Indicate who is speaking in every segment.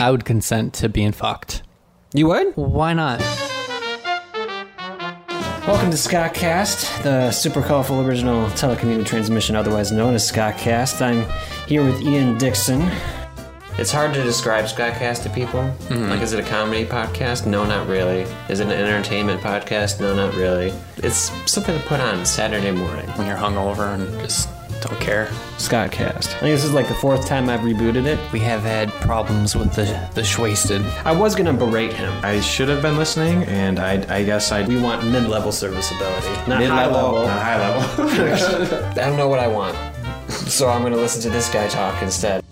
Speaker 1: I would consent to being fucked.
Speaker 2: You would?
Speaker 1: Why not?
Speaker 2: Welcome to Scottcast, the super colorful original telecommuting transmission, otherwise known as Scottcast. I'm here with Ian Dixon.
Speaker 3: It's hard to describe Scottcast to people.
Speaker 2: Mm-hmm.
Speaker 3: Like, is it a comedy podcast? No, not really. Is it an entertainment podcast? No, not really. It's something to put on Saturday morning.
Speaker 1: When you're hungover and just don't care.
Speaker 2: Scottcast. I think this is like the fourth time I've rebooted it.
Speaker 1: We have had problems with the the shwasted.
Speaker 2: I was gonna berate him.
Speaker 4: I should have been listening, and I, I guess I
Speaker 2: We want mid-level serviceability, not
Speaker 4: mid-level,
Speaker 2: high-level.
Speaker 4: not high level.
Speaker 3: I don't know what I want, so I'm gonna listen to this guy talk instead.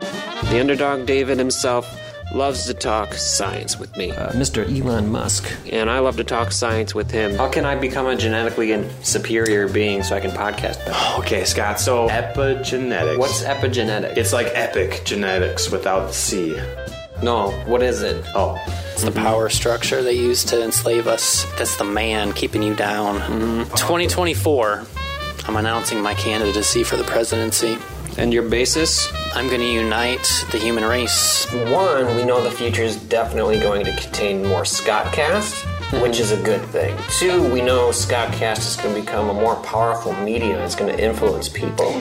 Speaker 3: The underdog David himself loves to talk science with me,
Speaker 2: Uh, Mr. Elon Musk.
Speaker 3: and I love to talk science with him. How can I become a genetically superior being so I can podcast better?
Speaker 4: okay, Scott. So epigenetics.
Speaker 3: What's epigenetic?
Speaker 4: It's like epic genetics without the C.
Speaker 3: no, what is it?
Speaker 4: Oh,
Speaker 5: It's the power structure they use to enslave us. That's the man keeping you down.
Speaker 1: Mm-hmm.
Speaker 5: 2024, I'm announcing my candidacy for the presidency.
Speaker 3: And your basis?
Speaker 5: I'm going to unite the human race.
Speaker 3: One, we know the future is definitely going to contain more Scottcast, which is a good thing. Two, we know Scottcast is going to become a more powerful medium. It's going to influence people.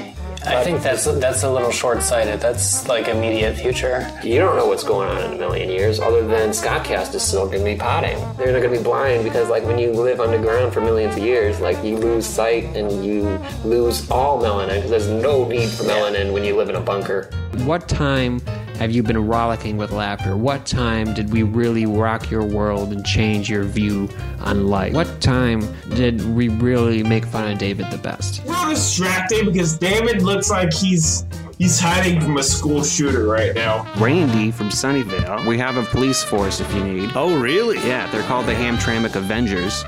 Speaker 5: I think that's that's a little short-sighted. That's like immediate future.
Speaker 3: You don't know what's going on in a million years, other than Scottcast is still going to be potting. They're not going to be blind because, like, when you live underground for millions of years, like, you lose sight and you lose all melanin because there's no need for melanin when you live in a bunker. What time have you been rollicking with laughter? What time did we really rock your world and change your view on life? What time did we really make fun of David the best?
Speaker 6: little distracted because David looks like he's he's hiding from a school shooter right now.
Speaker 3: Randy from Sunnyvale. We have a police force if you need.
Speaker 4: oh, really?
Speaker 3: Yeah, they're called the Hamtramck Avengers.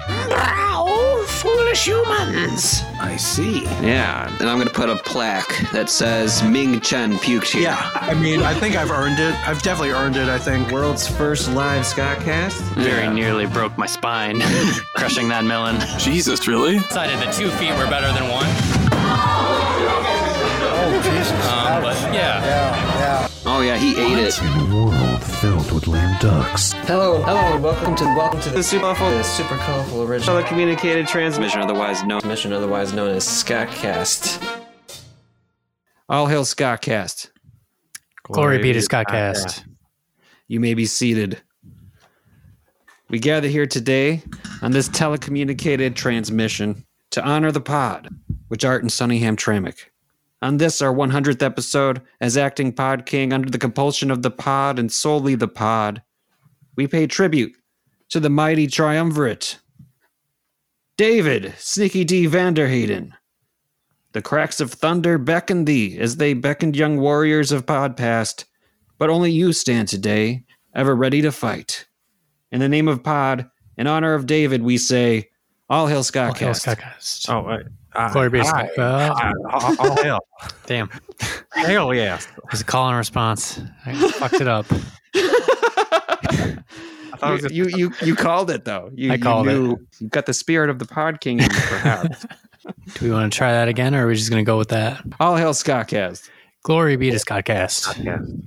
Speaker 4: I see.
Speaker 3: Yeah, and I'm gonna put a plaque that says Ming Chen puked here.
Speaker 4: Yeah, I mean, I think I've earned it. I've definitely earned it. I think world's first live Scottcast.
Speaker 5: Very nearly broke my spine, crushing that melon.
Speaker 7: Jesus, really?
Speaker 8: decided that two feet were better than one.
Speaker 4: Oh,
Speaker 8: Um, but yeah,
Speaker 3: Oh yeah, he ate it.
Speaker 9: in a world filled with lame ducks.
Speaker 3: Hello, hello, welcome to welcome to the super colorful, the super colorful original telecommunicated transmission, otherwise known mission, otherwise known as Scottcast. All hail Scottcast.
Speaker 1: Glory, be to Scottcast.
Speaker 3: You may be seated. We gather here today on this telecommunicated transmission to honor the pod, which art in Sunny Hamtramck. On this, our 100th episode, as acting pod king under the compulsion of the pod and solely the pod, we pay tribute to the mighty triumvirate David Sneaky D. Vanderhaden. The cracks of thunder beckon thee as they beckoned young warriors of pod past but only you stand today, ever ready to fight. In the name of Pod, in honor of David, we say, All hail Scottcast.
Speaker 8: Hail Scottcast.
Speaker 4: Oh, I, I,
Speaker 8: Glory be to
Speaker 4: I-
Speaker 8: Scottcast.
Speaker 4: I- oh, oh, hell,
Speaker 8: Damn, it
Speaker 4: hell yeah!
Speaker 8: was a call and response. I fucked it up.
Speaker 4: I thought it was a-
Speaker 3: You, you you called it though. You,
Speaker 8: I
Speaker 3: you
Speaker 8: called it.
Speaker 3: You got the spirit of the Pod King in you, perhaps.
Speaker 8: Do we want to try that again, or are we just going to go with that?
Speaker 3: All hail Scottcast.
Speaker 8: Glory be to Scottcast.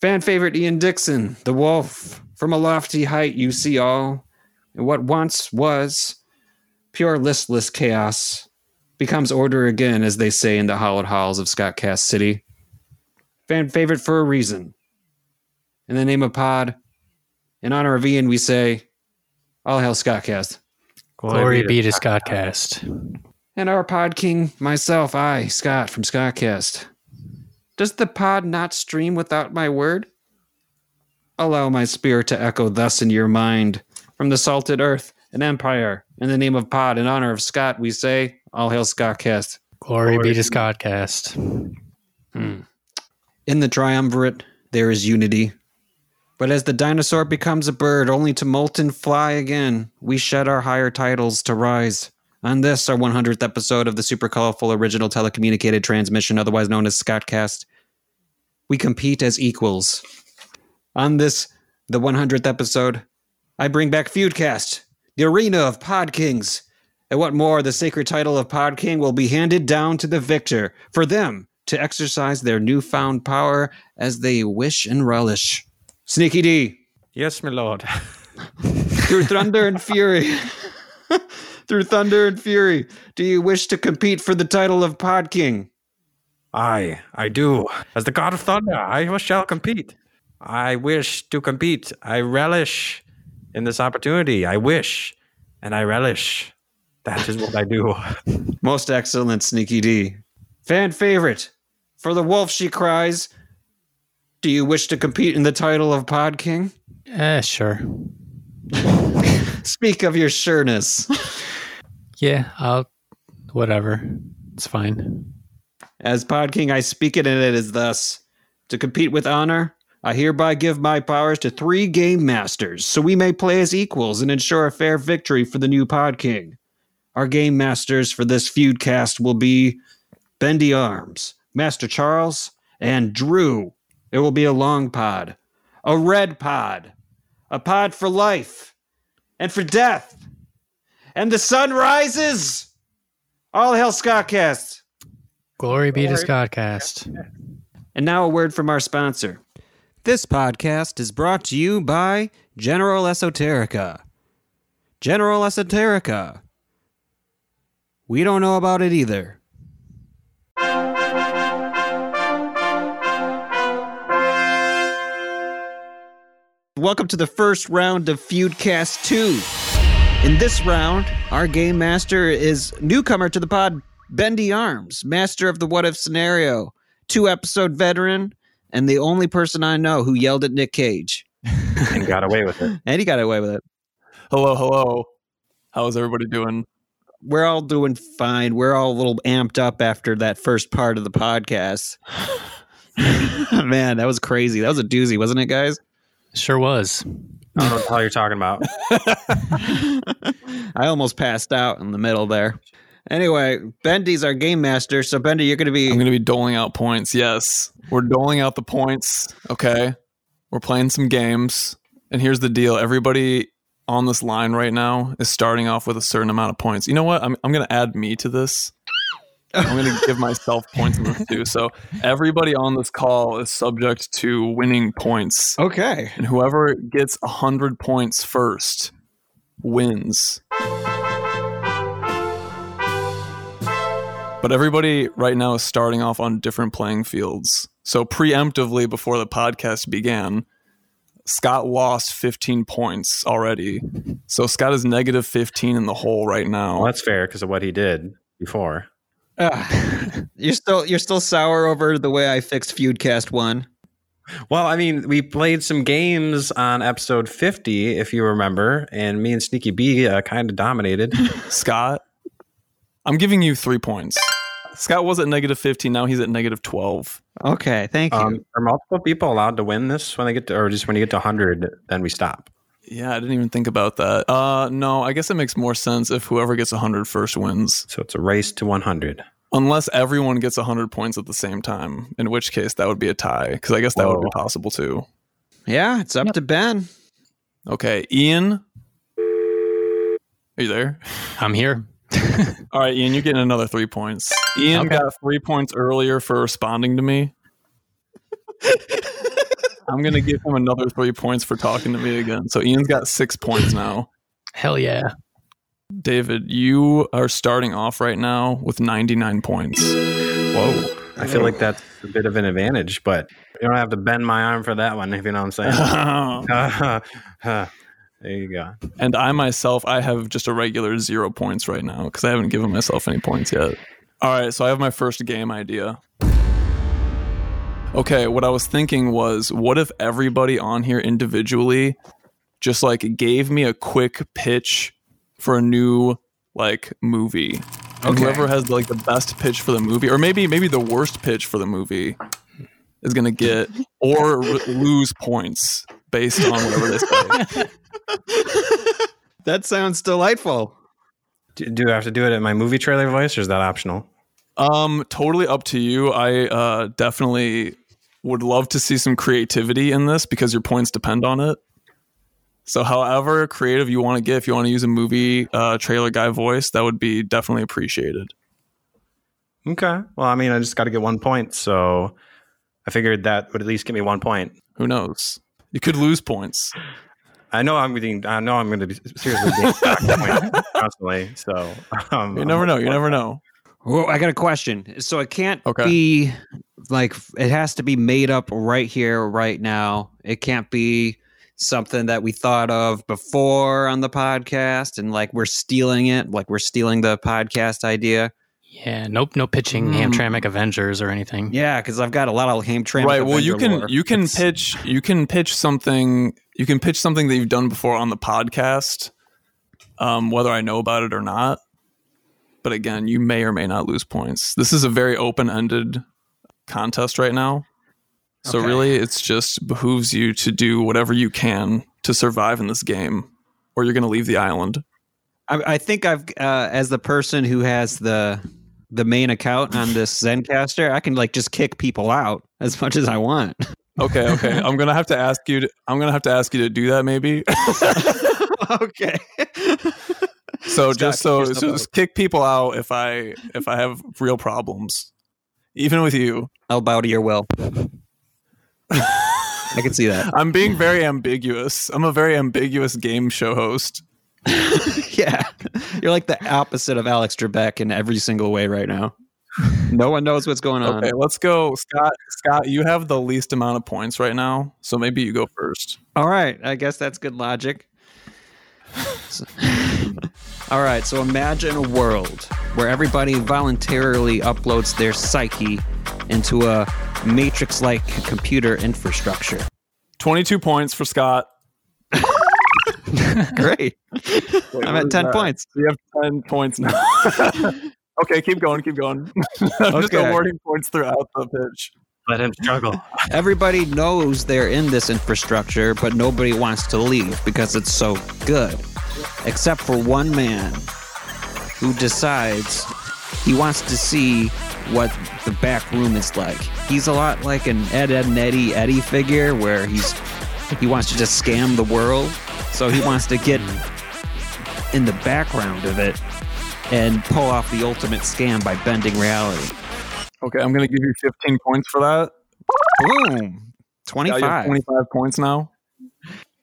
Speaker 3: Fan favorite Ian Dixon, the wolf. From a lofty height, you see all. And what once was pure listless chaos becomes order again, as they say in the hallowed halls of Scottcast City. Fan favorite for a reason. In the name of Pod, in honor of Ian, we say, All hail Scottcast.
Speaker 8: Glory be to Scottcast.
Speaker 3: And our pod king, myself, I, Scott from Scottcast. Does the pod not stream without my word? Allow my spirit to echo thus in your mind. From the salted earth, an empire, in the name of pod, in honor of Scott, we say, All hail Scottcast.
Speaker 8: Glory be to Scottcast.
Speaker 3: In the triumvirate, there is unity. But as the dinosaur becomes a bird, only to molt and fly again, we shed our higher titles to rise. On this, our 100th episode of the super colorful original telecommunicated transmission, otherwise known as Scottcast, we compete as equals. On this, the 100th episode, I bring back Feudcast, the arena of Pod Kings. And what more, the sacred title of Pod King will be handed down to the victor for them to exercise their newfound power as they wish and relish. Sneaky D,
Speaker 10: Yes, my lord.
Speaker 3: through thunder and fury, through thunder and fury, do you wish to compete for the title of Pod King?
Speaker 10: I, I do. As the god of thunder, I shall compete. I wish to compete. I relish in this opportunity. I wish and I relish. That is what I do.
Speaker 3: Most excellent, Sneaky D. Fan favorite, for the wolf she cries. Do you wish to compete in the title of Pod King?
Speaker 5: Eh, sure.
Speaker 3: Speak of your sureness.
Speaker 5: Yeah, I'll. Whatever. It's fine.
Speaker 3: As Pod King, I speak it, and it is thus. To compete with honor, I hereby give my powers to three game masters, so we may play as equals and ensure a fair victory for the new Pod King. Our game masters for this feud cast will be Bendy Arms, Master Charles, and Drew. It will be a long pod, a red pod, a pod for life, and for death. And the sun rises! All hail Scottcast!
Speaker 5: Glory be to Scottcast.
Speaker 3: And now a word from our sponsor. This podcast is brought to you by General Esoterica. General Esoterica. We don't know about it either. Welcome to the first round of Feudcast 2. In this round, our game master is newcomer to the pod, Bendy Arms, master of the what if scenario, two episode veteran, and the only person I know who yelled at Nick Cage.
Speaker 10: and got away with it.
Speaker 3: And he got away with it.
Speaker 11: Hello, hello. How's everybody doing?
Speaker 3: We're all doing fine. We're all a little amped up after that first part of the podcast. Man, that was crazy. That was a doozy, wasn't it, guys?
Speaker 5: Sure was.
Speaker 10: I don't know what the hell you're talking about.
Speaker 3: I almost passed out in the middle there. Anyway, Bendy's our game master, so Bendy, you're going to be
Speaker 11: I'm going to be doling out points. Yes. We're doling out the points. Okay. We're playing some games. And here's the deal everybody on this line right now is starting off with a certain amount of points. You know what? I'm, I'm going to add me to this. I'm going to give myself points in this too. So everybody on this call is subject to winning points.
Speaker 3: okay.
Speaker 11: And whoever gets 100 points first wins. But everybody right now is starting off on different playing fields. So, preemptively, before the podcast began, Scott lost 15 points already. So, Scott is negative 15 in the hole right now.
Speaker 10: Well, that's fair because of what he did before.
Speaker 3: Ah, you're still you're still sour over the way I fixed Feudcast one.
Speaker 10: Well, I mean, we played some games on episode 50, if you remember, and me and Sneaky B uh, kind of dominated.
Speaker 11: Scott, I'm giving you three points. Scott was at negative 15. Now he's at negative 12.
Speaker 3: Okay, thank you.
Speaker 10: Um, are multiple people allowed to win this when they get to, or just when you get to 100, then we stop?
Speaker 11: Yeah, I didn't even think about that. Uh, no, I guess it makes more sense if whoever gets 100 first wins,
Speaker 10: So it's a race to 100.
Speaker 11: unless everyone gets 100 points at the same time, in which case that would be a tie, because I guess that would be possible too.
Speaker 3: yeah, it's up to Ben.
Speaker 11: Okay, Ian. Are you there?
Speaker 5: I'm here.
Speaker 11: All right, Ian, you're getting another three points. Ian got three points earlier for responding to me. I'm going to give him another three points for talking to me again. So Ian's got six points now.
Speaker 5: Hell yeah.
Speaker 11: David, you are starting off right now with 99 points.
Speaker 10: Whoa. I feel like that's a bit of an advantage, but you don't have to bend my arm for that one, if you know what I'm
Speaker 11: and
Speaker 10: saying. there you go.
Speaker 11: I myself, I have just a regular zero points right now because I haven't given myself any points yet. All right, so I have my first game idea. Okay, what I was thinking was what if everybody on here individually just like gave me a quick pitch for a new like movie? And whoever has like the best pitch for the movie, or maybe maybe the worst pitch for the movie, is gonna get or r- lose points based on whatever they say.
Speaker 3: That sounds delightful.
Speaker 10: Do, do I have to do it in my movie trailer voice, or is that optional?
Speaker 11: Um, totally up to you. I uh, definitely would love to see some creativity in this because your points depend on it. So, however creative you want to get, if you want to use a movie uh, trailer guy voice, that would be definitely appreciated.
Speaker 10: Okay. Well, I mean, I just got to get one point, so I figured that would at least give me one point.
Speaker 11: Who knows? You could lose points.
Speaker 10: I know I'm being. I know I'm going to be seriously being docked points constantly. So um,
Speaker 11: You never
Speaker 10: I'm-
Speaker 11: know. You never know.
Speaker 3: Well, I got a question. So it can't
Speaker 11: Okay.
Speaker 3: be like it has to be made up right here, right now. It can't be something that we thought of before on the podcast and like we're stealing it, like we're stealing the podcast idea.
Speaker 5: Yeah, nope, no pitching
Speaker 11: Mm.
Speaker 5: Hamtramck Avengers or anything.
Speaker 3: Yeah, because I've got a lot of Hamtramck.
Speaker 11: right. Well, you
Speaker 3: Avenger
Speaker 11: can
Speaker 3: lore.
Speaker 11: you can pitch you can pitch something you can pitch something that you've done before on the podcast, um, whether I know about it or not. But again, you may or may not lose points. This is a very open ended contest right now, so really, it's just behooves you to do whatever you can to survive in this game, or you're going to leave the island.
Speaker 3: I, I think I've uh, as the person who has the the main account on this Zencaster, I can like just kick people out as much as I want.
Speaker 11: Okay, okay. I'm gonna have to ask you. To, I'm gonna have to ask you to do that, maybe.
Speaker 3: okay.
Speaker 11: So
Speaker 3: Scott,
Speaker 11: just so,
Speaker 3: kick yourself
Speaker 11: so
Speaker 3: out.
Speaker 11: just kick people out if I if I have real problems, even with you.
Speaker 3: I'll bow to your will. I can see that.
Speaker 11: I'm being very ambiguous. I'm a very ambiguous game show host.
Speaker 3: Yeah. You're like the opposite of Alex Trebek in every single way right now. No one knows what's going on.
Speaker 11: Okay, let's go, Scott. Scott, you have the least amount of points right now, so maybe you go first.
Speaker 3: All right. I guess that's good logic. So- All right. So imagine a world where everybody voluntarily uploads their psyche into a matrix like computer infrastructure.
Speaker 11: 22 points for Scott.
Speaker 3: Great. I'm at 10 points.
Speaker 11: You have 10 points now. okay, keep going, keep going. I'm just
Speaker 3: Okay.
Speaker 11: awarding points throughout the pitch.
Speaker 10: Let him struggle.
Speaker 3: Everybody knows they're in this infrastructure, but nobody wants to leave because it's so good. Except for one man who decides he wants to see what the back room is like. He's a lot like an Ed, Ed, and Eddie, Eddie figure where he's he wants to just scam the world. So he wants to get in the background of it and pull off the ultimate scam by bending reality.
Speaker 11: Okay, I'm going to give you 15 points for that.
Speaker 3: Boom!
Speaker 11: Yeah, you
Speaker 3: 25.
Speaker 11: have 25 points now.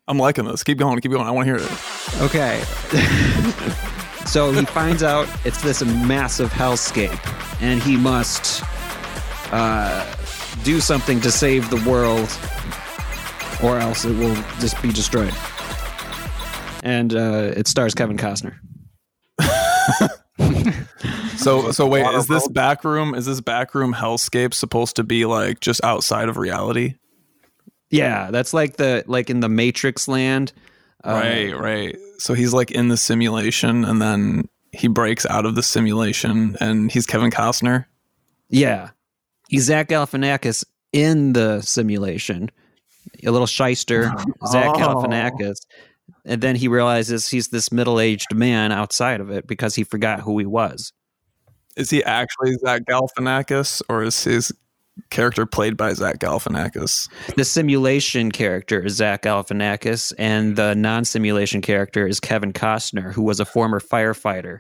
Speaker 11: I'm liking this. Keep going. Keep going. I want to hear it.
Speaker 3: Okay. so he finds out it's this massive hellscape, and he must uh, do something to save the world, or else it will just be destroyed. And uh, it stars Kevin Costner.
Speaker 11: So, so wait, is this back room? Is this back room hellscape supposed to be like just outside of reality?
Speaker 3: Yeah, that's like the like in the Matrix land. um,
Speaker 11: right, right. Um, So he's like in the simulation, and then he breaks out of the simulation, and he's Kevin Costner.
Speaker 3: Yeah. He's Zach Galifianakis in the simulation, a little shyster, Zach
Speaker 11: Oh.
Speaker 3: Galifianakis. And then he realizes he's this middle aged man outside of it because he forgot who he was.
Speaker 11: Is he actually Zach Galifianakis, or is his character played by Zach Galifianakis?
Speaker 3: The simulation character is Zach Galifianakis, and the non simulation character is Kevin Costner, who was a former firefighter.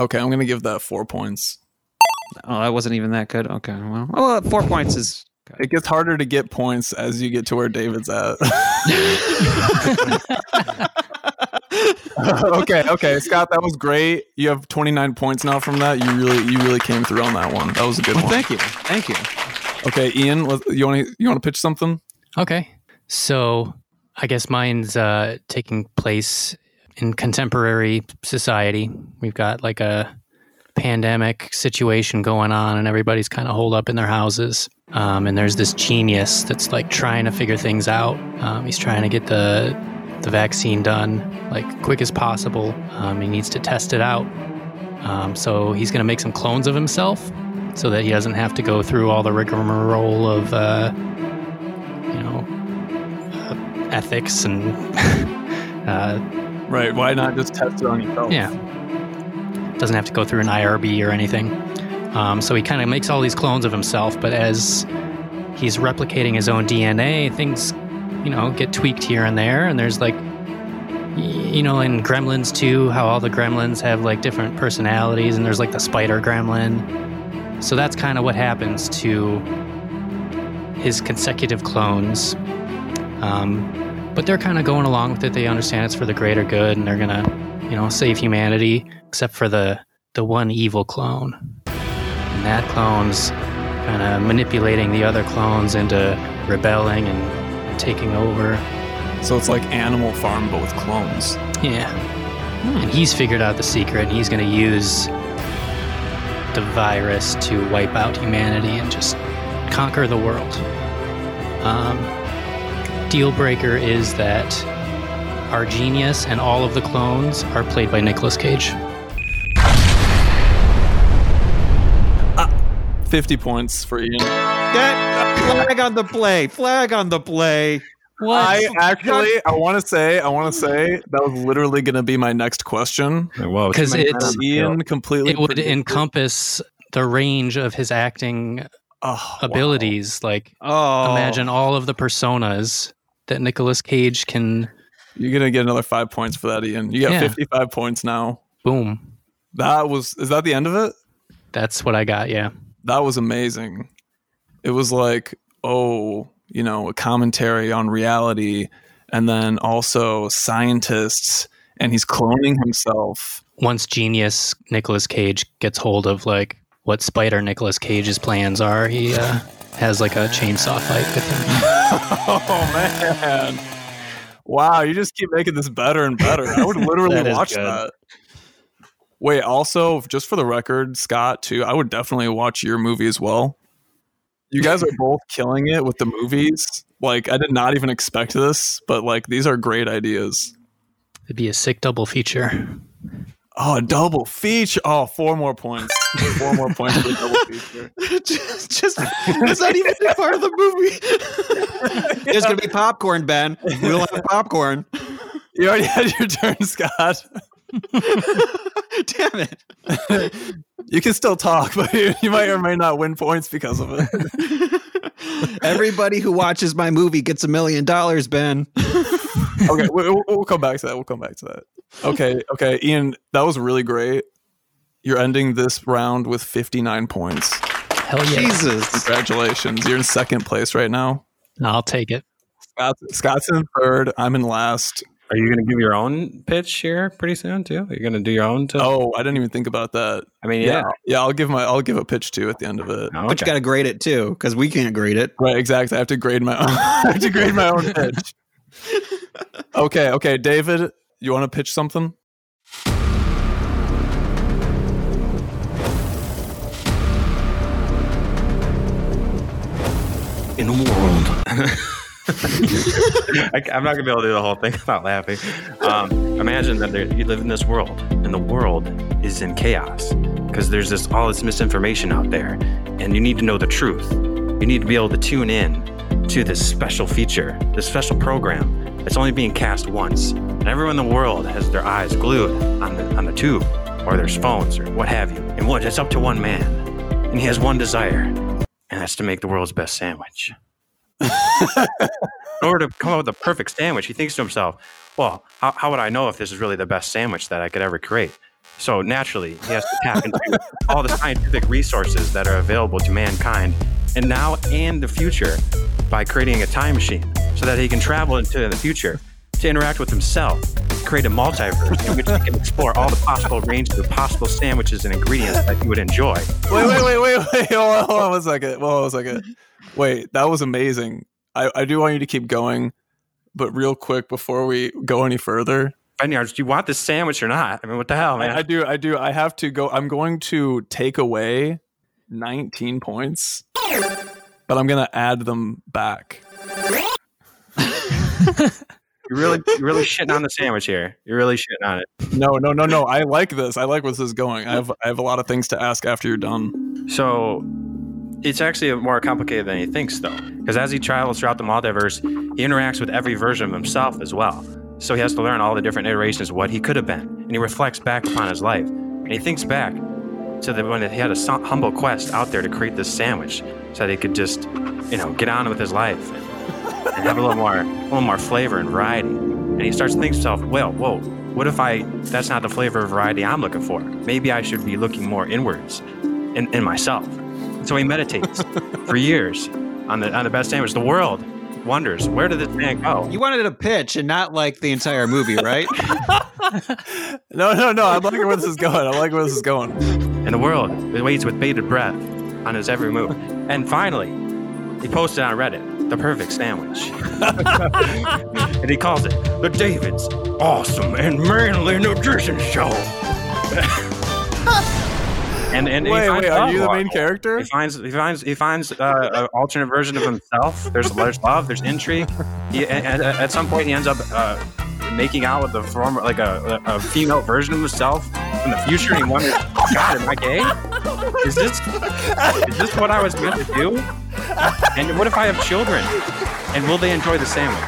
Speaker 11: Okay, I'm gonna give that four points.
Speaker 3: Oh, that wasn't even that good. Okay, well, oh, well four points is.
Speaker 11: It gets harder to get points as you get to where David's at. okay, okay, Scott, that was great. You have 29 points now from that. You really, you really came through on that one. That was a good
Speaker 3: Well,
Speaker 11: one.
Speaker 3: thank you. Thank you.
Speaker 11: Okay, Ian, let- you want to you want to pitch something?
Speaker 5: Okay. So I guess mine's uh, taking place in contemporary society. We've got like a pandemic situation going on, and everybody's kind of holed up in their houses. Um, and there's this genius that's like trying to figure things out. Um, he's trying to get the the vaccine done like quick as possible. Um, he needs to test it out. Um, so he's going to make some clones of himself so that he doesn't have to go through all the rigmarole of uh, you know, uh, ethics and uh,
Speaker 11: Right? Why not just test it on yourself?
Speaker 5: yeah, doesn't have to go through an IRB or anything. Um, so he kind of makes all these clones of himself, but as he's replicating his own DNA, things, you know, get tweaked here and there. And there's like, y- you know, in Gremlins too, how all the gremlins have like different personalities, and there's like the spider gremlin. So that's kind of what happens to his consecutive clones. Um, but they're kind of going along with it. They understand it's for the greater good, and they're gonna, you know, save humanity. Except for the the one evil clone, and that clone's kind of manipulating the other clones into rebelling and taking over.
Speaker 11: So it's like Animal Farm, but with clones.
Speaker 5: Yeah. And he's figured out the secret, and he's going to use the virus to wipe out humanity and just conquer the world. Um, deal breaker is that our genius and all of the clones are played by Nicolas Cage.
Speaker 11: 50 points for Ian.
Speaker 6: flag on the play. Flag on the play.
Speaker 5: What?
Speaker 11: I actually, I want to say, I want to say that was literally going to be my next question.
Speaker 10: Whoa,
Speaker 5: Because it's
Speaker 11: Ian completely.
Speaker 5: it would
Speaker 11: predicted-
Speaker 5: encompass the range of his acting
Speaker 11: Oh,
Speaker 5: abilities. Like
Speaker 6: Oh,
Speaker 5: imagine all of the personas that Nicolas Cage can
Speaker 11: You're gonna get another five points for that, Ian. You got
Speaker 5: Yeah.
Speaker 11: 55 points now.
Speaker 5: boom.
Speaker 11: That was is that the end of it?
Speaker 5: That's what I got, yeah.
Speaker 11: That was amazing. It was like oh, you know, a commentary on reality, and then also scientists, and he's cloning himself.
Speaker 5: Once genius Nicolas Cage gets hold of like what Spider Nicolas Cage's plans are, he uh, has like a chainsaw fight with him.
Speaker 11: Oh man! Wow, you just keep making this better and better. I would literally
Speaker 5: That is
Speaker 11: watch
Speaker 5: good.
Speaker 11: that. Wait, also, just for the record, Scott, too, I would definitely watch your movie as well. You guys are both killing it with the movies. Like, I did not even expect this, but like, these are great ideas.
Speaker 5: It'd be a sick double feature.
Speaker 11: Oh, a double feature. Oh, four more points. Four more points for the double feature.
Speaker 6: just, just it's not even part of the movie. There's gonna be popcorn, Ben. We'll have popcorn.
Speaker 11: You already had your turn, Scott.
Speaker 6: Damn it!
Speaker 11: You can still talk, but you, you might or may not win points because of it.
Speaker 6: Everybody who watches my movie gets a million dollars, Ben.
Speaker 11: okay, we- we'll, we'll come back to that. We'll come back to that. Okay, okay, Ian, that was really great. You're ending this round with 59 points.
Speaker 5: Hell yeah.
Speaker 6: Jesus.
Speaker 11: Congratulations, you're in second place right now.
Speaker 5: I'll take it.
Speaker 11: Scott's, Scott's in third. I'm in last.
Speaker 10: Are you going to give your own pitch here pretty soon too? You're going to do your own. To-
Speaker 11: Oh, I didn't even think about that.
Speaker 10: I mean,
Speaker 11: yeah, I'll give my I'll give a pitch too at the end of it.
Speaker 10: Oh,
Speaker 6: But you
Speaker 10: okay.
Speaker 6: gotta grade it too, because we can't grade it.
Speaker 11: Right, exactly. I have to grade my own. I have to grade my own pitch. okay, okay, David, you want to pitch something?
Speaker 9: In a world
Speaker 10: I, am not gonna be able to do the whole thing without laughing. Um, imagine that there, you live in this world, and the world is in chaos because there's this all this misinformation out there, and you need to know the truth. You need to be able to tune in to this special feature, this special program that's only being cast once, and everyone in the world has their eyes glued on the on the tube or their phones or what have you. And what it's up to one man, and he has one desire, and that's to make the world's best sandwich in order to come up with the perfect sandwich, he thinks to himself, well, how, how would I know if this is really the best sandwich that I could ever create? So naturally, he has to tap into all the scientific resources that are available to mankind and now and the future by creating a time machine so that he can travel into the future to interact with himself, create a multiverse in which he can explore all the possible ranges of possible sandwiches and ingredients that he would enjoy.
Speaker 11: wait, wait, wait, wait, wait. Hold on, hold on one second. Hold on one second. Wait, that was amazing. I, I do want you to keep going, but real quick before we go any further,
Speaker 10: Benyards, do you want this sandwich or not? I mean, what the hell, man?
Speaker 11: I, I do, I do, I have to go. I'm going to take away 19 points, but I'm going to add them back.
Speaker 10: You're really, you're really shitting on the sandwich here. You're really shitting on it.
Speaker 11: No, no, no, no. I like this. I like where this is going. I have, I have a lot of things to ask after you're done.
Speaker 10: So it's actually more complicated than he thinks, though, because as he travels throughout the multiverse, he interacts with every version of himself as well. So he has to learn all the different iterations of what he could have been, and he reflects back upon his life, and he thinks back to the when he had a su- humble quest out there to create this sandwich, so that he could just, you know, get on with his life and, and have a little more, a little more flavor and variety. And he starts to think to himself, well, whoa, what if I? That's not the flavor of variety I'm looking for. Maybe I should be looking more inwards in, in myself. So he meditates for years on the on the best sandwich. The world wonders where did this man go?
Speaker 3: You wanted a pitch and not like the entire movie, right?
Speaker 11: No, no, no. I'm liking where this is going. I'm liking where this is going.
Speaker 10: And the world waits with bated breath on his every move. And finally, he posted on Reddit the perfect sandwich. and he calls it the David's Awesome and Manly Nutrition Show. And, and
Speaker 11: Wait,
Speaker 10: he finds
Speaker 11: wait, are you the
Speaker 10: love.
Speaker 11: main character?
Speaker 10: He finds he finds he finds uh, an alternate version of himself. There's there's love. There's intrigue. He, at, at some point, he ends up uh, making out with a former like a, a female version of himself in the future. And he wonders, God, am I gay? Is this is this what I was meant to do? And what if I have children? And will they enjoy the sandwich?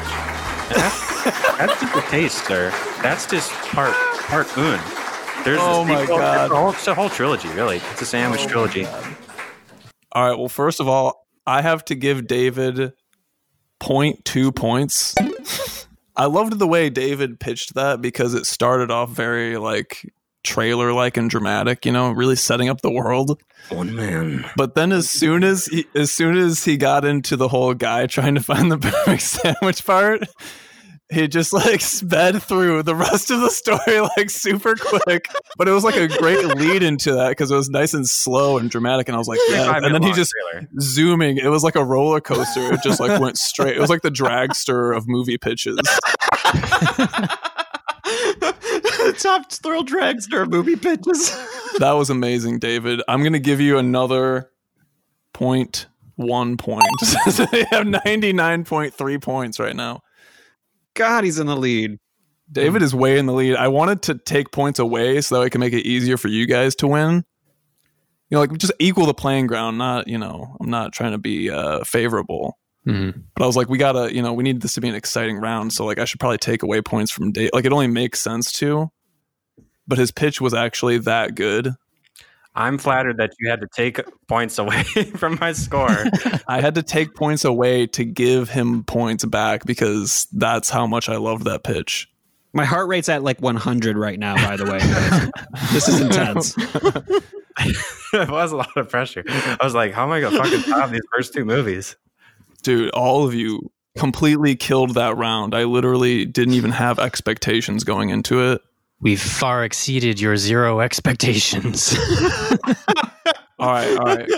Speaker 10: And that's, that's just the taste, sir. That's just part part moon. There's
Speaker 11: Oh
Speaker 10: this
Speaker 11: my
Speaker 10: It's
Speaker 11: God. Oh
Speaker 10: a, whole, it's a whole trilogy, really. It's a sandwich trilogy.
Speaker 11: All right. Well, first of all, I have to give David 0.2 points. I loved the way David pitched that because it started off very like trailer like and dramatic, you know, really setting up the world.
Speaker 12: One man.
Speaker 11: But then as soon as he, as soon as he got into the whole guy trying to find the perfect sandwich part, he just like sped through the rest of the story like super quick. But it was like a great lead into that because it was nice and slow and dramatic. And I was like, yeah.
Speaker 10: Five
Speaker 11: And then
Speaker 10: minute
Speaker 11: he
Speaker 10: long
Speaker 11: just
Speaker 10: trailer.
Speaker 11: zooming. It was like a roller coaster. It just like went straight. It was like the dragster of movie pitches.
Speaker 3: Top thrill dragster of movie pitches.
Speaker 11: That was amazing, David. I'm gonna give you another point one point. So they have 99.3 points right now.
Speaker 3: God, he's in the lead.
Speaker 11: David is way in the lead. I wanted to take points away so that I can make it easier for you guys to win. You know, like just equal the playing ground, not, you know, I'm not trying to be uh favorable. But I was like, we gotta, you know, we need this to be an exciting round. So like, I should probably take away points from Dave. Like, it only makes sense to. But his pitch was actually that good.
Speaker 10: I'm flattered that you had to take points away from my score.
Speaker 11: I had to take points away to give him points back because that's how much I loved that pitch.
Speaker 3: My heart rate's at like 100 right now, by the way. this is intense.
Speaker 10: it was a lot of pressure. I was like, how am I gonna fucking top these first two movies?
Speaker 11: Dude, all of you completely killed that round. I literally didn't even have expectations going into it.
Speaker 5: We've far exceeded your zero expectations.
Speaker 11: All right, all right.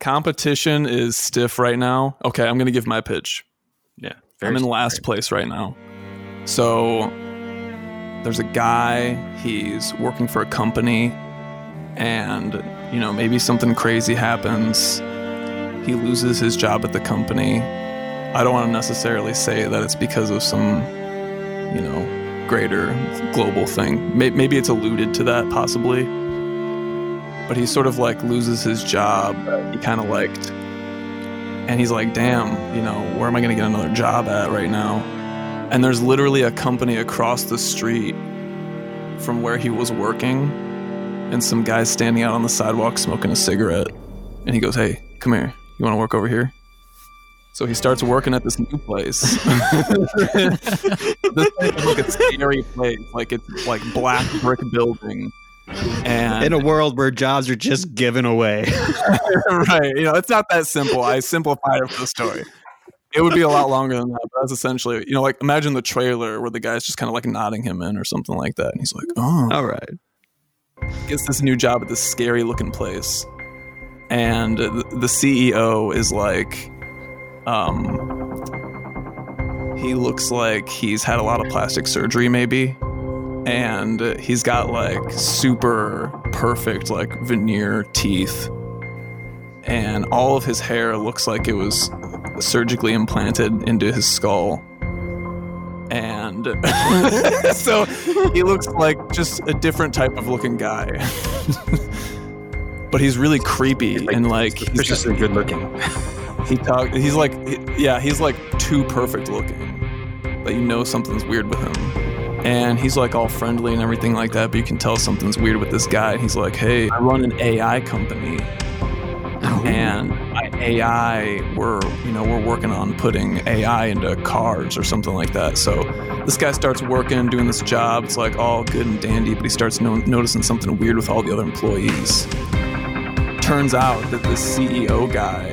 Speaker 11: Competition is stiff right now. Okay, I'm going to give my pitch.
Speaker 10: Yeah.
Speaker 11: I'm in last place right now. So there's a guy, he's working for a company, and, you know, maybe something crazy happens. He loses his job at the company. I don't want to necessarily say that it's because of some, you know, greater global thing. May- Maybe it's alluded to that, possibly. But he sort of like loses his job. that He kind of liked and he's like, "Damn, you know, where am I going to get another job at right now?" And there's literally a company across the street from where he was working, and some guy standing out on the sidewalk smoking a cigarette. And he goes, "Hey, come here. You want to work over here?" So he starts working at this new place. this place is like a scary place, like it's like black brick building, and
Speaker 3: In a world where jobs are just given away.
Speaker 11: right. You know, it's not that simple. I simplified it for the story. It would be a lot longer than that, but that's essentially, you know, like imagine the trailer where the guy's just kind of like nodding him in or something like that. And he's like, oh.
Speaker 3: All right.
Speaker 11: Gets this new job at this scary looking place. And th- the CEO is like, um, he looks like he's had a lot of plastic surgery, maybe. And uh, he's got like super perfect, like veneer teeth and all of his hair looks like it was surgically implanted into his skull. And so he looks like just a different type of looking guy. but he's really creepy and like he's just
Speaker 10: Suspiciously good looking.
Speaker 11: he talk he's like yeah he's like too perfect looking that you know something's weird with him and he's like all friendly and everything like that but you can tell something's weird with this guy and he's like hey i run an ai company and I- ai we're you know we're working on putting ai into cars or something like that so this guy starts working doing this job it's like all good and dandy but he starts no- noticing something weird with all the other employees turns out that this CEO guy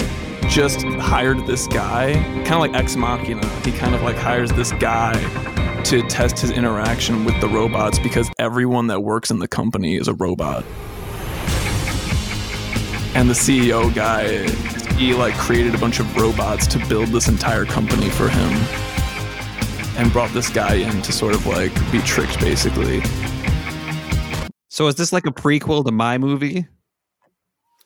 Speaker 11: just hired this guy, kind of like Ex Machina. He kind of like hires this guy to test his interaction with the robots because everyone that works in the company is a robot. And the CEO guy, he like created a bunch of robots to build this entire company for him and brought this guy in to sort of like be tricked basically.
Speaker 6: So is this like a prequel to my movie?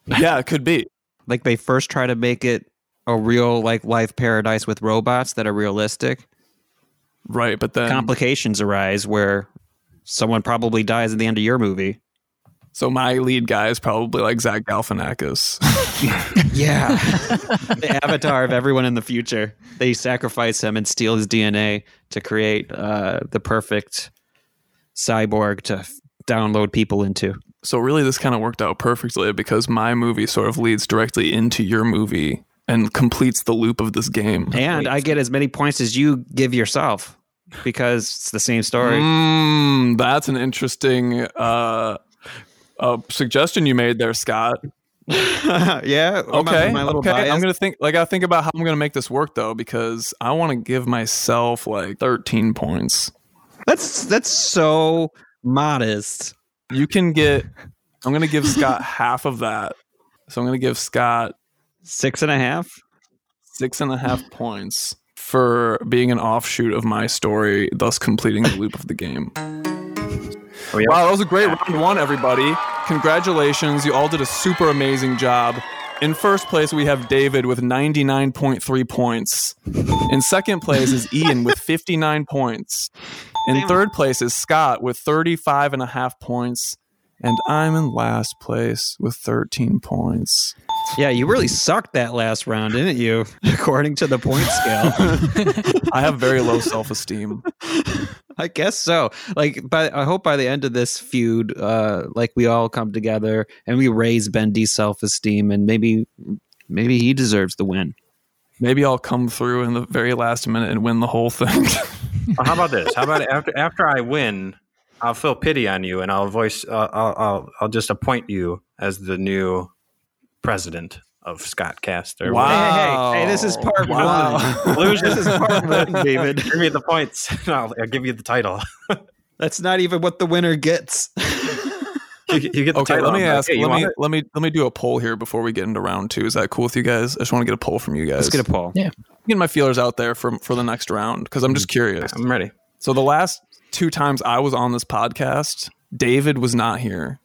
Speaker 11: Yeah, it could be.
Speaker 6: Like they first try to make it a real like life paradise with robots that are realistic.
Speaker 11: Right, but
Speaker 6: Um,
Speaker 11: then
Speaker 6: complications arise where someone probably dies at the end of your movie.
Speaker 11: So my lead guy is probably like Zach Galifianakis.
Speaker 6: yeah, the avatar of everyone in the future. They sacrifice him and steal his DNA to create uh, the perfect cyborg to f- download people into.
Speaker 11: So really, this kind of worked out perfectly because my movie sort of leads directly into your movie and completes the loop of this game.
Speaker 6: And I get as many points as you give yourself because it's the same story.
Speaker 11: Mm, that's an interesting uh, uh, suggestion you made there, Scott.
Speaker 6: yeah.
Speaker 11: Okay. My, my okay. Bias. I'm gonna think. Like, I think about how I'm gonna make this work though, because I want to give myself like 13 points.
Speaker 6: That's that's so modest.
Speaker 11: You can get. I'm gonna give Scott half of that. So I'm gonna give Scott
Speaker 6: six and a half,
Speaker 11: six and a half points for being an offshoot of my story, thus completing the loop of the game. Oh, yeah. Wow, that was a great round one, everybody. Congratulations. You all did a super amazing job. In first place, we have David with 99.3 points. In second place is Ian with 59 points. In Damn. third place is Scott with 35 and a half points. And I'm in last place with 13 points.
Speaker 6: Yeah, you really sucked that last round, didn't you? According to the point scale.
Speaker 11: I have very low self-esteem.
Speaker 6: I guess so. Like by I hope by the end of this feud uh like we all come together and we raise Bendy's self-esteem and maybe maybe he deserves the win.
Speaker 11: Maybe I'll come through in the very last minute and win the whole thing.
Speaker 10: well, how about this? How about after after I win, I'll feel pity on you and I'll voice uh, I'll, I'll I'll just appoint you as the new president of Scott Caster.
Speaker 6: Wow. Hey, hey, hey, hey, this is part wow. one. Illusion. this is part one, David.
Speaker 10: give me the points. I'll, I'll, give you the title.
Speaker 6: That's not even what the winner gets.
Speaker 10: you, you, get the
Speaker 11: okay,
Speaker 10: title.
Speaker 11: Let me ask. Like, hey, let me it? let me let me do a poll here before we get into round two. Is that cool with you guys? I just want to get a poll from you guys.
Speaker 6: Let's get a poll.
Speaker 5: Yeah.
Speaker 11: Get my feelers out there for for the next round because I'm just curious.
Speaker 6: Mm-hmm.
Speaker 10: I'm ready.
Speaker 11: So the last two times I was on this podcast, David was not here.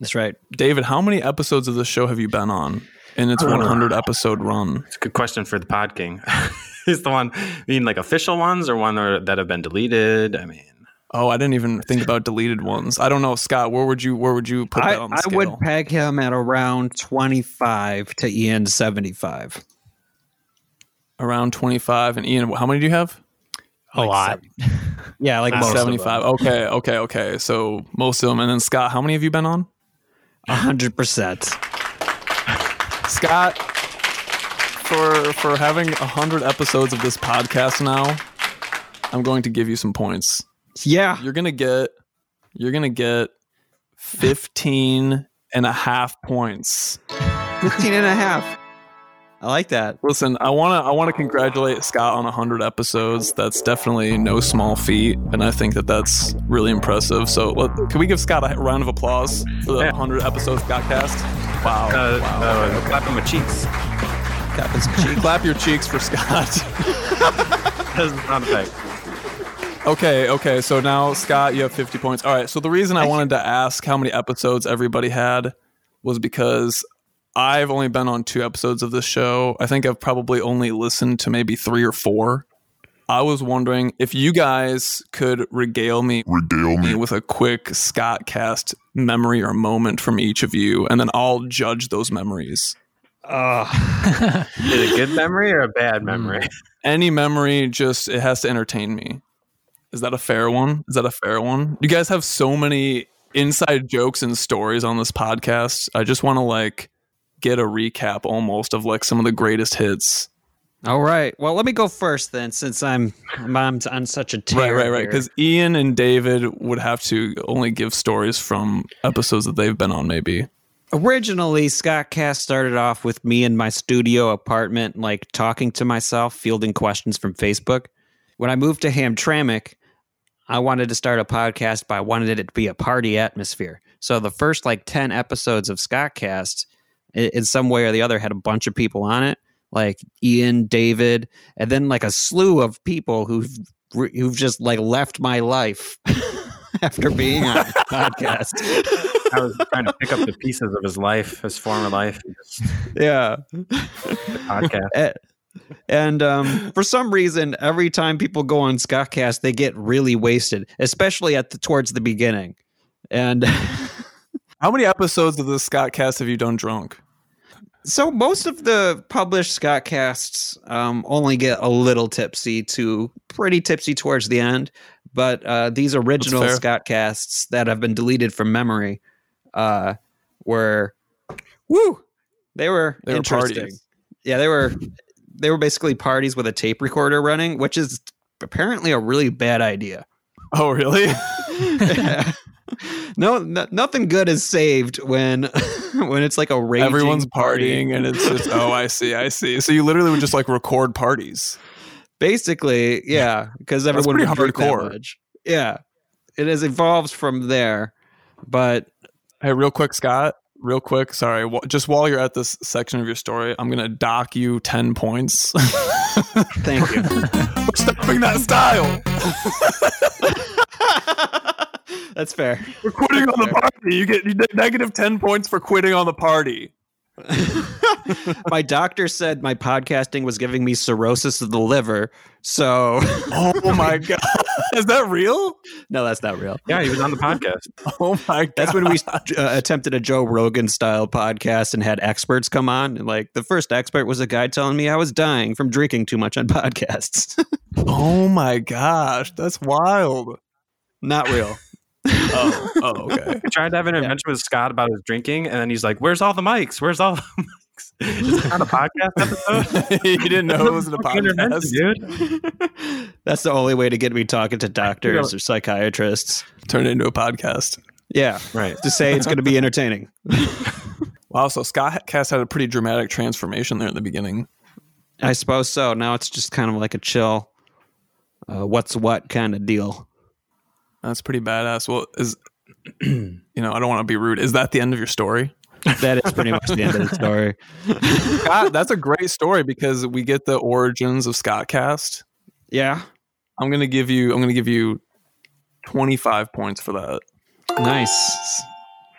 Speaker 6: That's right.
Speaker 11: David, how many episodes of this show have you been on in its 100 episode run?
Speaker 10: It's a good question for the Pod King. He's the one, I mean, like official ones or one or, that have been deleted? I mean,
Speaker 11: Oh, I didn't even think about deleted ones. I don't know, Scott. Where would you where would you put
Speaker 6: I,
Speaker 11: that on the
Speaker 6: I
Speaker 11: scale?
Speaker 6: would peg him at around twenty five to Ian seventy five.
Speaker 11: Around twenty five, and Ian, how many do you have?
Speaker 5: A like lot.
Speaker 11: Seven. yeah, like seventy five. Okay, okay, okay. So most of them, and then Scott, how many have you been on?
Speaker 6: hundred percent.
Speaker 11: Scott, for for having hundred episodes of this podcast now, I'm going to give you some points.
Speaker 6: Yeah.
Speaker 11: You're gonna get you're gonna get 15 and a half points.
Speaker 6: 15 and a half. I like that.
Speaker 11: Listen, I wanna I wanna congratulate Scott on hundred episodes. That's definitely no small feat, and I think that that's really impressive. So, let, can we give Scott a round of applause for the hundred episode Scottcast? Wow!
Speaker 10: Uh,
Speaker 11: wow.
Speaker 10: Uh, okay, okay. Clap my cheeks.
Speaker 11: Clap, his cheek. clap your cheeks for Scott.
Speaker 10: that's the sound effect.
Speaker 11: Okay, okay. So now, Scott, you have 50 points. All right. So the reason I wanted to ask how many episodes everybody had was because I've only been on two episodes of this show. I think I've probably only listened to maybe three or four. I was wondering if you guys could regale me,
Speaker 9: regale me
Speaker 11: with a quick Scott cast memory or moment from each of you, and then I'll judge those memories.
Speaker 10: Oh, is it a good memory or a bad memory?
Speaker 11: Any memory, just it has to entertain me. Is that a fair one? Is that a fair one? You guys have so many inside jokes and stories on this podcast. I just want to like get a recap almost of like some of the greatest hits.
Speaker 6: All right. Well, let me go first then, since I'm I'm on such a tear.
Speaker 11: Right, right, right. Because Ian and David would have to only give stories from episodes that they've been on, maybe.
Speaker 6: Originally, Scott Cast started off with me in my studio apartment, like talking to myself, fielding questions from Facebook. When I moved to Hamtramck, I wanted to start a podcast, but I wanted it to be a party atmosphere. So the first like 10 episodes of Scottcast, i- in some way or the other, had a bunch of people on it, like Ian, David, and then like a slew of people who've re- who've just like left my life after being on the podcast.
Speaker 10: I was trying to pick up the pieces of his life, his former life,
Speaker 6: Yeah.
Speaker 10: podcast.
Speaker 6: A- And um, for some reason, every time people go on Scottcast, they get really wasted, especially at the towards the beginning. And
Speaker 11: How many episodes of the Scottcast have you done drunk?
Speaker 6: so most of the published Scottcasts um, only get a little tipsy to pretty tipsy towards the end, but uh, these original
Speaker 11: fair.
Speaker 6: Scottcasts that have been deleted from memory uh, were, woo, they were
Speaker 11: They were
Speaker 6: interesting.
Speaker 11: parties.
Speaker 6: yeah, they were they were basically parties with a tape recorder running, which is apparently a really bad idea.
Speaker 11: Oh, really?
Speaker 6: No, no nothing good is saved when when it's like a raging
Speaker 11: Everyone's
Speaker 6: party.
Speaker 11: partying, and it's just oh, I see, I see. So you literally would just like record parties.
Speaker 6: Basically, yeah, because
Speaker 11: That's
Speaker 6: everyone
Speaker 11: pretty
Speaker 6: would drink that
Speaker 11: hardcore.
Speaker 6: much. Yeah, it has evolved from there, but
Speaker 11: Hey, real quick, Scott. Real quick, sorry. wh- Just while you're at this section of your story, I'm gonna dock you ten points.
Speaker 6: thank you.
Speaker 11: for Stopping that style.
Speaker 6: That's fair.
Speaker 11: We're quitting on the party. You get you get negative ten points for quitting on the party.
Speaker 6: My doctor said my podcasting was giving me cirrhosis of the liver, so
Speaker 11: Oh my god, is that real?
Speaker 6: no, that's not real.
Speaker 10: Yeah, he was on the podcast.
Speaker 11: Oh my god,
Speaker 6: That's when we uh, attempted a Joe Rogan style podcast and had experts come on. And like the first expert was a guy telling me I was dying from drinking too much on podcasts.
Speaker 11: Oh my gosh, that's wild.
Speaker 6: Not real.
Speaker 11: Oh, oh okay.
Speaker 10: I tried to have an adventure with Scott about his drinking, and then he's like, "Where's all the mics? Where's all the mics? Is it not a podcast episode?"
Speaker 11: you didn't know it was in a
Speaker 10: Fucking intervention,
Speaker 11: podcast.
Speaker 10: dude.
Speaker 6: That's the only way to get me talking to doctors or psychiatrists.
Speaker 11: Turn it into a podcast.
Speaker 6: Yeah.
Speaker 10: Right.
Speaker 6: To say it's going to be entertaining.
Speaker 11: Wow, so Scott Cast had a pretty dramatic transformation there at the beginning.
Speaker 6: I suppose so. Now it's just kind of like a chill, uh, what's what kind of deal.
Speaker 11: That's pretty badass. Well, is you know, I don't want to be rude. Is that the end of your story?
Speaker 6: That is pretty much the end of the story.
Speaker 11: Scott, that's a great story because we get the origins of Scott Cast.
Speaker 6: Yeah.
Speaker 11: I'm gonna give you I'm gonna give you 25 points for that.
Speaker 6: Nice.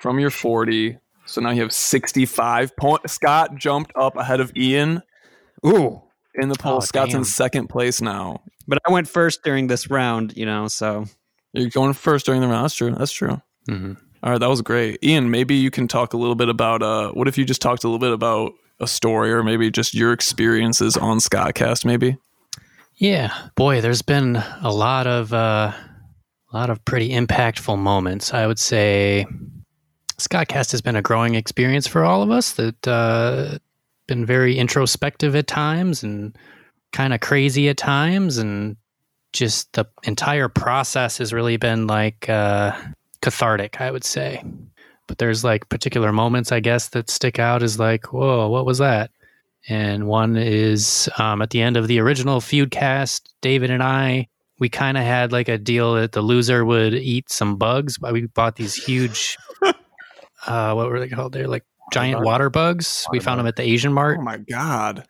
Speaker 11: From your 40. So now you have 65 points. Scott jumped up ahead of Ian
Speaker 6: Ooh.
Speaker 11: in the poll.
Speaker 5: Oh,
Speaker 11: Scott's
Speaker 5: damn.
Speaker 11: in second place now.
Speaker 6: But I went first during this round, you know, so
Speaker 11: You're going first during the round. That's true. That's true.
Speaker 6: Mm-hmm.
Speaker 5: Mhm.
Speaker 11: All right, that was great, Ian. Maybe you can talk a little bit about uh, what if you just talked a little bit about a story, or maybe just your experiences on Scottcast. Maybe
Speaker 5: Yeah, boy, there's been a lot of uh, a lot of pretty impactful moments. I would say Scottcast has been a growing experience for all of us. That uh, been very introspective at times and kind of crazy at times, and just the entire process has really been like uh, cathartic. I would say, but there's like particular moments, I guess, that stick out as like, whoa, what was that? and one is um, at the end of the original feudcast david and i we kind of had like a deal that the loser would eat some bugs but we bought these huge uh, what were they called they're like giant water bugs we found them at the asian mart
Speaker 11: oh my god,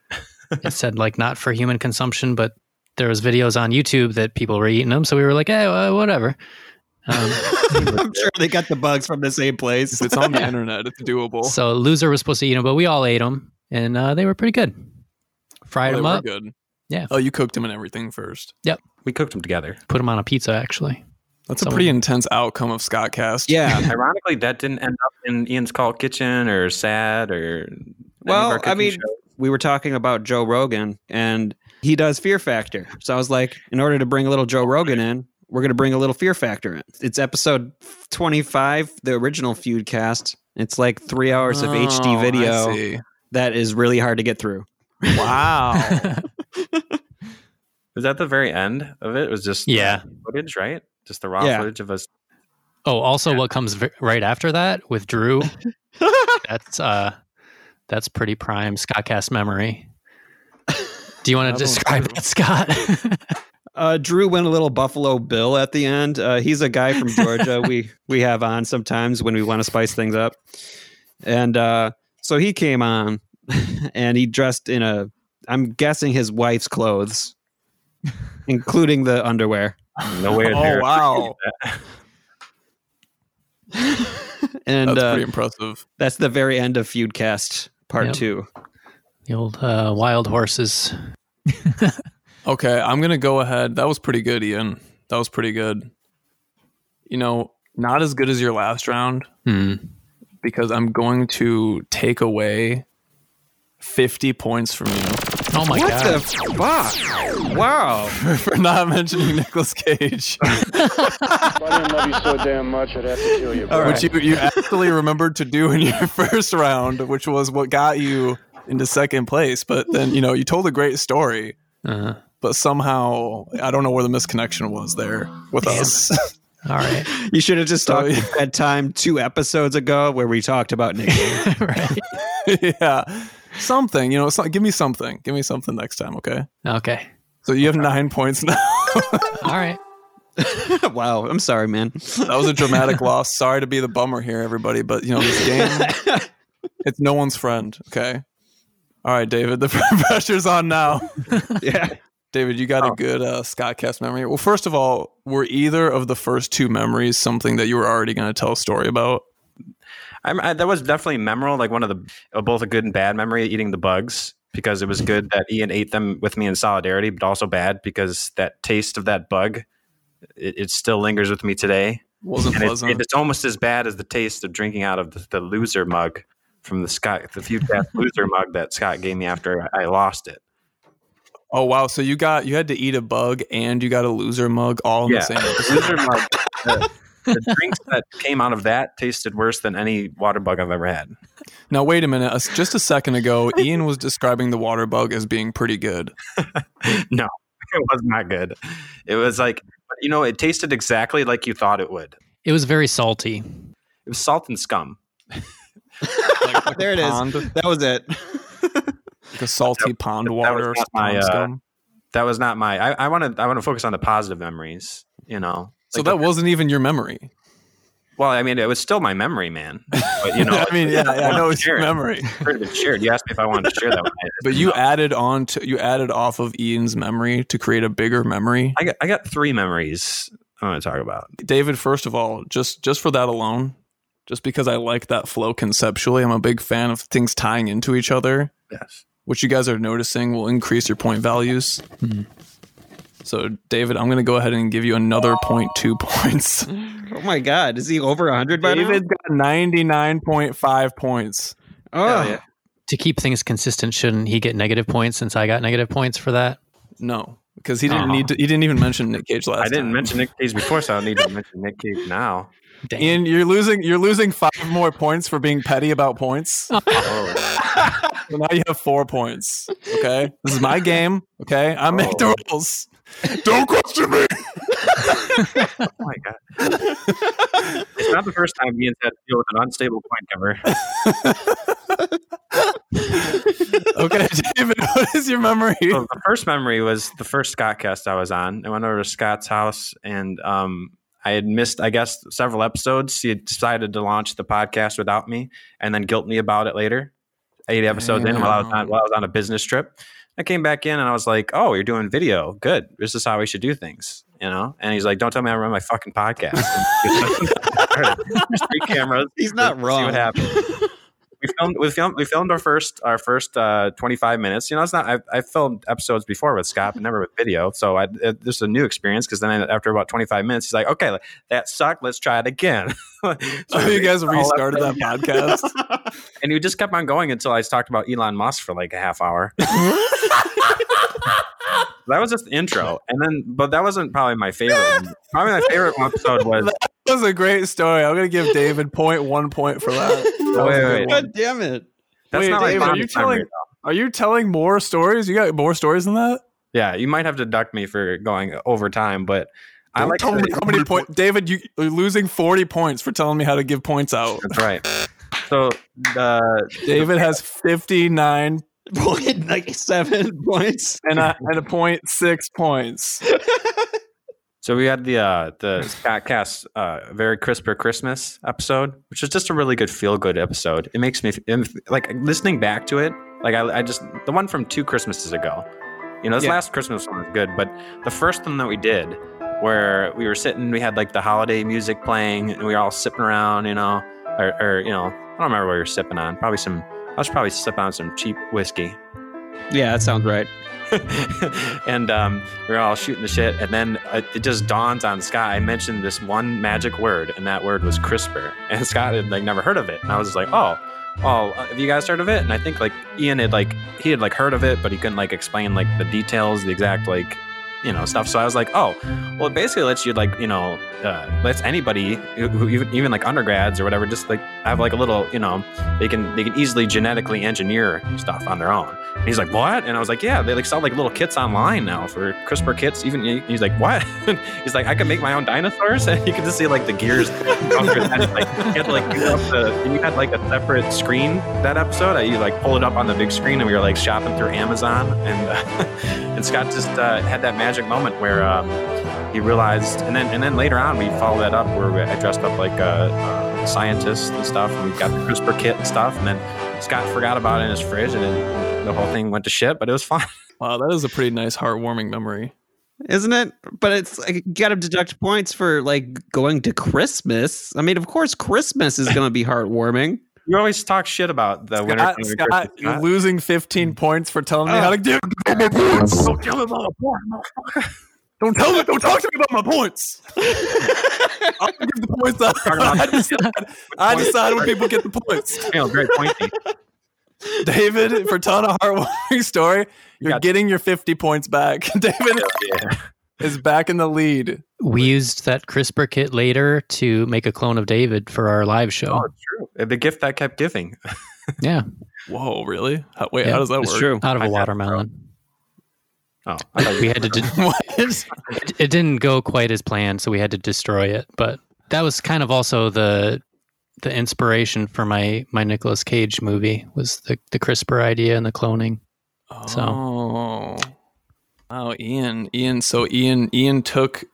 Speaker 5: it said like not for human consumption but there was videos on youtube that people were eating them so we were like hey well, whatever um,
Speaker 6: I'm sure they got the bugs from the same place.
Speaker 11: if it's on the internet, it's doable.
Speaker 5: so loser was supposed to eat them but we all ate them and uh, they were pretty good
Speaker 11: Oh,
Speaker 5: fried
Speaker 11: they
Speaker 5: them
Speaker 11: were
Speaker 5: up
Speaker 11: good.
Speaker 5: Yeah.
Speaker 11: Oh, you cooked them and everything first.
Speaker 10: We cooked them together.
Speaker 5: put them on a pizza actually
Speaker 11: That's a
Speaker 5: Someone-
Speaker 11: pretty intense outcome of Scottcast.
Speaker 6: Yeah.
Speaker 10: Ironically, that didn't end up in Ian's call kitchen or sad or. any of
Speaker 6: Well,
Speaker 10: our
Speaker 6: I
Speaker 10: cooking
Speaker 6: mean-
Speaker 10: shows.
Speaker 6: We were talking about Joe Rogan and he does Fear Factor. So I was like, in order to bring a little Joe Rogan in, we're going to bring a little Fear Factor in. It's episode 25, the original Feudcast. It's like three hours of
Speaker 11: Oh,
Speaker 6: HD video that is really hard to get through.
Speaker 11: Wow.
Speaker 10: was that the very end of it? It was just
Speaker 5: Yeah.
Speaker 10: footage, right? Just the raw
Speaker 6: Yeah.
Speaker 10: footage of us.
Speaker 5: Oh, also, what comes v- right after that with Drew? That's uh, that's pretty prime Scottcast memory. Do you want to describe that, Scott?
Speaker 6: Uh, Drew went a little Buffalo Bill at the end. Uh, he's a guy from Georgia we we have on sometimes when we want to spice things up, and uh, so he came on, and he dressed in a I'm guessing his wife's clothes, including the underwear.
Speaker 10: No way. in
Speaker 11: Oh
Speaker 10: there.
Speaker 11: wow,
Speaker 6: And
Speaker 11: that's
Speaker 6: uh,
Speaker 11: pretty impressive.
Speaker 6: that's the very end of Feudcast Part
Speaker 5: Yep. Oh
Speaker 6: Two.
Speaker 5: The old uh, wild horses.
Speaker 11: Okay, I'm gonna go ahead. That was pretty good, Ian. That was pretty good. You know, not as good as your last round
Speaker 5: Hmm.
Speaker 11: because I'm going to take away 50 points from you
Speaker 5: Oh my
Speaker 6: what
Speaker 5: god!
Speaker 6: the fuck? Wow.
Speaker 11: for not mentioning Nicolas Cage,
Speaker 13: I didn't love you so damn much, I'd have to kill you.
Speaker 6: All right.
Speaker 11: which you, you actually remembered to do in your first round, which was what got you into second place. But then, you know, you told a great story,
Speaker 5: Uh,
Speaker 11: but somehow I don't know where the misconnection was there with us.
Speaker 5: all right.
Speaker 6: You should have just
Speaker 11: So-
Speaker 6: talked at time two episodes ago where we talked about Nick. Cage.
Speaker 11: yeah. Something, you know, so, give me something. Give me something next time, okay?
Speaker 5: Okay.
Speaker 11: So you have nine points now.
Speaker 5: All right.
Speaker 6: wow, I'm sorry, man.
Speaker 11: that was a dramatic loss. Sorry to be the bummer here, everybody, but you know, this game, it's no one's friend, okay? All right, David, the pressure's on now.
Speaker 6: Yeah.
Speaker 11: David, you got a good uh, Scottcast memory. Well, first of all, were either of the first two memories something that you were already going to tell a story about?
Speaker 10: I'm, I, that was definitely memorable. Like one of the uh, both a good and bad memory eating the bugs because it was
Speaker 11: Mm-hmm.
Speaker 10: good that Ian ate them with me in solidarity, but also bad because that taste of that bug it, it still lingers with me today.
Speaker 11: Wasn't
Speaker 10: And it's,
Speaker 11: pleasant.
Speaker 10: it's almost as bad as the taste of drinking out of the, the loser mug from the Scott the few loser mug that Scott gave me after I lost it.
Speaker 11: oh wow! So you got you had to eat a bug and you got a loser mug all in
Speaker 10: Yeah.
Speaker 11: the same. episode.
Speaker 10: Loser mug. The, the drinks that came out of that tasted worse than any water bug I've ever had.
Speaker 11: Now wait a minute. Uh, Just a second ago, Ian was describing the water bug as being pretty good.
Speaker 10: No, it was not good. It was like, you know, it tasted exactly like you thought it would.
Speaker 5: It was very salty.
Speaker 10: It was salt and scum.
Speaker 6: there it
Speaker 11: pond.
Speaker 6: is. That was it.
Speaker 11: like a salty pond water. or
Speaker 10: was not my,
Speaker 11: pond
Speaker 10: uh,
Speaker 11: scum.
Speaker 10: That was not my. I want to. I want to focus on the positive memories. You know.
Speaker 11: so that wasn't even your memory.
Speaker 10: Well, I mean, it was still my memory, man. But you know,
Speaker 11: I mean, yeah, yeah, I know it's
Speaker 10: Share
Speaker 11: your
Speaker 10: it.
Speaker 11: memory,
Speaker 10: I heard it shared. You asked me if I wanted to share that. One. I-
Speaker 11: but you added on to you added off of Ian's memory to create a bigger memory.
Speaker 10: I got. I got three memories. I want to talk about.
Speaker 11: David, first of all, just just for that alone, just because I like that flow conceptually, I'm a big fan of things tying into each other,
Speaker 10: Yes.
Speaker 11: which you guys are noticing will increase your point values. So, David, I'm going to go ahead and give you another point two points.
Speaker 6: Oh my God. Is he over 100 by now?
Speaker 11: David's got 99.5 points.
Speaker 6: Oh,
Speaker 10: yeah.
Speaker 5: To keep things consistent, shouldn't he get negative points since I got negative points for that?
Speaker 11: No, because he didn't
Speaker 5: Aw.
Speaker 11: need to. He didn't even mention Nick Cage last.
Speaker 10: Uh-huh. I didn't
Speaker 11: time.
Speaker 10: mention Nick Cage before, so I don't need to mention Nick Cage now.
Speaker 11: Ian, you're losing. You're losing five more points for being petty about points.
Speaker 10: Oh,
Speaker 11: So now you have four points. Okay, this is my game. Okay, I make the rules. Don't question me.
Speaker 10: oh my god! it's not the first time Ian's had to deal with an unstable point cover.
Speaker 11: Okay, David, what is your memory?
Speaker 10: so the first memory was the first Scottcast I was on. I went over to Scott's house and um, I had missed, I guess, several episodes. He had decided to launch the podcast without me and then guilt me about it later. Eight episodes in while I was on while I was on a business trip. I came back in and I was like, "Oh, you're doing video. Good. This is how we should do things." You know. And he's like, "Don't tell me I run my fucking podcast." There's three cameras.
Speaker 6: He's not
Speaker 10: Let's See
Speaker 6: wrong.
Speaker 10: what happens we filmed we filmed we filmed our first our first uh, 25 minutes you know it's not I, I filmed episodes before with scott but never with video so I, it, this is a new experience because then I, after about 25 minutes he's like okay like, that sucked let's try it again so
Speaker 11: Oh, you guys
Speaker 10: we-
Speaker 11: restarted that podcast.
Speaker 10: and we just kept on going until i talked about elon musk for like a half hour that was just the intro and then but that wasn't probably my favorite one. probably my favorite episode was
Speaker 11: That was a great story. I'm gonna give David point one point for that. That was a
Speaker 10: Wait,
Speaker 11: good
Speaker 10: wait,
Speaker 11: one.
Speaker 6: God damn it.
Speaker 10: that's
Speaker 11: Wait,
Speaker 10: not my
Speaker 11: Dave, are
Speaker 10: fondest
Speaker 11: you telling-
Speaker 10: memory, though.
Speaker 11: Are you telling more stories? You got more stories than that?
Speaker 10: yeah you might have to duck me for going over time but I
Speaker 11: Don't
Speaker 10: like
Speaker 11: tell
Speaker 10: the-
Speaker 11: me how many points, David. You, you're losing forty points for telling me how to give points out.
Speaker 10: That's right. So uh,
Speaker 11: David has fifty nine
Speaker 3: point like seven points
Speaker 11: and a, and a point six points.
Speaker 10: So we had the uh, the Scott Cast uh, very crisper Christmas episode, which was just a really good feel good episode. It makes me f- like listening back to it. Like I, I just the one from two Christmases ago. You know, this
Speaker 3: Yeah.
Speaker 10: last Christmas one was good, but the first one that we did, where we were sitting, we had like the holiday music playing, and we were all sipping around. You know, or, or you know, I don't remember what we were sipping on. Probably some. I was probably sipping on some cheap whiskey
Speaker 3: Yeah, that sounds right.
Speaker 10: and um, we are all shooting the shit. And then uh, it just dawns on Scott. I mentioned this one magic word, and that word was CRISPR. And Scott had like never heard of it. And I was just like, oh, oh, uh, have you guys heard of it? And I think like Ian had like he had like heard of it, but he couldn't like explain like the details, the exact like you know stuff. So I was like, oh, well, it basically lets you like you know uh, lets anybody who, who even, even like undergrads or whatever just like have like a little you know they can they can easily genetically engineer stuff on their own. And he's like, what? And I was like, yeah, they like sell like little kits online now for CRISPR kits. Even and he's like, what? he's like, I can make my own dinosaurs, and you can just see like the gears. off your head. like you had to, like you, up the, and you had like a separate screen that episode. You like pull it up on the big screen, and we were like shopping through Amazon, and uh, and Scott just uh, had that magic moment where. Uh, he realized, and then and then later on, we followed that up where we- I dressed up like a, a scientist and stuff, and we got the CRISPR kit and stuff, and then Scott forgot about it in his fridge, and then the whole thing went to shit, but it was fine.
Speaker 11: Wow, that is a pretty nice, heartwarming memory.
Speaker 3: Isn't it? But it's like you got to deduct points for like going to Christmas. I mean, of course, Christmas is going to be heartwarming.
Speaker 10: You always talk shit about the
Speaker 11: Scott,
Speaker 10: winter.
Speaker 11: Scott, you're losing fifteen points for telling me how to do. my points. Don't tell me about my points. motherfucker. Don't tell me. Don't talk to me about my points. I'll give the points up. I decide, I decide when people get the points.
Speaker 10: Yeah, great point.
Speaker 11: David, for telling a heartwarming story, you're getting your 50 points back. David is back in the lead.
Speaker 5: We used that CRISPR kit later to make a clone of David for our live show.
Speaker 11: Oh,
Speaker 10: True. The gift that kept giving.
Speaker 5: Yeah.
Speaker 11: Whoa, really? How, wait,
Speaker 5: Yeah,
Speaker 11: how does that
Speaker 5: it's
Speaker 11: work?
Speaker 5: true. Out of a watermelon.
Speaker 10: Oh,
Speaker 5: we had to. De-
Speaker 11: it,
Speaker 5: it didn't go quite as planned, so we had to destroy it. But that was kind of also the the inspiration for my my Nicolas Cage movie was the the CRISPR idea and the cloning. So
Speaker 11: Oh. Oh, Ian. Ian. So Ian Ian took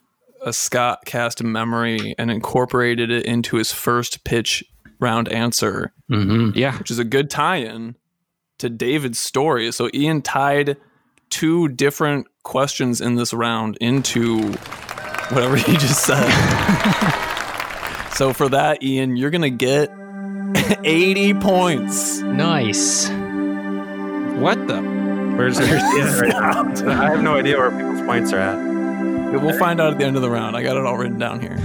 Speaker 11: a Scott cast memory and incorporated it into his first pitch round answer.
Speaker 5: Mhm.
Speaker 11: Yeah. Which is a good tie-in to David's story. So Ian tied two different questions in this round into whatever he just said. so for that, Ian, you're gonna get 80 points.
Speaker 5: Nice.
Speaker 3: What the?
Speaker 10: Where's where's the end right now? I have no idea where people's points are at.
Speaker 11: Yeah, We'll find out at the end of the round. I got it all written down here.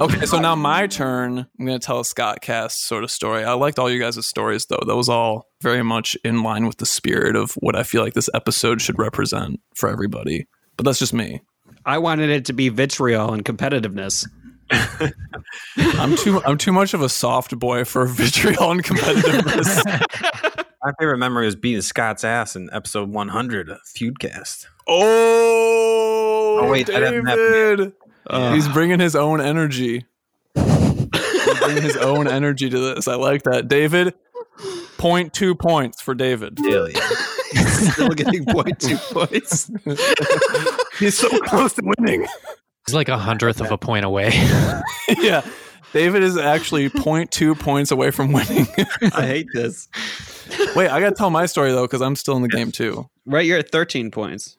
Speaker 11: okay, so now my turn. I'm going to tell a Scott Cast sort of story. I liked all you guys' stories, though. That was all very much in line with the spirit of what I feel like this episode should represent for everybody. But that's just me.
Speaker 3: I wanted it to be vitriol and competitiveness.
Speaker 11: I'm too I'm too much of a soft boy for vitriol and competitiveness.
Speaker 10: My favorite memory was beating Scott's ass in episode 100 of Feudcast.
Speaker 11: oh,
Speaker 10: Oh, wait, that
Speaker 11: David.
Speaker 10: hasn't happened
Speaker 3: Ugh.
Speaker 11: He's bringing his own energy. He's bringing his own energy to this. I like that. David, point two points for David.
Speaker 3: Still getting point two points.
Speaker 11: He's so close to winning.
Speaker 5: it's like a hundredth of a point away.
Speaker 11: yeah. David is actually 0.2 points away from winning.
Speaker 3: I hate this.
Speaker 11: Wait, I got to tell my story though, because I'm still in the game too.
Speaker 3: Right, you're at 13 points.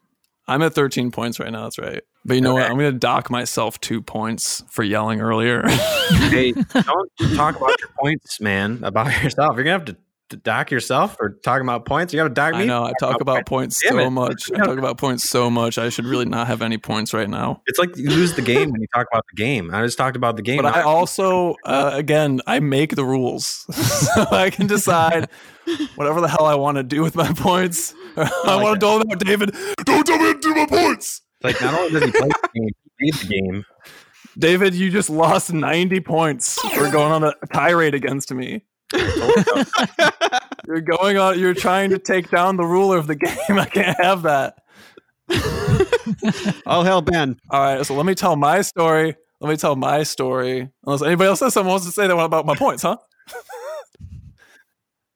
Speaker 11: I'm at 13 points right now. That's right. But you know what? I'm going to dock myself two points for yelling earlier.
Speaker 10: hey, don't talk about your points, man, about yourself. You're going to have to, to dock yourself for talking about points. You got to dock me.
Speaker 11: I know. I talk about points
Speaker 10: Damn
Speaker 11: so
Speaker 10: it.
Speaker 11: much. I talk about points so much. I should really not have any points right now.
Speaker 10: It's like you lose the game when you talk about the game. I just talked about the game.
Speaker 11: But I also, uh, again, I make the rules. so I can decide whatever the hell I want to do with my points. I want to dole them out, David. Don't tell me to do my points.
Speaker 10: like not only does he play the game, he beat the game.
Speaker 11: David, you just lost 90 points for going on a tirade against me. you're going on, you're trying to take down the ruler of the game. I can't have that.
Speaker 3: Oh, hell, Ben.
Speaker 11: All right, so let me tell my story. Let me tell my story. Unless anybody else has something wants to say that about my points, huh?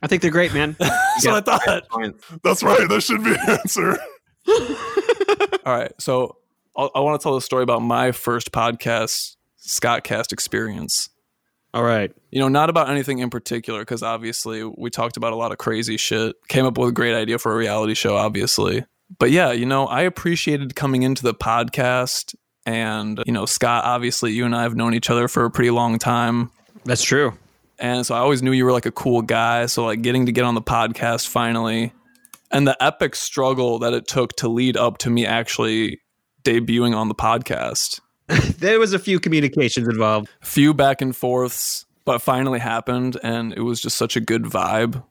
Speaker 3: I think they're great, man.
Speaker 11: That's what I thought. That's right. That should be an answer. All right. So I'll, I want to tell the story about my first podcast, Scottcast experience.
Speaker 3: All right.
Speaker 11: You know, not about anything in particular, because obviously we talked about a lot of crazy shit, came up with a great idea for a reality show, obviously. But yeah, you know, I appreciated coming into the podcast. And, you know, Scott, obviously, you and I have known each other for a pretty long time.
Speaker 3: That's true.
Speaker 11: And so I always knew you were like a cool guy. So, like, getting to get on the podcast finally and the epic struggle that it took to lead up to me actually debuting on the podcast.
Speaker 3: there was a few communications involved.
Speaker 11: Few back and forths, but finally happened and it was just such a good vibe.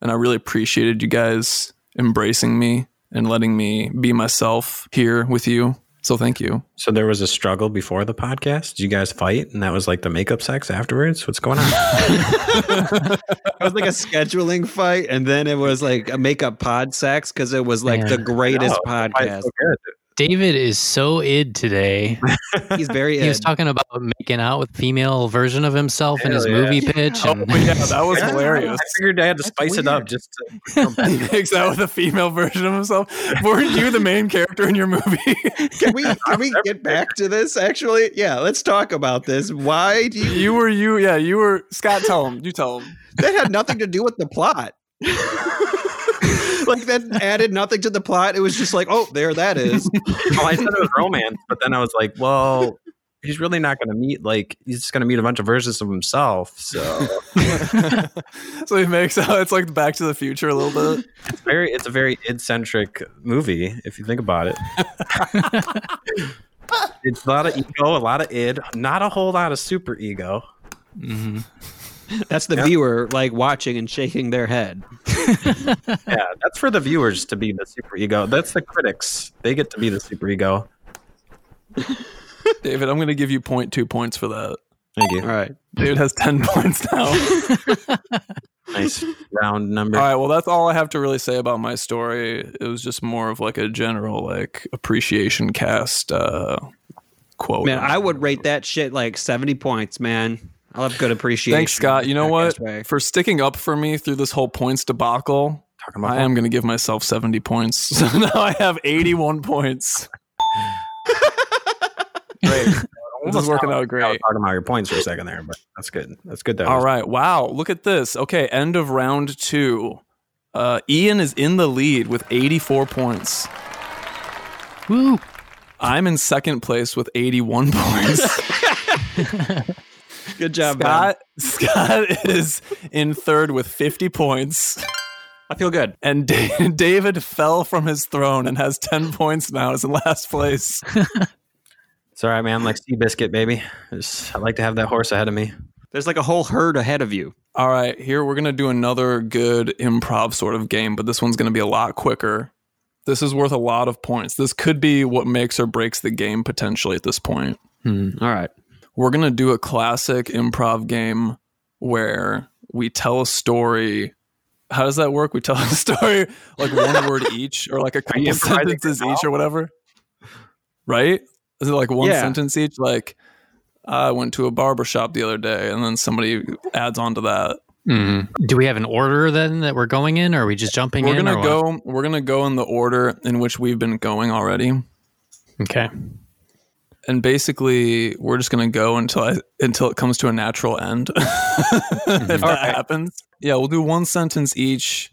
Speaker 11: And I really appreciated you guys embracing me and letting me be myself here with you. So thank you.
Speaker 10: So there was a struggle before the podcast. Did you guys fight, and that was like the makeup sex afterwards? What's going on?
Speaker 3: It was like a scheduling fight, and then it was like a makeup pod sex because it was like the greatest podcast.
Speaker 5: David is so id today.
Speaker 3: He's very
Speaker 5: He was
Speaker 3: id.
Speaker 5: talking about making out with female version of himself in his
Speaker 10: Hell yeah.
Speaker 5: movie pitch. And
Speaker 10: Yeah, I figured I had to spice it up just to
Speaker 11: Mix out with a female version of himself. Weren't you the main character in your movie?
Speaker 3: Can we can we get back to this? Actually, yeah, let's talk about this. Why do you?
Speaker 11: You were you, yeah, you were Scott. Tell him, you tell him.
Speaker 3: That had nothing to do with the plot. like that added nothing to the plot. It was just like, oh, there that is.
Speaker 10: oh, I said it was romance, but then I was like, well, he's really not going to meet like he's just going to meet a bunch of versions of himself. So
Speaker 11: So he makes out. It's like Back to the Future a little bit.
Speaker 10: it's very it's a very id centric movie if you think about it. it's a lot of ego, a lot of id, not a whole lot of super ego.
Speaker 3: That's the viewer like watching and shaking their head.
Speaker 10: Yeah, that's for the viewers to be the super ego. That's the critics; they get to be the super ego.
Speaker 11: David, I'm going to give you point two points for that.
Speaker 10: Thank you.
Speaker 3: All right.
Speaker 11: David has ten points now.
Speaker 10: Nice round number.
Speaker 11: All right. Well, that's all I have to really say about my story. It was just more of like a general like appreciation cast uh, quote.
Speaker 3: Man, I would rate that shit like 70 points, man. I'll have good appreciation.
Speaker 11: Thanks, Scott. You know what?
Speaker 3: Way.
Speaker 11: For sticking up for me through this whole points debacle, I am going to give myself 70 points. So now I have 81 points. great. This is working out
Speaker 10: I
Speaker 11: great.
Speaker 10: was talking about your points for a second there, but that's good. That's good. Though.
Speaker 11: All right. Wow. Look at this. Okay. End of round two. Uh, Ian is in the lead with 84 points.
Speaker 5: Woo.
Speaker 11: I'm in second place with 81 points.
Speaker 3: Good job,
Speaker 11: Scott, Scott is in third with 50 points.
Speaker 3: I feel good.
Speaker 11: And Da- David fell from his throne and has 10 points now, is in last place.
Speaker 10: It's all right, man. Like sea biscuit, baby. I just- I like to have that horse ahead of me.
Speaker 3: There's like a whole herd ahead of you.
Speaker 11: All right, here we're going to do another good improv sort of game, but this one's going to be a lot quicker. This is worth a lot of points. This could be what makes or breaks the game potentially at this point.
Speaker 3: All right.
Speaker 11: We're going to do a classic improv game where we tell a story. How does that work? We tell a story like one word each or like a couple
Speaker 10: you improvising
Speaker 11: sentences each or whatever. Right? Is it like one
Speaker 3: Yeah.
Speaker 11: sentence each? Like, I went to a barber shop the other day, and then somebody adds on to that.
Speaker 5: Mm. Do we have an order then that we're going in, or are we just jumping
Speaker 11: We're
Speaker 5: in?
Speaker 11: gonna
Speaker 5: or
Speaker 11: go. We're gonna go in the order in which we've been going already,
Speaker 5: What? Okay.
Speaker 11: and basically we're just gonna go until I, until it comes to a natural end. if that happens, yeah, we'll do one sentence each,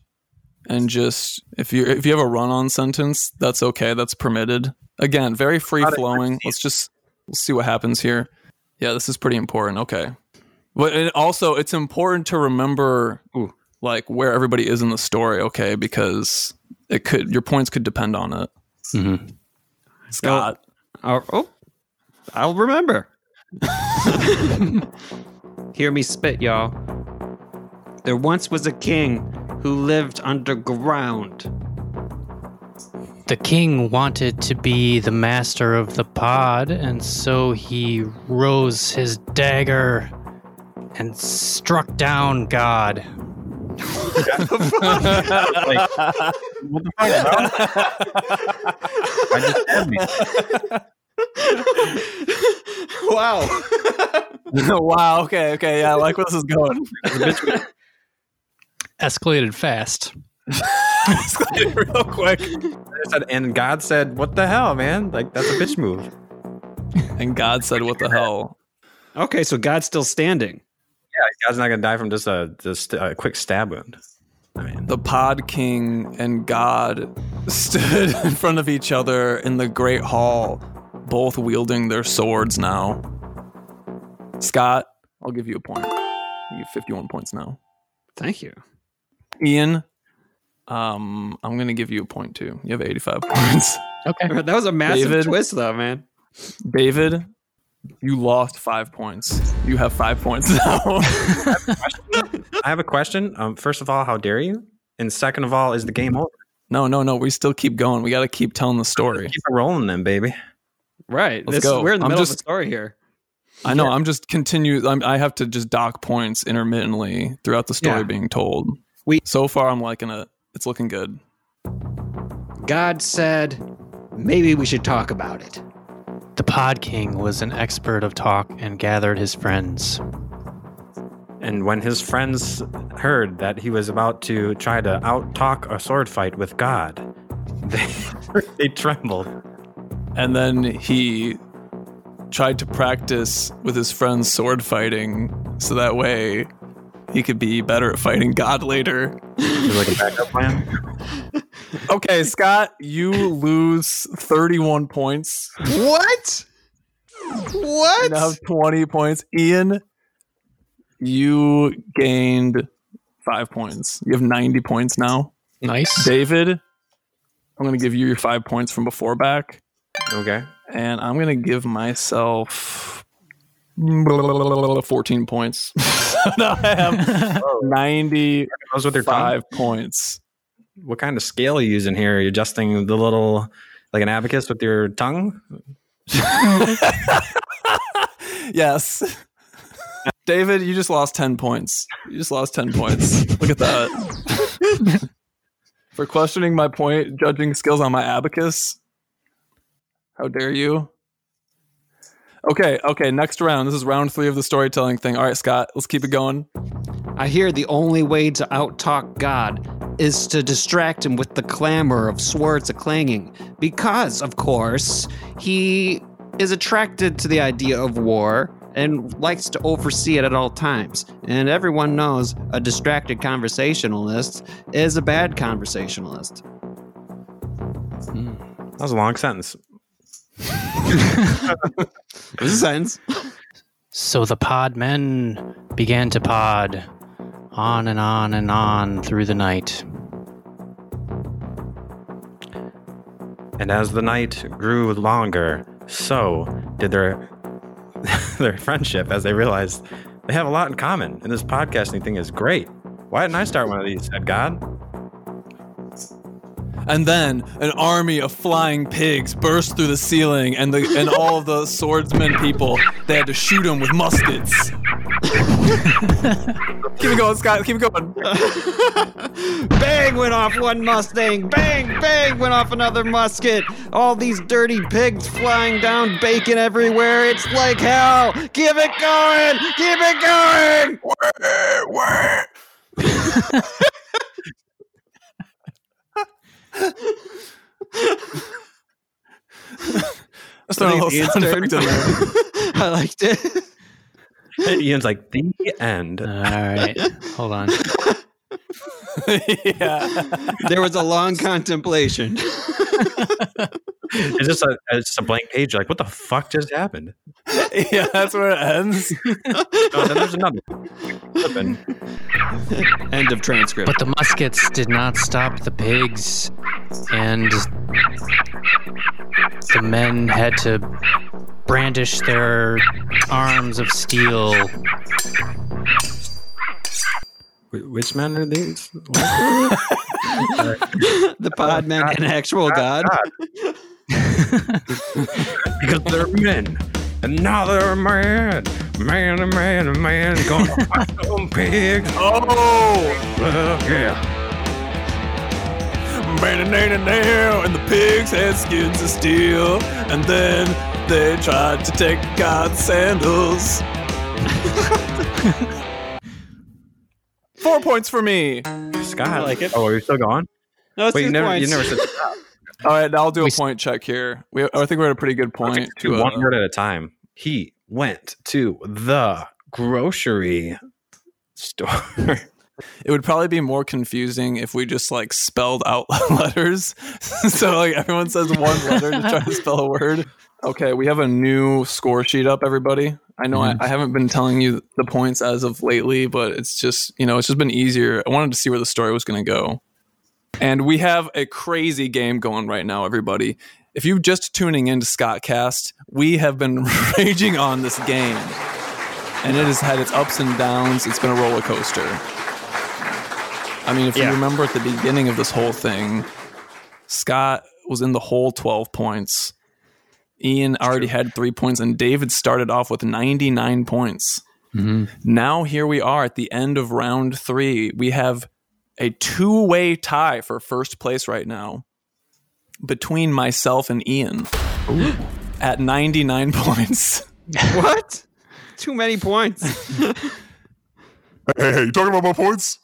Speaker 11: and just if you if you have a run on sentence, that's okay. That's permitted. Again, very free flowing. Let's just we'll see what happens here. Yeah, this is pretty important. Okay, but and also it's important to remember like where everybody is in the story. Okay, because it could your points could depend on it. Scott.
Speaker 3: Oh, oh, I'll remember. Hear me spit, y'all. There once was a king who lived underground.
Speaker 5: The king wanted to be the master of the pod, and so he rose his dagger and struck down God.
Speaker 10: Like, what the fuck? bro? I just had me.
Speaker 3: Wow.
Speaker 11: wow. Okay. Okay. Yeah. I like where this is going.
Speaker 5: escalated fast.
Speaker 10: real quick. I said, and God said, "What the hell, man? Like that's a bitch move."
Speaker 11: And God said, "What the hell?"
Speaker 6: Okay, so God's still standing.
Speaker 10: Yeah, God's not gonna die from just a just a quick stab wound.
Speaker 11: The Pod King and God stood in front of each other in the Great Hall, both wielding their swords now. Scott, I'll give you a point. You get 51 points now.
Speaker 6: Thank you.
Speaker 11: Ian, um, I'm going to give you a point too. You have 85 points.
Speaker 5: Okay.
Speaker 6: That was a massive
Speaker 11: David?
Speaker 6: twist, though, man.
Speaker 11: David, you lost five points. You have five points now.
Speaker 10: I have a question. Um, first of all, how dare you? And second of all, is the game over?
Speaker 11: no, no, no. We still keep going. We got to keep telling the story.
Speaker 10: Keep it rolling, then, baby.
Speaker 6: Right.
Speaker 11: Let's
Speaker 6: this,
Speaker 11: go.
Speaker 6: We're in the
Speaker 11: I'm
Speaker 6: middle of
Speaker 11: just-
Speaker 6: a story here.
Speaker 11: I know. I'm just continue. I'm, I have to just dock points intermittently throughout the story
Speaker 6: Yeah.
Speaker 11: being told.
Speaker 6: We
Speaker 11: so far, I'm liking it. It's looking good.
Speaker 6: God said, maybe we should talk about it.
Speaker 5: The Pod King was an expert of talk and gathered his friends.
Speaker 10: And when his friends heard that he was about to try to outtalk a sword fight with God, they they trembled.
Speaker 11: And then he tried to practice with his friends sword fighting, so that way he could be better at fighting God later.
Speaker 10: It was like a backup plan.
Speaker 11: Okay, Scott, you lose 31 points.
Speaker 3: What? What?
Speaker 11: You now have 20 points. Ian, you gained five points. You have 90 points now.
Speaker 5: Nice.
Speaker 11: David, I'm going to give you your five points from before back,
Speaker 10: Okay.
Speaker 11: and I'm going to give myself 14 points. no, I have 90
Speaker 10: Those with your
Speaker 11: five
Speaker 10: five.
Speaker 11: points.
Speaker 10: What kind of scale are you using here? Are you adjusting the little like an abacus with your tongue?
Speaker 11: Yes. David, you just lost 10 points. You just lost 10 points. Look at that. For questioning my point, judging skills on my abacus. How dare you? Okay, okay, next round. This is round three of the storytelling thing. All right, Scott, let's keep it going.
Speaker 6: I hear the only way to outtalk God is to distract him with the clamor of swords a clanging, because, of course, he is attracted to the idea of war and likes to oversee it at all times. And everyone knows a distracted conversationalist is a bad conversationalist.
Speaker 10: That was a long sentence.
Speaker 6: It was a sentence.
Speaker 5: So the pod men began to pod on and on and on through the night.
Speaker 10: And as the night grew longer, so did their their friendship as they realized they have a lot in common and this podcasting thing is great. Why didn't I start one of these? Said God.
Speaker 11: And then an army of flying pigs burst through the ceiling, and the and all of the swordsmen people they had to shoot them with muskets. keep it going, Scott. Keep it going.
Speaker 6: Bang went off one Mustang. Bang, bang went off another musket. All these dirty pigs flying down, bacon everywhere. It's like hell. Keep it going. Keep it going.
Speaker 11: Let's throw a little sound effect in there.
Speaker 6: I liked it.
Speaker 10: Ian's like the end.
Speaker 5: All right, hold on.
Speaker 11: yeah.
Speaker 6: There was a long contemplation.
Speaker 10: It's just a it's just a blank page. Like what the fuck just happened?
Speaker 11: yeah, that's where it ends.
Speaker 10: No, then there's another. one.
Speaker 6: End of transcript.
Speaker 5: But the muskets did not stop the pigs, and the men had to brandish their arms of steel.
Speaker 10: Wh- Which men are these?
Speaker 6: The pod meant an actual god.
Speaker 10: because they're men. And now they're a man. Man, a man, a man. Going to fight some pig.
Speaker 11: Oh,
Speaker 10: Fuck yeah.
Speaker 11: man-a-na-na-na, and the pigs had skins of steel, and then they tried to take God's sandals. Four points for me.
Speaker 10: Scott, Oh, are you still going?
Speaker 11: No, it's
Speaker 10: Wait, you
Speaker 11: two
Speaker 10: never,
Speaker 11: points.
Speaker 10: you never said
Speaker 11: All right, I'll do a point check here. We, I think we're at a pretty good point.
Speaker 10: do
Speaker 11: to, uh,
Speaker 10: one word at a time. He went to the grocery store.
Speaker 11: It would probably be more confusing if we just like spelled out letters. so like everyone says one letter to try to spell a word. Okay, we have a new score sheet up, everybody. I know I, I haven't been telling you the points as of lately, but it's just you know it's just been easier. I wanted to see where the story was going to go, and we have a crazy game going right now, everybody. If you're just tuning into Scottcast, we have been raging on this game, and it has had its ups and downs. It's been a roller coaster. I mean, if you remember at the beginning of this whole thing, Scott was in the whole 12 points. Ian already had three points, and David started off with 99 points. Now, here we are at the end of round three. We have a two way tie for first place right now between myself and Ian at 99 points.
Speaker 3: what? Too many points.
Speaker 11: Hey, you talking about my points?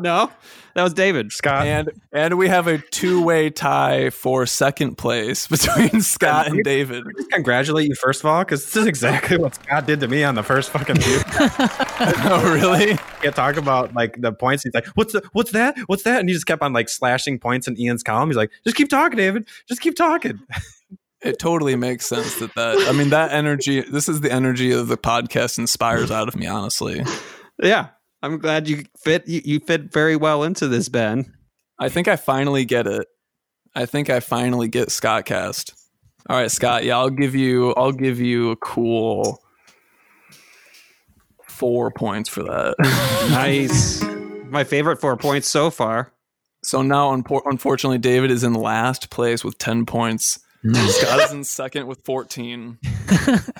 Speaker 3: no, that was David.
Speaker 10: Scott.
Speaker 11: And and we have a two-way tie for second place between Scott and David.
Speaker 10: Congratulate you first of all, because this is exactly what Scott did to me on the first fucking. oh,
Speaker 11: really?
Speaker 10: Yeah, talk about like the points. He's like, "What's the, what's that? What's that?" And he just kept on like slashing points in Ian's column. He's like, "Just keep talking, David. Just keep talking."
Speaker 11: It totally makes sense that that. I mean, that energy. This is the energy of the podcast inspires out of me. Honestly,
Speaker 3: Yeah, I'm glad you fit. You, you fit very well into this, Ben.
Speaker 11: I think I finally get it. I think I finally get Scott cast. All right, Scott. Yeah, I'll give you. I'll give you a cool four points for that.
Speaker 3: nice. My favorite four points so far.
Speaker 11: So now, unpo- unfortunately, David is in last place with ten points. Scott is in second with fourteen,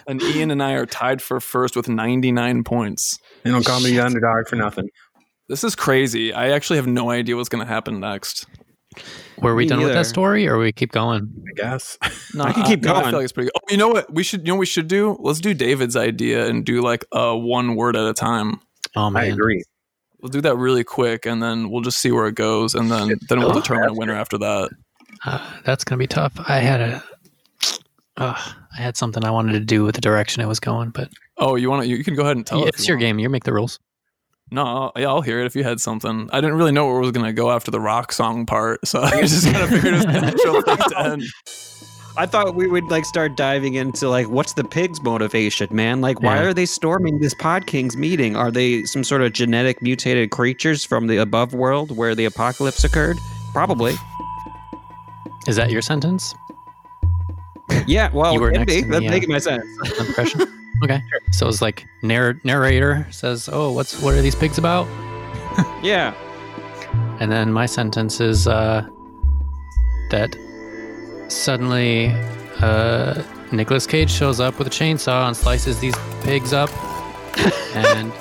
Speaker 11: and Ian and I are tied for first with ninety-nine points.
Speaker 10: You don't call me the underdog for nothing.
Speaker 11: This is crazy. I actually have no idea what's going to happen next.
Speaker 5: Were we
Speaker 11: Me
Speaker 5: done with
Speaker 11: neither.
Speaker 5: that story, or we keep going?
Speaker 10: I guess.
Speaker 11: No,
Speaker 5: I can keep
Speaker 11: no, I
Speaker 5: going.
Speaker 11: feel like it's pretty good. Oh, you know what? We should. You know what we should do? Let's do David's idea and do like a one word at a time.
Speaker 5: Oh man,
Speaker 11: I agree. We'll do that really quick, and then we'll just see where it goes, and then then we'll determine a winner after that.
Speaker 5: Uh, that's gonna be tough. I had a, uh, I had something I wanted to do with the direction it was going, but
Speaker 11: Oh, you want to? You, you can go ahead and tell.
Speaker 5: Yeah,
Speaker 11: us.
Speaker 5: it's your game. You make the rules.
Speaker 11: No, I'll- yeah, I'll hear it if you had something. I didn't really know where it was gonna go after the rock song part, so I just kind of figured it was a natural thing to end.
Speaker 3: I thought we would like start diving into like what's the pig's motivation, man? Like why
Speaker 11: Yeah.
Speaker 3: are they storming this Pod King's meeting? Are they some sort of genetic mutated creatures from the above world where the apocalypse occurred? Probably.
Speaker 5: Is that your sentence?
Speaker 3: Yeah. Well,
Speaker 5: You were
Speaker 3: could
Speaker 5: next
Speaker 3: be.
Speaker 5: to me,
Speaker 3: That's
Speaker 5: yeah.
Speaker 3: making my sense.
Speaker 5: Impression. okay. So it's like narr- narrator says, "Oh, what's what are these pigs about?"
Speaker 3: yeah.
Speaker 5: And then my sentence is uh, that suddenly uh, Nicolas Cage shows up with a chainsaw and slices these pigs up. and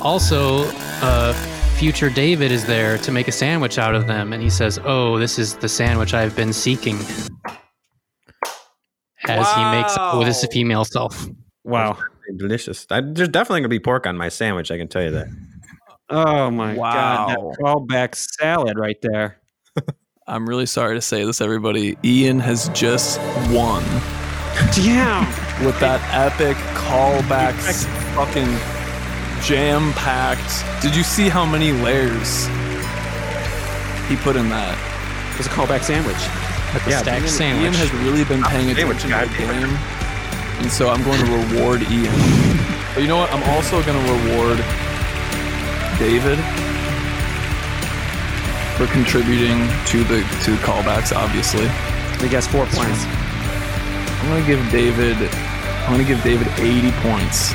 Speaker 5: also, uh, future David is there to make a sandwich out of them. And he says, Oh, this is the sandwich I've been seeking. As he makes out with his female self.
Speaker 3: Wow.
Speaker 10: Delicious. I, there's definitely going to be pork on my sandwich. I can tell you that.
Speaker 3: Oh my god. That
Speaker 11: Wow.
Speaker 3: callback salad right there.
Speaker 11: I'm really sorry to say this, everybody. Ian has just won
Speaker 3: Damn.
Speaker 11: with that epic callback, s- fucking jam packed. Did you see how many layers he put in that?
Speaker 3: It was a callback sandwich.
Speaker 5: Like a stacked
Speaker 11: Ian,
Speaker 5: sandwich.
Speaker 11: Ian has really been paying attention to the game, and so I'm going to reward Ian. But you know what? I'm also going to reward David for contributing to the to the callbacks. Obviously,
Speaker 3: I guess four points.
Speaker 11: I'm going to give David. I'm going to give David 80 points.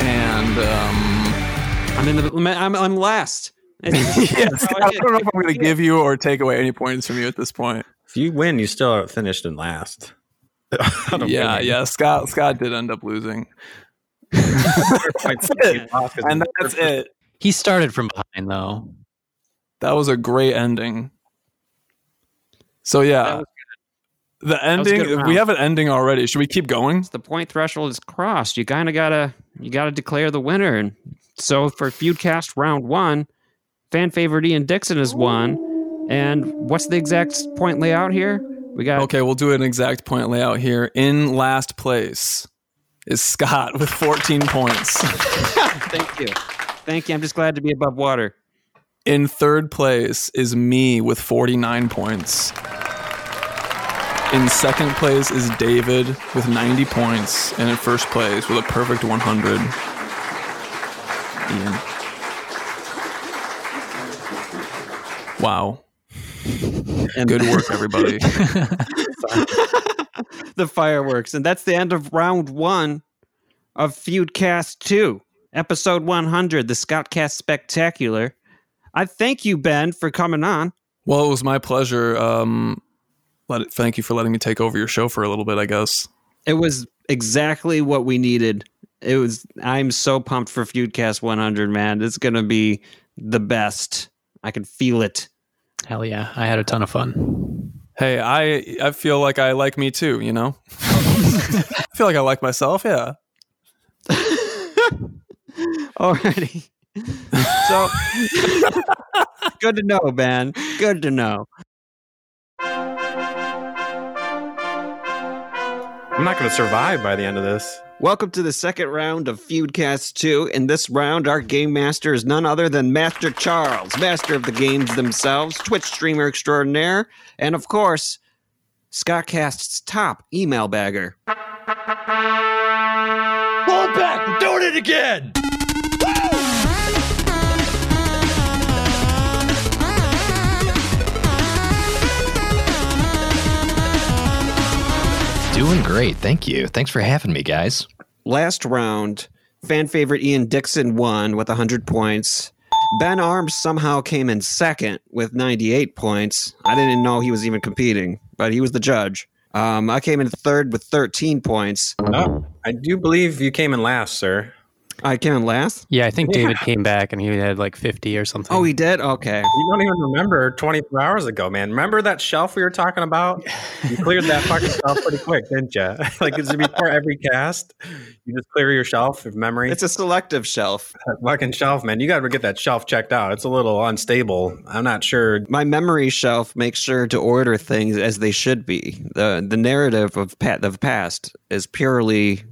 Speaker 11: And um,
Speaker 3: I'm in the. I'm, I'm last.
Speaker 11: yes, I don't know if I'm going to give you or take away any points from you at this point.
Speaker 10: If you win, you still are finished in last.
Speaker 11: yeah, yeah. Scott Scott did end up losing. and that's it.
Speaker 5: He started from behind, though.
Speaker 11: That was a great ending. So yeah,
Speaker 6: was
Speaker 11: The
Speaker 6: a good
Speaker 11: ending. We
Speaker 6: round.
Speaker 11: have an ending already. Should we keep going?
Speaker 6: The point threshold is crossed. You kind of gotta you gotta declare the winner. And so for Feudcast round one, fan favorite Ian Dixon is one. And what's the exact point layout here? We got
Speaker 11: Okay, we'll do an exact point layout here. In last place is Scott with 14 points.
Speaker 6: Thank you. Thank you. I'm just glad to be above water.
Speaker 11: In third place is me with 49 points. In second place is David with 90 points. And in first place with a perfect 100. Ian. Wow. Good work, everybody.
Speaker 6: the fireworks. And that's the end of round one of Feudcast 2, episode 100, the Scottcast Spectacular. I thank you, Ben, for coming on.
Speaker 11: Well, it was my pleasure. Um, let it, thank you for letting me take over your show for a little bit, I guess.
Speaker 6: It was exactly what we needed. It was, I'm so pumped for Feudcast 100, man. It's going to be the best. I can feel it.
Speaker 5: Hell yeah. I had a ton of fun.
Speaker 11: Hey, I I feel like I like me too, you know? I feel like I like myself, yeah.
Speaker 6: Alrighty. so good to know, Ben. Good to know.
Speaker 10: I'm not going to survive by the end of this.
Speaker 6: Welcome to the second round of Feudcast 2. In this round, our game master is none other than Master Charles, master of the games themselves, Twitch streamer extraordinaire, and of course, Scottcast's top email bagger.
Speaker 14: Hold back! We're doing it again!
Speaker 15: Doing great. Thank you. Thanks for having me, guys.
Speaker 6: Last round, fan favorite Ian Dixon won with 100 points. Ben Arms somehow came in second with 98 points. I didn't know he was even competing, but he was the judge. Um, I came in third with 13 points.
Speaker 10: Oh, I do believe you came in last, sir.
Speaker 6: I came in last?
Speaker 5: Yeah, I think David
Speaker 10: Yeah.
Speaker 5: came back and he had like 50 or something.
Speaker 6: Oh, he did? Okay.
Speaker 10: You don't even remember 24 hours ago, man. Remember that shelf we were talking about? You cleared that fucking shelf pretty quick, didn't you? like it's before every cast, you just clear your shelf of memory. It's
Speaker 6: a selective shelf.
Speaker 10: fucking shelf, man. You got to get that shelf checked out. It's a little unstable. I'm not sure.
Speaker 6: My memory shelf makes sure to order things as they should be. The the narrative of pat of past is purely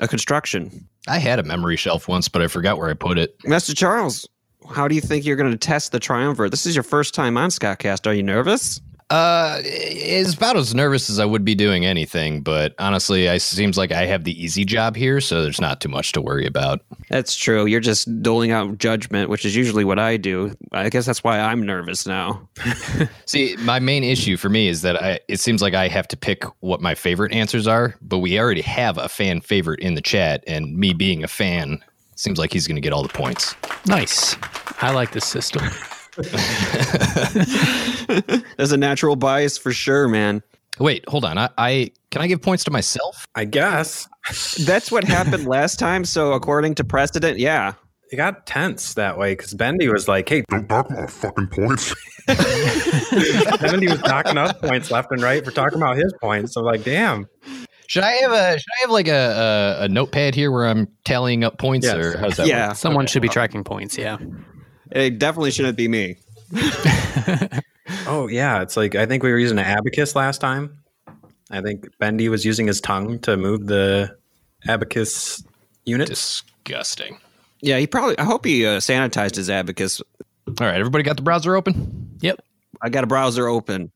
Speaker 6: a construction.
Speaker 15: I had a memory shelf once, but I forgot where I put it.
Speaker 6: Master Charles, how do you think you're going to test the triumvirate? This is your first time on Scottcast. Are you nervous?
Speaker 15: Uh, it's about as nervous as I would be doing anything, but honestly, I seems like I have the easy job here, so there's not too much to worry about.
Speaker 6: That's true. You're just doling out judgment, which is usually what I do. I guess that's why I'm nervous now.
Speaker 15: See, my main issue for me is that I it seems like I have to pick what my favorite answers are, but we already have a fan favorite in the chat, and me being a fan seems like he's going to get all the points.
Speaker 5: Nice. I like this system.
Speaker 6: There's a natural bias for sure, man.
Speaker 15: Wait, hold on. I, I can I give points to myself?
Speaker 10: I guess
Speaker 6: that's what happened last time. So according to precedent, yeah.
Speaker 10: It got tense that way because Bendy was like, "Hey, don't knock my fucking points." Bendy was knocking up points left and right for talking about his points. So like, damn.
Speaker 15: Should I have a should I have like a a, a notepad here where I'm tallying up points or how's that?
Speaker 6: Yeah.
Speaker 15: work?
Speaker 6: Someone
Speaker 15: Okay.
Speaker 6: should be
Speaker 5: tracking points. Yeah.
Speaker 6: It definitely shouldn't be me.
Speaker 10: Oh yeah, it's like I think we were using an abacus last time. I think Bendy was using his tongue to move the abacus unit.
Speaker 15: Disgusting.
Speaker 6: Yeah, he probably. I hope he uh, sanitized his abacus.
Speaker 15: All right, everybody got the browser open.
Speaker 5: Yep,
Speaker 6: I got a browser open.
Speaker 15: I'm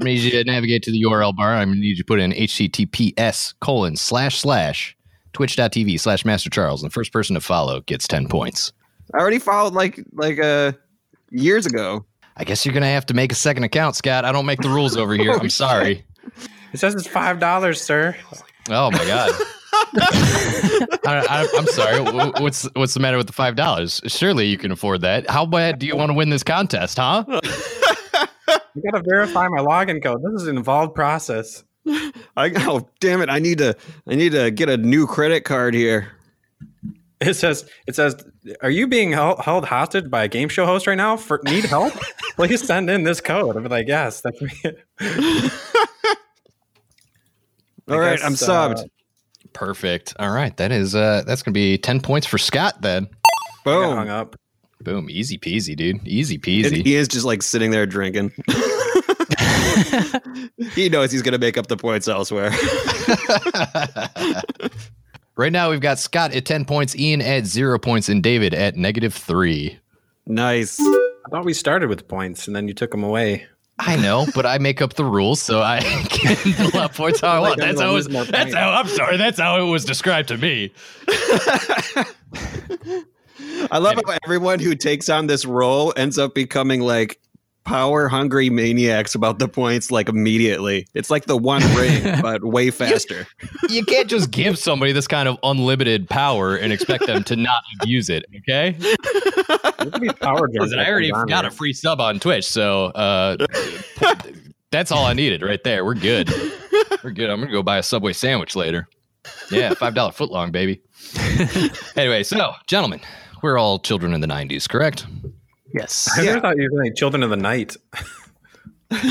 Speaker 15: gonna need you to navigate to the URL bar. I'm gonna need you to put in https colon slash slash twitch.tv slash master charles and the first person to follow gets 10 points
Speaker 6: I already followed like like uh years ago.
Speaker 15: i guess you're gonna have to make a second account scott i don't make the rules over here i'm sorry
Speaker 10: It says it's five dollars, sir.
Speaker 15: oh my god I, I, i'm sorry Wh- what's what's the matter with the five dollars surely you can afford that how bad do you want to win this contest huh
Speaker 10: You gotta verify my login code. This is an involved process.
Speaker 6: I oh damn it! I need to I need to get a new credit card here.
Speaker 10: It says it says, "Are you being held, held hostage by a game show host right now? For need help? Please send in this code." I'm like, "Yes, that's me."
Speaker 3: All right, I'm
Speaker 6: uh,
Speaker 3: subbed.
Speaker 15: Perfect. All right, that is uh that's gonna be ten points for Scott then.
Speaker 3: Boom.
Speaker 15: hung
Speaker 3: up.
Speaker 15: Boom. Easy peasy, dude. Easy peasy.
Speaker 10: e-
Speaker 3: And he is just like sitting there drinking. he knows he's going to make up the points elsewhere.
Speaker 15: Right now we've got Scott at ten points, Ian at zero points, and David at negative three.
Speaker 3: Nice.
Speaker 10: I thought we started with points and then you took them away.
Speaker 15: I know, but I make up the rules, so I can pull out points how I
Speaker 10: Like,
Speaker 15: want.
Speaker 10: I'm
Speaker 15: That's
Speaker 10: gonna
Speaker 15: how, it was,
Speaker 10: lose more
Speaker 15: that's
Speaker 10: points.
Speaker 15: how I'm sorry. That's how it was described to me.
Speaker 3: I love how everyone who takes on this role ends up becoming like power hungry maniacs about the points like immediately. It's like the one ring, but way faster.
Speaker 15: You can't just give somebody this kind of unlimited power and expect them to not abuse it. Okay.
Speaker 10: Power
Speaker 15: Listen, I already got a free sub on Twitch, so uh, that's all I needed right there. We're good. We're good. I'm gonna go buy a Subway sandwich later. Yeah, five dollar foot long, baby. anyway, so gentlemen, we're all children in the '90s, correct?
Speaker 5: Yes.
Speaker 10: I never thought you were like Children of the Night.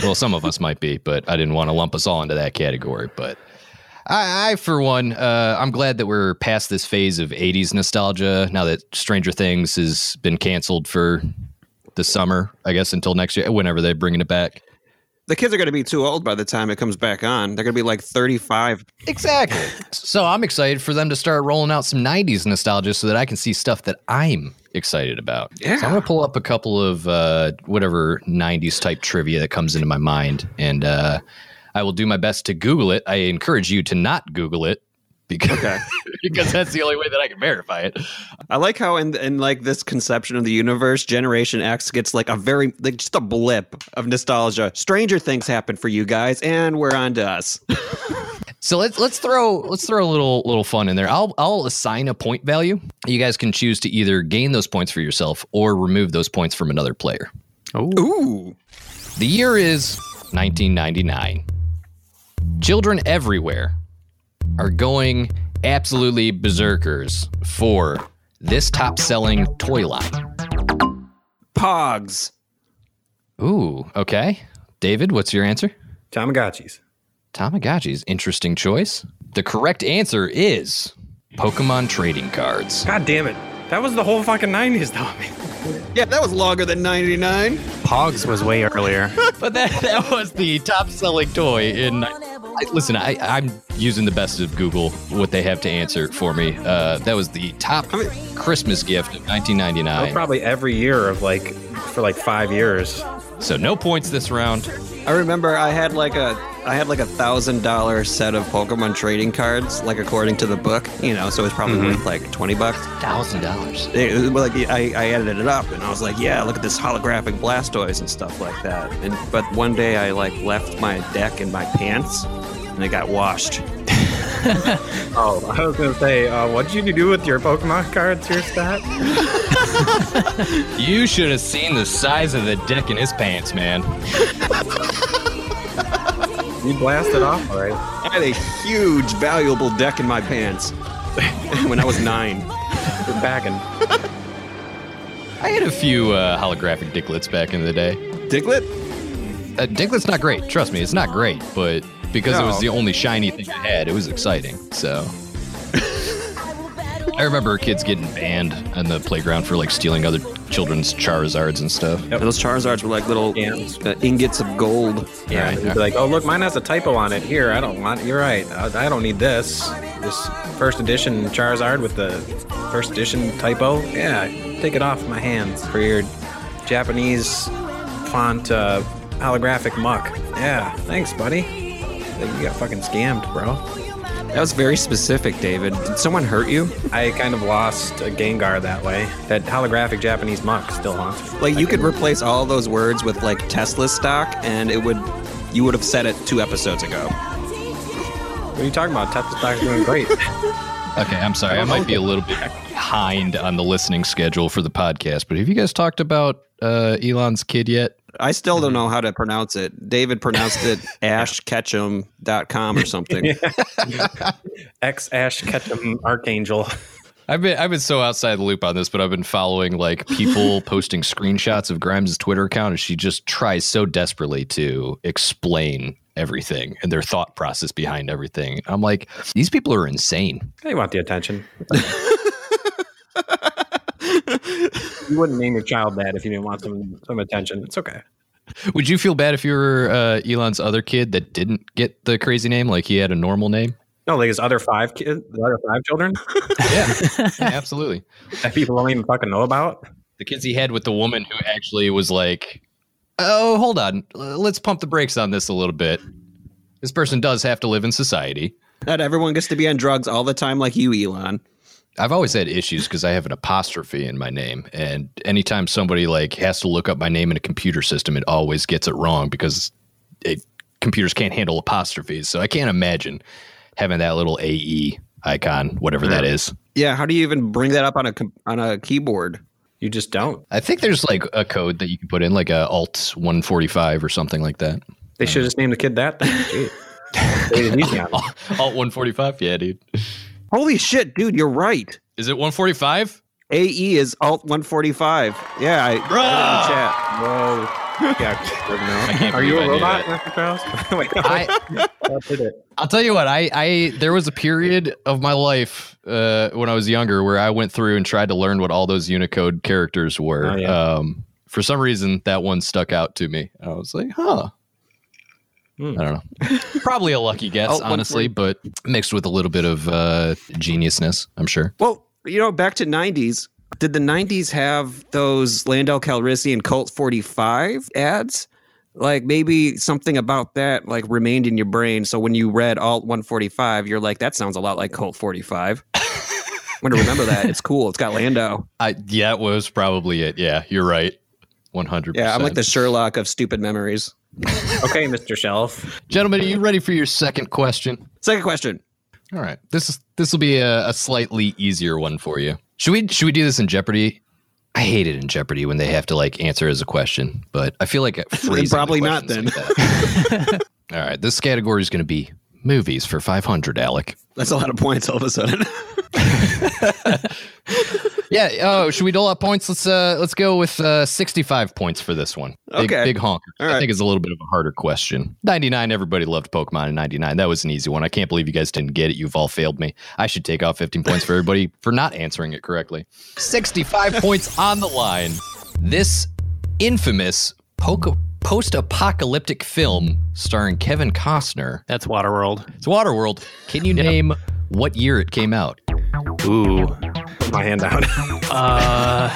Speaker 15: well, some of us might be, but I didn't want to lump us all into that category. But I, I for one, uh, I'm glad that we're past this phase of 80s nostalgia now that Stranger Things has been canceled for the summer, I guess, until next year, whenever they're bringing it back.
Speaker 3: The kids are going to be too old by the time it comes back on. They're going to be like 35.
Speaker 15: Exactly. so I'm excited for them to start rolling out some 90s nostalgia so that I can see stuff that I'm excited about. Yeah. So I'm going to pull up a couple of uh, whatever 90s type trivia that comes into my mind and uh, I will do my best to Google it. I encourage you to not Google it because, because that's the only way that I can verify it.
Speaker 3: I like how in in like this conception of the universe, Generation X gets like a very like just a blip of nostalgia. Stranger things happen for you guys, and we're on to us.
Speaker 15: So let's let's throw let's throw a little little fun in there. I'll I'll assign a point value. You guys can choose to either gain those points for yourself or remove those points from another player.
Speaker 3: Ooh.
Speaker 15: The year is 1999. Children everywhere are going absolutely berserkers for this top-selling toy line.
Speaker 3: Pogs.
Speaker 15: Ooh, okay. David, what's your answer?
Speaker 10: Tamagotchis.
Speaker 15: Tamagotchis, interesting choice. The correct answer is Pokemon trading cards.
Speaker 10: God damn it. That was the whole fucking 90s, though.
Speaker 3: Yeah, that was longer than 99.
Speaker 5: Pogs was way earlier.
Speaker 15: but that, that was the top selling toy in. I- Listen, I, I'm using the best of Google, what they have to answer for me. Uh, that was the top Christmas gift of
Speaker 10: That
Speaker 15: 1999.
Speaker 10: was Oh, probably every year of like, for like five years.
Speaker 15: So no points this round.
Speaker 3: I remember I had like a I had like a thousand dollar set of Pokemon trading cards, like according to the book, you know. So it was probably worth like twenty bucks.
Speaker 15: Thousand dollars.
Speaker 3: Like I, I edited it up, and I was like, yeah, look at this holographic Blastoise and stuff like that. And but one day I like left my deck in my pants, and it got washed.
Speaker 10: Oh, I was going to say, uh, what did you do with your Pokemon cards here, Scott?
Speaker 15: You should have seen the size of the dick in his pants, man.
Speaker 10: You blasted off, all right.
Speaker 3: I had a huge, valuable deck in my pants when I was nine.
Speaker 10: You're bagging.
Speaker 15: I had a few uh, holographic dicklets back in the day.
Speaker 3: Diglett?
Speaker 15: Uh, Diglett's not great. Trust me, it's not great, but because it was
Speaker 3: No.
Speaker 15: the only shiny thing I had, it was exciting. So. I remember kids getting banned on the playground for like stealing other children's Charizards and stuff.
Speaker 3: And those Charizards were like little uh, ingots of gold.
Speaker 10: Yeah,
Speaker 15: Right.
Speaker 10: you'd be like, oh, look, mine has a typo on it. Here, I don't want. You're right. I, I don't need this. This first edition Charizard with the first edition typo. Yeah, take it off my hands for your Japanese font uh, holographic muck. Yeah, thanks, buddy. Like, you got fucking scammed, bro.
Speaker 3: That was very specific, David. Did someone hurt you?
Speaker 10: I kind of lost a Gengar that way. That holographic Japanese muck still haunts. me.
Speaker 3: Like you could replace all those words with like Tesla stock, and it would you would have said it two episodes ago.
Speaker 10: What are you talking about? Tetsu's doing great.
Speaker 15: Okay, I'm sorry. I might be a little bit behind on the listening schedule for the podcast, but have you guys talked about uh, Elon's kid yet?
Speaker 3: I still don't know how to pronounce it. David pronounced it ashketchum.com or something.
Speaker 10: Ex Ash Ketchum Archangel.
Speaker 15: I've been I've been so outside the loop on this, but I've been following like people posting screenshots of Grimes' Twitter account, and she just tries so desperately to explain everything and their thought process behind everything. I'm like, these people are insane.
Speaker 10: They want the attention. you wouldn't name your child that if you didn't want some some attention. It's okay.
Speaker 15: Would you feel bad if you were uh, Elon's other kid that didn't get the crazy name? Like he had a normal name?
Speaker 10: No, like his other five kids, the other five children.
Speaker 15: yeah, yeah, absolutely.
Speaker 10: That people don't even fucking know about.
Speaker 15: The kids he had with the woman who actually was like, oh, hold on. L- Let's pump the brakes on this a little bit. This person does have to live in society.
Speaker 3: Not everyone gets to be on drugs all the time like you, Elon.
Speaker 15: I've always had issues because I have an apostrophe in my name, and anytime somebody like has to look up my name in a computer system, it always gets it wrong because it, computers can't handle apostrophes. So I can't imagine having that little AE icon, whatever that is.
Speaker 3: Yeah, how do you even bring that up on a com- on a keyboard?
Speaker 10: You just don't.
Speaker 15: I think there's like a code that you can put in, like a Alt 145 or something like that.
Speaker 10: They should just name the kid that. Jeez. They didn't use that.
Speaker 15: Alt 145, yeah, dude.
Speaker 3: Holy shit, dude, you're right.
Speaker 15: Is it 145?
Speaker 3: AE is alt 145. Yeah, I
Speaker 15: Bruh!
Speaker 3: I
Speaker 10: Ah! Whoa. Yeah.
Speaker 15: can't
Speaker 10: Are you
Speaker 15: believe
Speaker 10: a
Speaker 15: I knew
Speaker 10: robot,
Speaker 15: that.
Speaker 10: Mr. Charles? Wait, no.
Speaker 15: I,
Speaker 10: That's it.
Speaker 15: I'll tell you what. I, I there was a period of my life uh, when I was younger where I went through and tried to learn what all those Unicode characters were.
Speaker 10: Oh, yeah.
Speaker 15: um, for some reason, that one stuck out to me. I was like, huh.
Speaker 10: Hmm.
Speaker 15: I don't know. Probably a lucky guess,
Speaker 3: Alt
Speaker 15: honestly, but mixed with a little bit of uh, geniusness, I'm sure.
Speaker 3: Well, you know, back to 90s. Did the 90s have those Landau Calrissian Colt 45 ads? Like maybe something about that like remained in your brain. So when you read Alt 145, you're like, that sounds a lot like Colt 45. I'm going to remember that. It's cool. It's got Landau.
Speaker 15: I yeah, it was probably it. Yeah, you're right. One hundred.
Speaker 3: Yeah, I'm like the Sherlock of stupid memories.
Speaker 10: Okay, Mr. Shelf.
Speaker 15: gentlemen. Are you ready for your second question?
Speaker 3: Second question.
Speaker 15: All right. This is this will be a, a slightly easier one for you. Should we should we do this in Jeopardy? I hate it in Jeopardy when they have to like answer as a question, but I feel like phrasing the
Speaker 3: probably not
Speaker 15: questions like that. All right. This category is going to be movies for 500, Alec.
Speaker 3: That's a lot of points all of a sudden.
Speaker 15: Yeah. Oh, should we dole out points? Let's uh let's go with uh 65 points for this one. Big,
Speaker 3: Okay.
Speaker 15: Big honker.
Speaker 3: All
Speaker 15: I
Speaker 3: right.
Speaker 15: think it's a little bit of a harder question. 99. Everybody loved Pokemon in 99. That was an easy one. I can't believe you guys didn't get it. You've all failed me. I should take off 15 points for everybody for not answering it correctly. 65 points on the line. This infamous poke post-apocalyptic film starring Kevin Costner.
Speaker 5: That's Waterworld.
Speaker 15: It's Waterworld. Can you name what year it came out?
Speaker 5: Ooh.
Speaker 10: Put my hand down.
Speaker 5: Uh,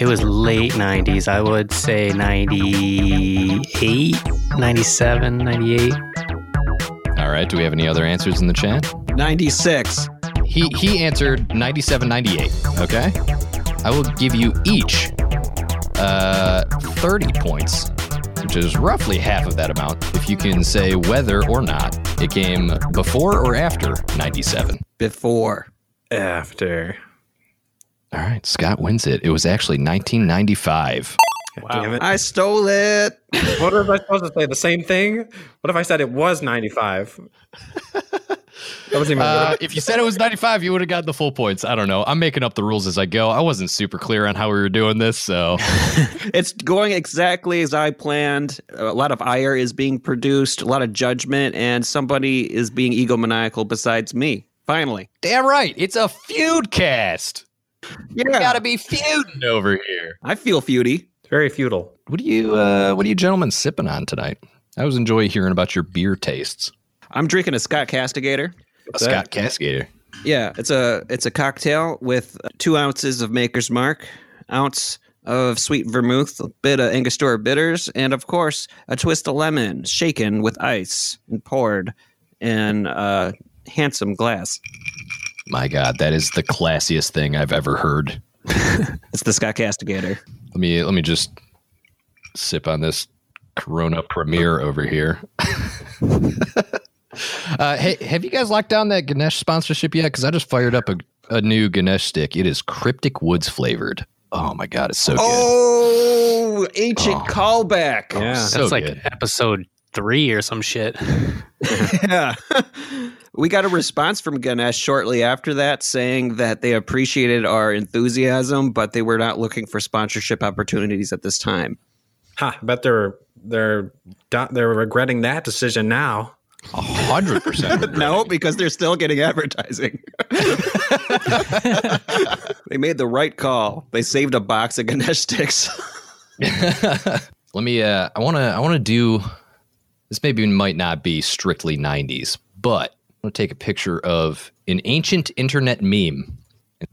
Speaker 5: it was late 90s. I would say 98, 97, 98.
Speaker 15: All right. Do we have any other answers in the chat?
Speaker 3: 96.
Speaker 15: He he answered 97 98. Okay. I will give you each uh, 30 points, which is roughly half of that amount, if you can say whether or not it came before or after 97.
Speaker 3: Before.
Speaker 10: After.
Speaker 15: All right. Scott wins it. It was actually 1995.
Speaker 10: Damn it.
Speaker 3: I stole it.
Speaker 10: What was I supposed to say? The same thing? What if I said it was 95? That wasn't even
Speaker 15: Uh, if you said it was 95, you would have gotten the full points. I don't know. I'm making up the rules as I go. I wasn't super clear on how we were doing this, so.
Speaker 3: It's going exactly as I planned. A lot of ire is being produced, a lot of judgment, and somebody is being egomaniacal besides me. Finally.
Speaker 15: Damn right. It's a feud cast.
Speaker 3: Yeah.
Speaker 15: Gotta be feuding over here.
Speaker 3: I feel feudy.
Speaker 10: very futile.
Speaker 15: What do you uh, What are you gentlemen sipping on tonight? I always enjoy hearing about your beer tastes.
Speaker 3: I'm drinking a Scott Castigator.
Speaker 15: A Scott Cascader.
Speaker 3: Yeah, it's a it's a cocktail with two ounces of Maker's Mark, ounce of sweet vermouth, a bit of Angostura bitters, and of course a twist of lemon, shaken with ice and poured in a handsome glass.
Speaker 15: My God, that is the classiest thing I've ever heard.
Speaker 3: It's the Scott Castigator.
Speaker 15: Let me Let me just sip on this Corona Premier over here. uh, hey, have you guys locked down that Ganesh sponsorship yet? Because I just fired up a, a new Ganesh stick. It is Cryptic Woods flavored. Oh my God, it's so good.
Speaker 3: Oh, ancient callback.
Speaker 10: Yeah.
Speaker 5: That's
Speaker 15: So
Speaker 5: like
Speaker 15: good.
Speaker 5: episode three or some shit.
Speaker 3: Yeah. we got a response from Ganesh shortly after that saying that they appreciated our enthusiasm, but they were not looking for sponsorship opportunities at this time.
Speaker 10: Ha! I bet they're they're do- they're regretting that decision now.
Speaker 15: A hundred percent.
Speaker 3: no, because they're still getting advertising. they made the right call. They saved a box of Ganesh sticks.
Speaker 15: Let me. Uh, I want to. I want to do. This maybe might not be strictly '90s, but I'm gonna take a picture of an ancient internet meme.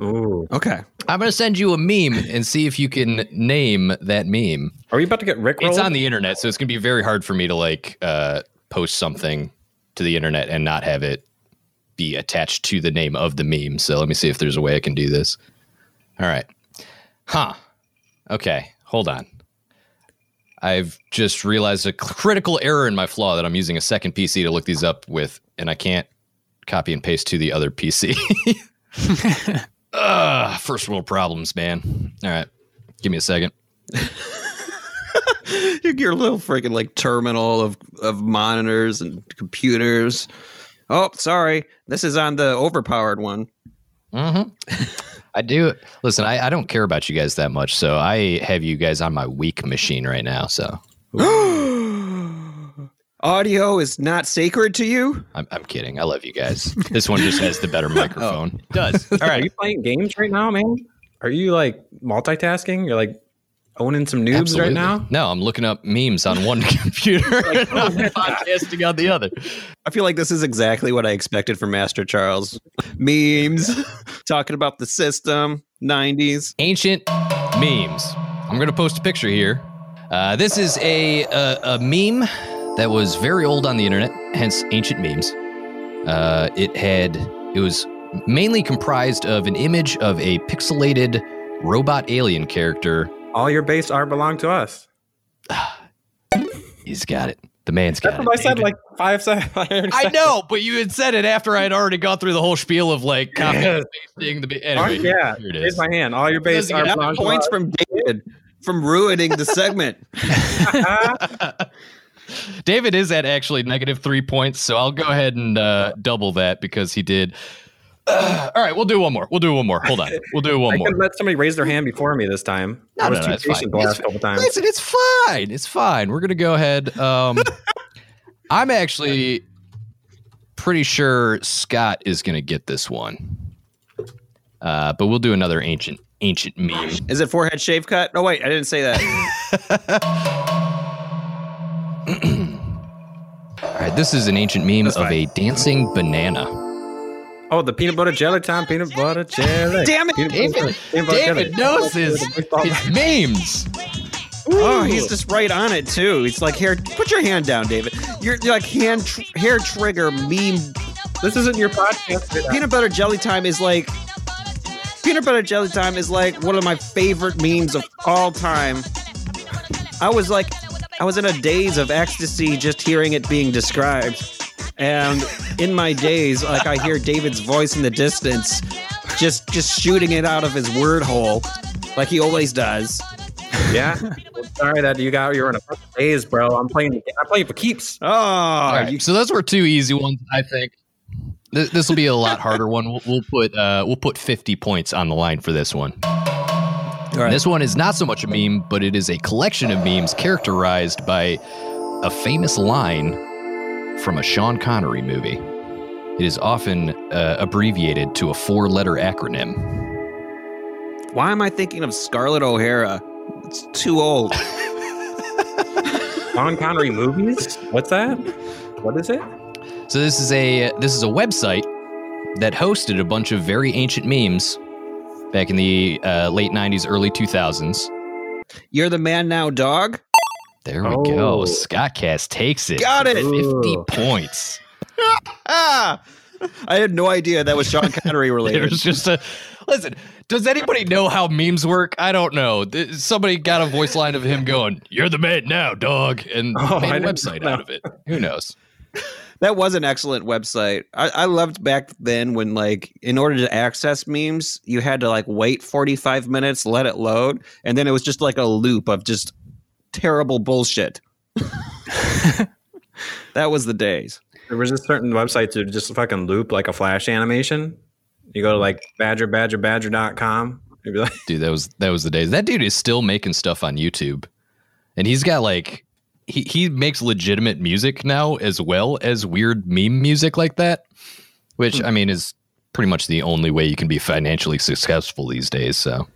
Speaker 10: Ooh.
Speaker 3: Okay.
Speaker 15: I'm gonna send you a meme and see if you can name that meme.
Speaker 10: Are we about to get Rick?
Speaker 15: It's on the internet, so it's gonna be very hard for me to like uh, post something to the internet and not have it be attached to the name of the meme. So let me see if there's a way I can do this. All right. Huh. Okay. Hold on. I've just realized a critical error in my flaw that I'm using a second PC to look these up with, and I can't copy and paste to the other PC. Ugh, first world problems, man. All right. Give me a second.
Speaker 3: your, your little freaking like terminal of of monitors and computers. Oh, sorry, this is on the overpowered one.
Speaker 15: Mm-hmm. I do. Listen, I, I don't care about you guys that much, so I have you guys on my weak machine right now. So
Speaker 3: Audio is not sacred to you.
Speaker 15: I'm, I'm kidding. I love you guys. This one just has the better Oh. microphone. It does.
Speaker 10: All right. Are you playing games right now, man? Are you like multitasking? You're like owning some noobs right
Speaker 15: Absolutely.
Speaker 10: now. oh,
Speaker 15: No, I'm looking up memes on one computer and I'm podcasting on the other.
Speaker 3: I feel like this is exactly what I expected from Master Charles. Memes, talking about the system, 90s.
Speaker 15: Ancient memes. I'm going to post a picture here. Uh, this is a, a a meme that was very old on the internet, hence ancient memes. Uh, it had it was mainly comprised of an image of a pixelated robot alien character.
Speaker 10: All your base are belong to us.
Speaker 15: He's got it. The man's got
Speaker 10: That's
Speaker 15: it.
Speaker 10: what I said like five seconds.
Speaker 15: I know, but you had said it after I had already gone through the whole spiel of like copying and pasting the anyway.
Speaker 10: Oh, yeah,
Speaker 15: here it
Speaker 10: raise
Speaker 15: is.
Speaker 10: my hand. All your base
Speaker 3: Doesn't
Speaker 10: are
Speaker 3: get
Speaker 10: belong to
Speaker 3: points
Speaker 10: us.
Speaker 3: from David from ruining the segment.
Speaker 15: David is at actually negative three points, so I'll go ahead and uh, double that because he did. all right, we'll do one more. We'll do one more. Hold on, we'll do one
Speaker 10: I
Speaker 15: more.
Speaker 10: can let somebody raise their hand before me this time.
Speaker 15: No,
Speaker 10: I was
Speaker 15: no, no,
Speaker 10: too
Speaker 15: it's
Speaker 10: patient
Speaker 15: fine.
Speaker 10: the
Speaker 15: It's
Speaker 10: last couple times.
Speaker 15: Listen, it's fine. It's fine. We're gonna go ahead. Um, I'm actually pretty sure Scott is gonna get this one, uh, but we'll do another ancient ancient meme.
Speaker 3: Is it forehead shave cut? Oh wait, I didn't say that.
Speaker 15: All right, this is an ancient meme of a dancing banana.
Speaker 10: Oh, the peanut butter jelly time, peanut butter jelly.
Speaker 3: Damn it,
Speaker 10: Peanut butter jelly,
Speaker 15: David,
Speaker 10: peanut butter
Speaker 15: David
Speaker 10: jelly.
Speaker 15: knows his, his memes.
Speaker 3: oh, he's just right on it too. He's like hair. Put your hand down, David. You're, you're like hand tr- hair trigger meme.
Speaker 10: This isn't your podcast.
Speaker 3: Peanut butter jelly time is like. Peanut butter jelly time is like one of my favorite memes of all time. I was like, I was in a daze of ecstasy just hearing it being described. And in my days, like I hear David's voice in the distance, just just shooting it out of his word hole, like he always does.
Speaker 10: Yeah. Well, sorry that you got you're in a fucking daze, bro. I'm playing. the game. I play for keeps.
Speaker 3: Oh,
Speaker 15: All right, so those were two easy ones, I think. Th- This will be a lot harder one. We'll, we'll put uh, we'll put fifty points on the line for this one.
Speaker 3: right.
Speaker 15: This one is not so much a meme, but it is a collection of memes characterized by a famous line from a Sean Connery movie. It is often uh, abbreviated to a four-letter acronym.
Speaker 3: Why am I thinking of Scarlett O'Hara? It's too old.
Speaker 10: Sean Connery movies. What's that? What is it?
Speaker 15: So this is a this is a website that hosted a bunch of very ancient memes back in the uh, late '90s, early 2000s.
Speaker 3: You're the man now, dog.
Speaker 15: There we
Speaker 10: Oh.
Speaker 15: go. Scottcast takes it.
Speaker 3: Got it.
Speaker 15: 50 points.
Speaker 3: Ah, I had no idea that was Sean Connery related.
Speaker 15: There's just a listen. Does anybody know how memes work? I don't know. Th- Somebody got a voice line of him going, "You're the man now, dog," and
Speaker 10: Oh,
Speaker 15: made
Speaker 10: I
Speaker 15: a
Speaker 10: didn't
Speaker 15: website
Speaker 10: know.
Speaker 15: out of it. Who knows?
Speaker 3: that was an excellent website. I, I loved back then when, like, in order to access memes, you had to like wait 45 minutes, let it load, and then it was just like a loop of just terrible bullshit. that was the days.
Speaker 10: There was a certain website to just fucking loop like a flash animation. You go to like badger badger badger.com. You'd be like,
Speaker 15: Dude, that was that was the days. That dude is still making stuff on YouTube. and he's got like he he makes legitimate music now as well as weird meme music like that, which
Speaker 10: Hmm.
Speaker 15: I mean is pretty much the only way you can be financially successful these days. So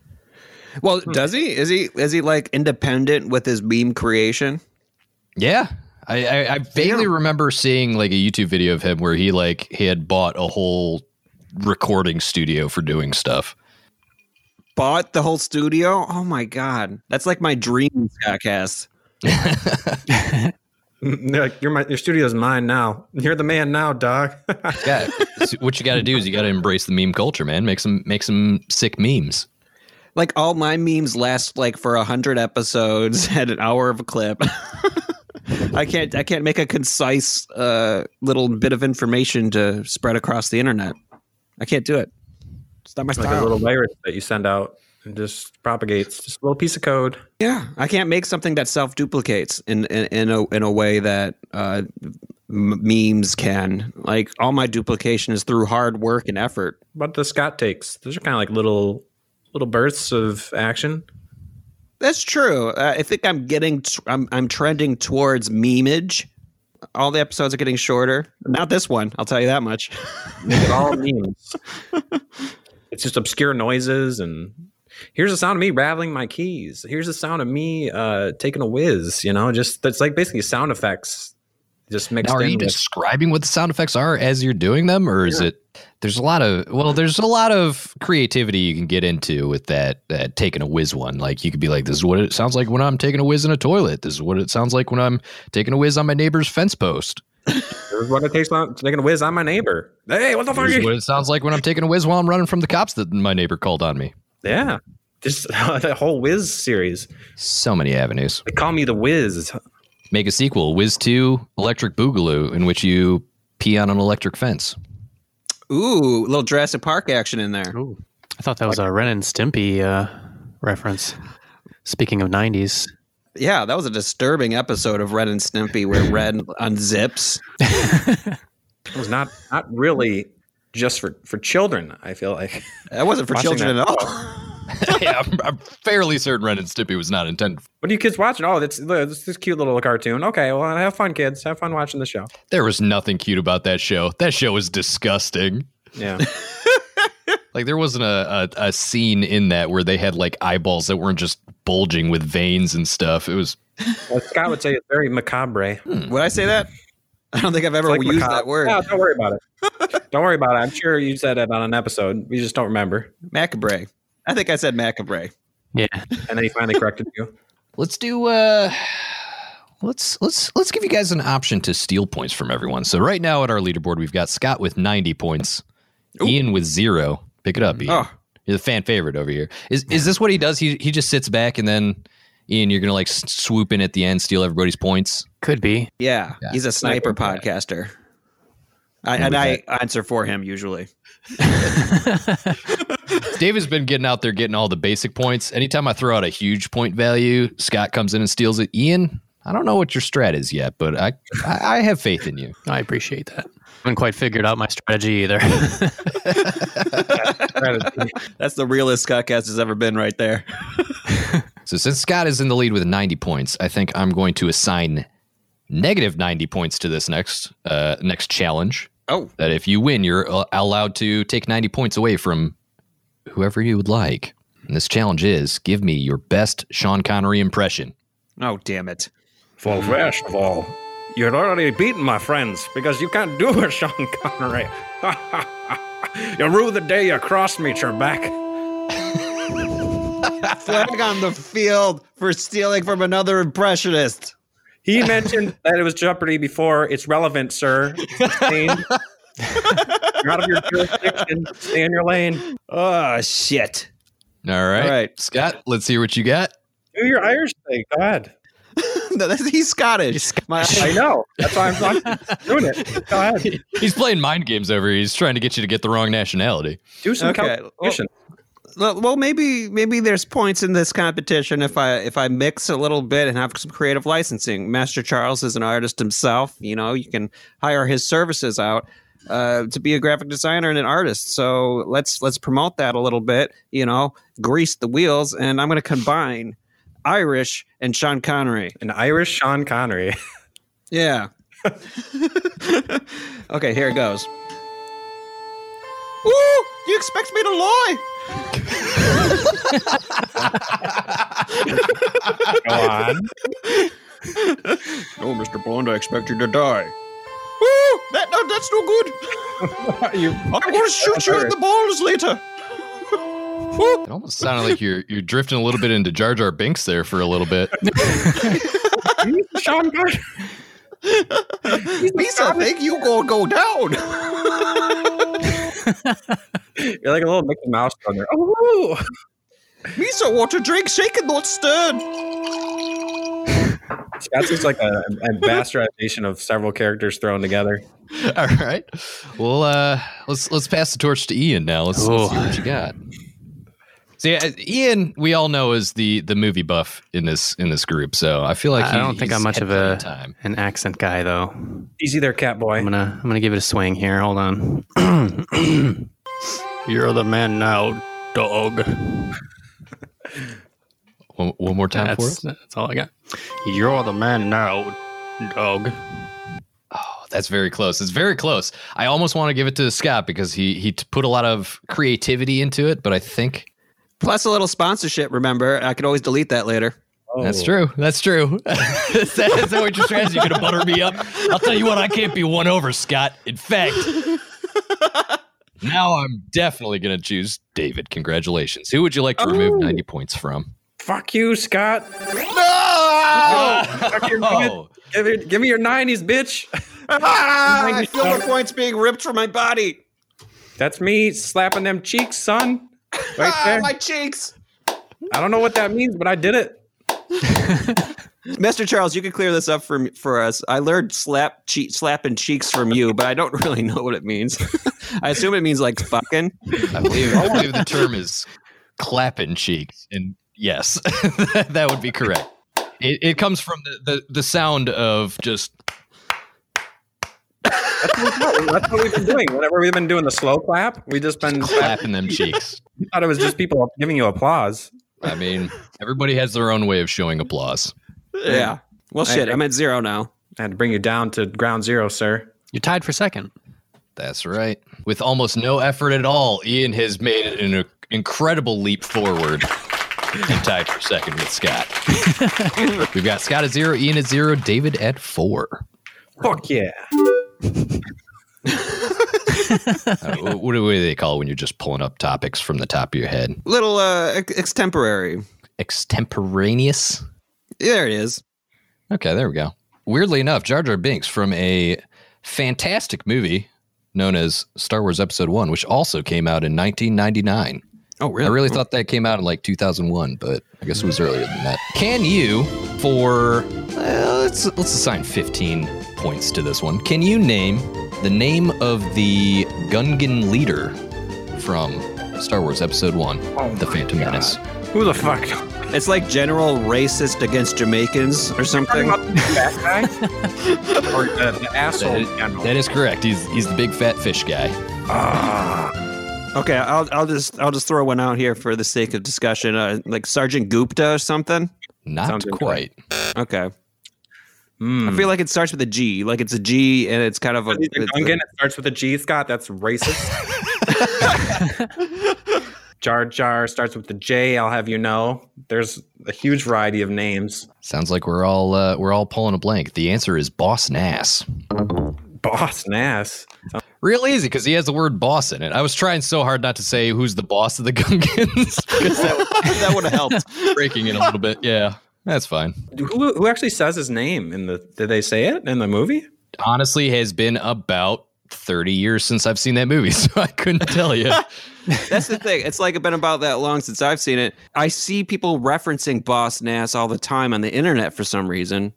Speaker 3: Well,
Speaker 10: Hmm.
Speaker 3: does he? Is he is he like independent with his meme creation?
Speaker 15: Yeah. I, I, I vaguely remember seeing like a YouTube video of him where he like he had bought a whole recording studio for doing stuff.
Speaker 3: Bought the whole studio? Oh my god. That's like my dream Scottcast.
Speaker 10: They're like, your, my, your studio's mine now. You're the man now, dog.
Speaker 15: yeah. So what you got to do is you got to embrace the meme culture, man. Make some make some sick memes.
Speaker 3: Like all my memes last like for a hundred episodes and an hour of a clip. I can't I can't make a concise uh, little bit of information to spread across the internet. I can't do it. It's not my
Speaker 10: like
Speaker 3: style.
Speaker 10: a little virus that you send out and just propagates. Just a little piece of code.
Speaker 3: Yeah, I can't make something that self duplicates in, in in a in a way that uh, m- memes can. Like all my duplication is through hard work and effort.
Speaker 10: But the Scott takes. Those are kind of like little little bursts of action.
Speaker 3: That's true. Uh, I think I'm getting t- I'm I'm trending towards memeage. All the episodes are getting shorter. Not this one, I'll tell you that much.
Speaker 10: It's all memes. it's just obscure noises and here's the sound of me rattling my keys. Here's the sound of me uh, taking a whiz. You know, just that's like basically sound effects. Just mixed
Speaker 15: Now, are
Speaker 10: in
Speaker 15: you
Speaker 10: with-
Speaker 15: describing what the sound effects are as you're doing them, or is it? There's a lot of well, there's a lot of creativity you can get into with that that taking a whiz one. Like you could be like, this is what it sounds like when I'm taking a whiz in a toilet. This is what it sounds like when I'm taking a whiz on my neighbor's fence post.
Speaker 10: Here's what it takes on taking a whiz on my neighbor. Hey, what the fuck?
Speaker 15: This
Speaker 10: are
Speaker 15: is
Speaker 10: you-
Speaker 15: what it sounds like when I'm taking a whiz while I'm running from the cops that my neighbor called on me.
Speaker 10: Yeah, just that whole whiz series.
Speaker 15: So many avenues.
Speaker 10: They call me the whiz.
Speaker 15: Make a sequel, Whiz Two: Electric Boogaloo, in which you pee on an electric fence.
Speaker 3: Ooh, little Jurassic Park action in there.
Speaker 5: I thought that was a Ren and Stimpy uh, reference. Speaking of 90s,
Speaker 3: Yeah, that was a disturbing episode of Red and Snimpy where Red unzips.
Speaker 10: It was not not really just for for children. I feel like
Speaker 3: that wasn't for children at all.
Speaker 15: yeah, I'm, I'm fairly certain Ren and Stimpy was not intended.
Speaker 10: What are you kids watching? Oh, it's it's this cute little cartoon. Okay, well, have fun, kids. Have fun watching the show.
Speaker 15: There was nothing cute about that show. That show was disgusting.
Speaker 10: Yeah.
Speaker 15: Like there wasn't a, a, a scene in that where they had like eyeballs that weren't just bulging with veins and stuff. It was
Speaker 10: Well, Scott would say it's very macabre.
Speaker 3: Would I say that? I don't think I've ever
Speaker 10: Like
Speaker 3: used
Speaker 10: macabre.
Speaker 3: that word.
Speaker 10: No, don't worry about it. don't worry about it. I'm sure you said it on an episode. We just don't remember.
Speaker 3: Macabre. I think I said macabre.
Speaker 5: Yeah.
Speaker 10: And then he finally corrected you.
Speaker 15: let's do uh let's let's let's give you guys an option to steal points from everyone. So right now at our leaderboard we've got Scott with 90 points, Ian with 0. Pick it up, Ian.
Speaker 3: Oh,
Speaker 15: You're the fan favorite over here. Is is this what he does? He he just sits back and then Ian you're going to like s- swoop in at the end, steal everybody's points?
Speaker 5: Could be.
Speaker 3: Yeah,
Speaker 15: Yeah.
Speaker 3: he's a sniper podcaster. I,
Speaker 15: And
Speaker 3: and I
Speaker 15: with
Speaker 3: answer for him usually.
Speaker 15: Dave has been getting out there getting all the basic points. Anytime I throw out a huge point value, Scott comes in and steals it. Ian, I don't know what your strat is yet, but I I I have faith in you.
Speaker 5: I appreciate that. haven't quite figured out my strategy either.
Speaker 3: That's the realest Scottcast has ever been, right there.
Speaker 15: So since Scott is in the lead with 90 points, I think I'm going to assign negative 90 points to this next uh, next challenge.
Speaker 3: Oh,
Speaker 15: That if you win, you're uh, allowed to take 90 points away from whoever you would like. And this challenge is give me your best Sean Connery impression.
Speaker 3: oh, damn it!
Speaker 10: Well, first of all, you're already beaten, my friends, because you can't do a Sean Connery. you rue the day you crossed me, Trebek.
Speaker 3: Flag on the field for stealing from another impressionist.
Speaker 10: He mentioned that it was Jeopardy before. It's relevant, sir. It's sustained. You're out of your jurisdiction. Stay in your lane.
Speaker 3: Oh shit!
Speaker 15: All right.
Speaker 3: All right.
Speaker 15: Scott, let's hear what you got.
Speaker 10: Do your Irish thing. God.
Speaker 3: no, that's, he's Scottish. My-
Speaker 10: I know. That's why I'm not doing it. Go ahead.
Speaker 15: He's playing mind games over. here. He's trying to get you to get the wrong nationality.
Speaker 10: Do some
Speaker 3: Okay,
Speaker 10: calculation.
Speaker 3: Well, well, maybe maybe there's points in this competition if I if I mix a little bit and have some creative licensing. Master Charles is an artist himself. You know, you can hire his services out uh, to be a graphic designer and an artist. So let's let's promote that a little bit. You know, grease the wheels, and I'm going to combine
Speaker 6: Irish, and Sean Connery.
Speaker 10: An Irish Sean Connery.
Speaker 6: yeah. okay, here it goes.
Speaker 3: Ooh, you expect me to lie?
Speaker 10: Go on.
Speaker 3: no, Mr. Blonde, I expect you to die. Ooh, that, no, that's no good. I'm going to shoot you in the balls later.
Speaker 15: It almost sounded like you're you're drifting a little bit into Jar Jar Binks there for a little bit.
Speaker 10: Sean Connery.
Speaker 3: Lisa, I think you gonna go down.
Speaker 10: You're like a little Mickey Mouse on there. Oh,
Speaker 3: Ooh. Misa, water drink, shaken, not stirred.
Speaker 10: Scott's just like a, a bastardization of several characters thrown together.
Speaker 15: All right. Well, uh, let's let's pass the torch to Ian now. Let's, let's see what
Speaker 5: Oh.
Speaker 15: you got. See, uh, Ian, we all know is the the movie buff in this in this group. So I feel like
Speaker 5: I
Speaker 15: he-
Speaker 5: don't think
Speaker 15: he's
Speaker 5: I'm much
Speaker 15: had
Speaker 5: of
Speaker 15: plenty
Speaker 5: a
Speaker 15: time.
Speaker 5: an accent guy though.
Speaker 10: Easy there, cat boy.
Speaker 5: I'm gonna I'm gonna give it a swing here. Hold on. You're the man now, dog.
Speaker 15: One, one more time for
Speaker 5: That's,
Speaker 15: us.
Speaker 5: that's all I got. You're the man now, dog.
Speaker 15: Oh, that's very close. It's very close. I almost want to give it to Scott because he he t- put a lot of creativity into it, but I think
Speaker 6: Plus a little sponsorship, remember? I could always delete that later.
Speaker 10: Oh.
Speaker 15: That's true. That's true. is, that, is that what your strategy? You're gonna butter me up? I'll tell you what. I can't be won over, Scott. In fact, now I'm definitely gonna choose David. Congratulations. Who would you like to remove ninety points from?
Speaker 10: Fuck you, Scott.
Speaker 3: Ah!
Speaker 10: Fuck your-
Speaker 15: Oh.
Speaker 10: give, me, give me your 90s, bitch.
Speaker 3: Ah, I feel the points being ripped from my body.
Speaker 10: That's me slapping them cheeks, son. Right
Speaker 3: Ah,
Speaker 10: there.
Speaker 3: my cheeks.
Speaker 10: I don't know what that means, but I did it.
Speaker 6: Mr. Charles, you can clear this up for for us. I learned slap cheek slapping cheeks from you, but I don't really know what it means. I assume it means like fucking.
Speaker 15: I believe, I believe the term is clapping cheeks, and yes, that would be correct. It, it comes from the, the, the sound of just
Speaker 10: That's what we've been doing. Whenever we've been doing the slow clap, we just been
Speaker 15: clapping them cheeks.
Speaker 10: You thought it was just people giving you applause.
Speaker 15: I mean, everybody has their own way of showing applause.
Speaker 6: Yeah. Well,
Speaker 10: I-
Speaker 6: shit. I'm at zero now.
Speaker 10: I had to bring you down to ground zero, sir.
Speaker 5: You're tied for second.
Speaker 15: That's right. With almost no effort at all, Ian has made an incredible leap forward and tied for second with Scott. We've got Scott at zero, Ian at zero, David at four.
Speaker 10: Fuck yeah.
Speaker 15: Uh, wh- what, do, what do they call it when you're just pulling up topics from the top of your head?
Speaker 6: Little uh ex- extemporary.
Speaker 15: Extemporaneous?
Speaker 6: There it is.
Speaker 15: Okay, there we go. Weirdly enough, Jar Jar Binks from a fantastic movie known as Star Wars Episode One, which also came out in 1999.
Speaker 6: Oh,
Speaker 15: I
Speaker 3: Hmm.
Speaker 15: really thought that came out in like 2001, but I guess it was earlier than that. Can you, for uh, let's let's assign 15 points to this one? Can you name the name of the Gungan leader from Star Wars Episode One, The Phantom Menace?
Speaker 10: Who the fuck?
Speaker 6: It's like general racist against Jamaicans or something.
Speaker 10: That guy? or the, the asshole
Speaker 15: That
Speaker 10: in
Speaker 15: is,
Speaker 10: general.
Speaker 15: that is correct. He's he's the big fat fish guy.
Speaker 6: Okay, I'll I'll just I'll just throw one out here for the sake of discussion. Uh, like Sergeant Gupta or something.
Speaker 15: Not
Speaker 10: Sounds
Speaker 15: quite.
Speaker 6: Okay.
Speaker 10: Hmm.
Speaker 6: I feel like it starts with a G. Like it's a G, and it's kind of a.
Speaker 10: He's a
Speaker 6: it's
Speaker 10: Gungan. It starts with a G, Scott. That's racist. Jar Jar starts with the J. I'll have you know. There's a huge variety of names.
Speaker 15: Sounds like we're all uh, we're all pulling a blank. The answer is Boss Nass.
Speaker 10: Boss Nass.
Speaker 15: Real easy because he has the word boss in it. I was trying so hard not to say who's the boss of the Gungans because that,
Speaker 6: that would have helped.
Speaker 15: breaking it a little bit. Yeah, that's fine.
Speaker 10: Who, who actually says his name in the? Did they say it in the movie?
Speaker 15: Honestly, has been about thirty years since I've seen that movie, so I couldn't tell you.
Speaker 6: That's the thing. It's like it's been about that long since I've seen it. I see people referencing Boss Nass all the time on the internet for some reason.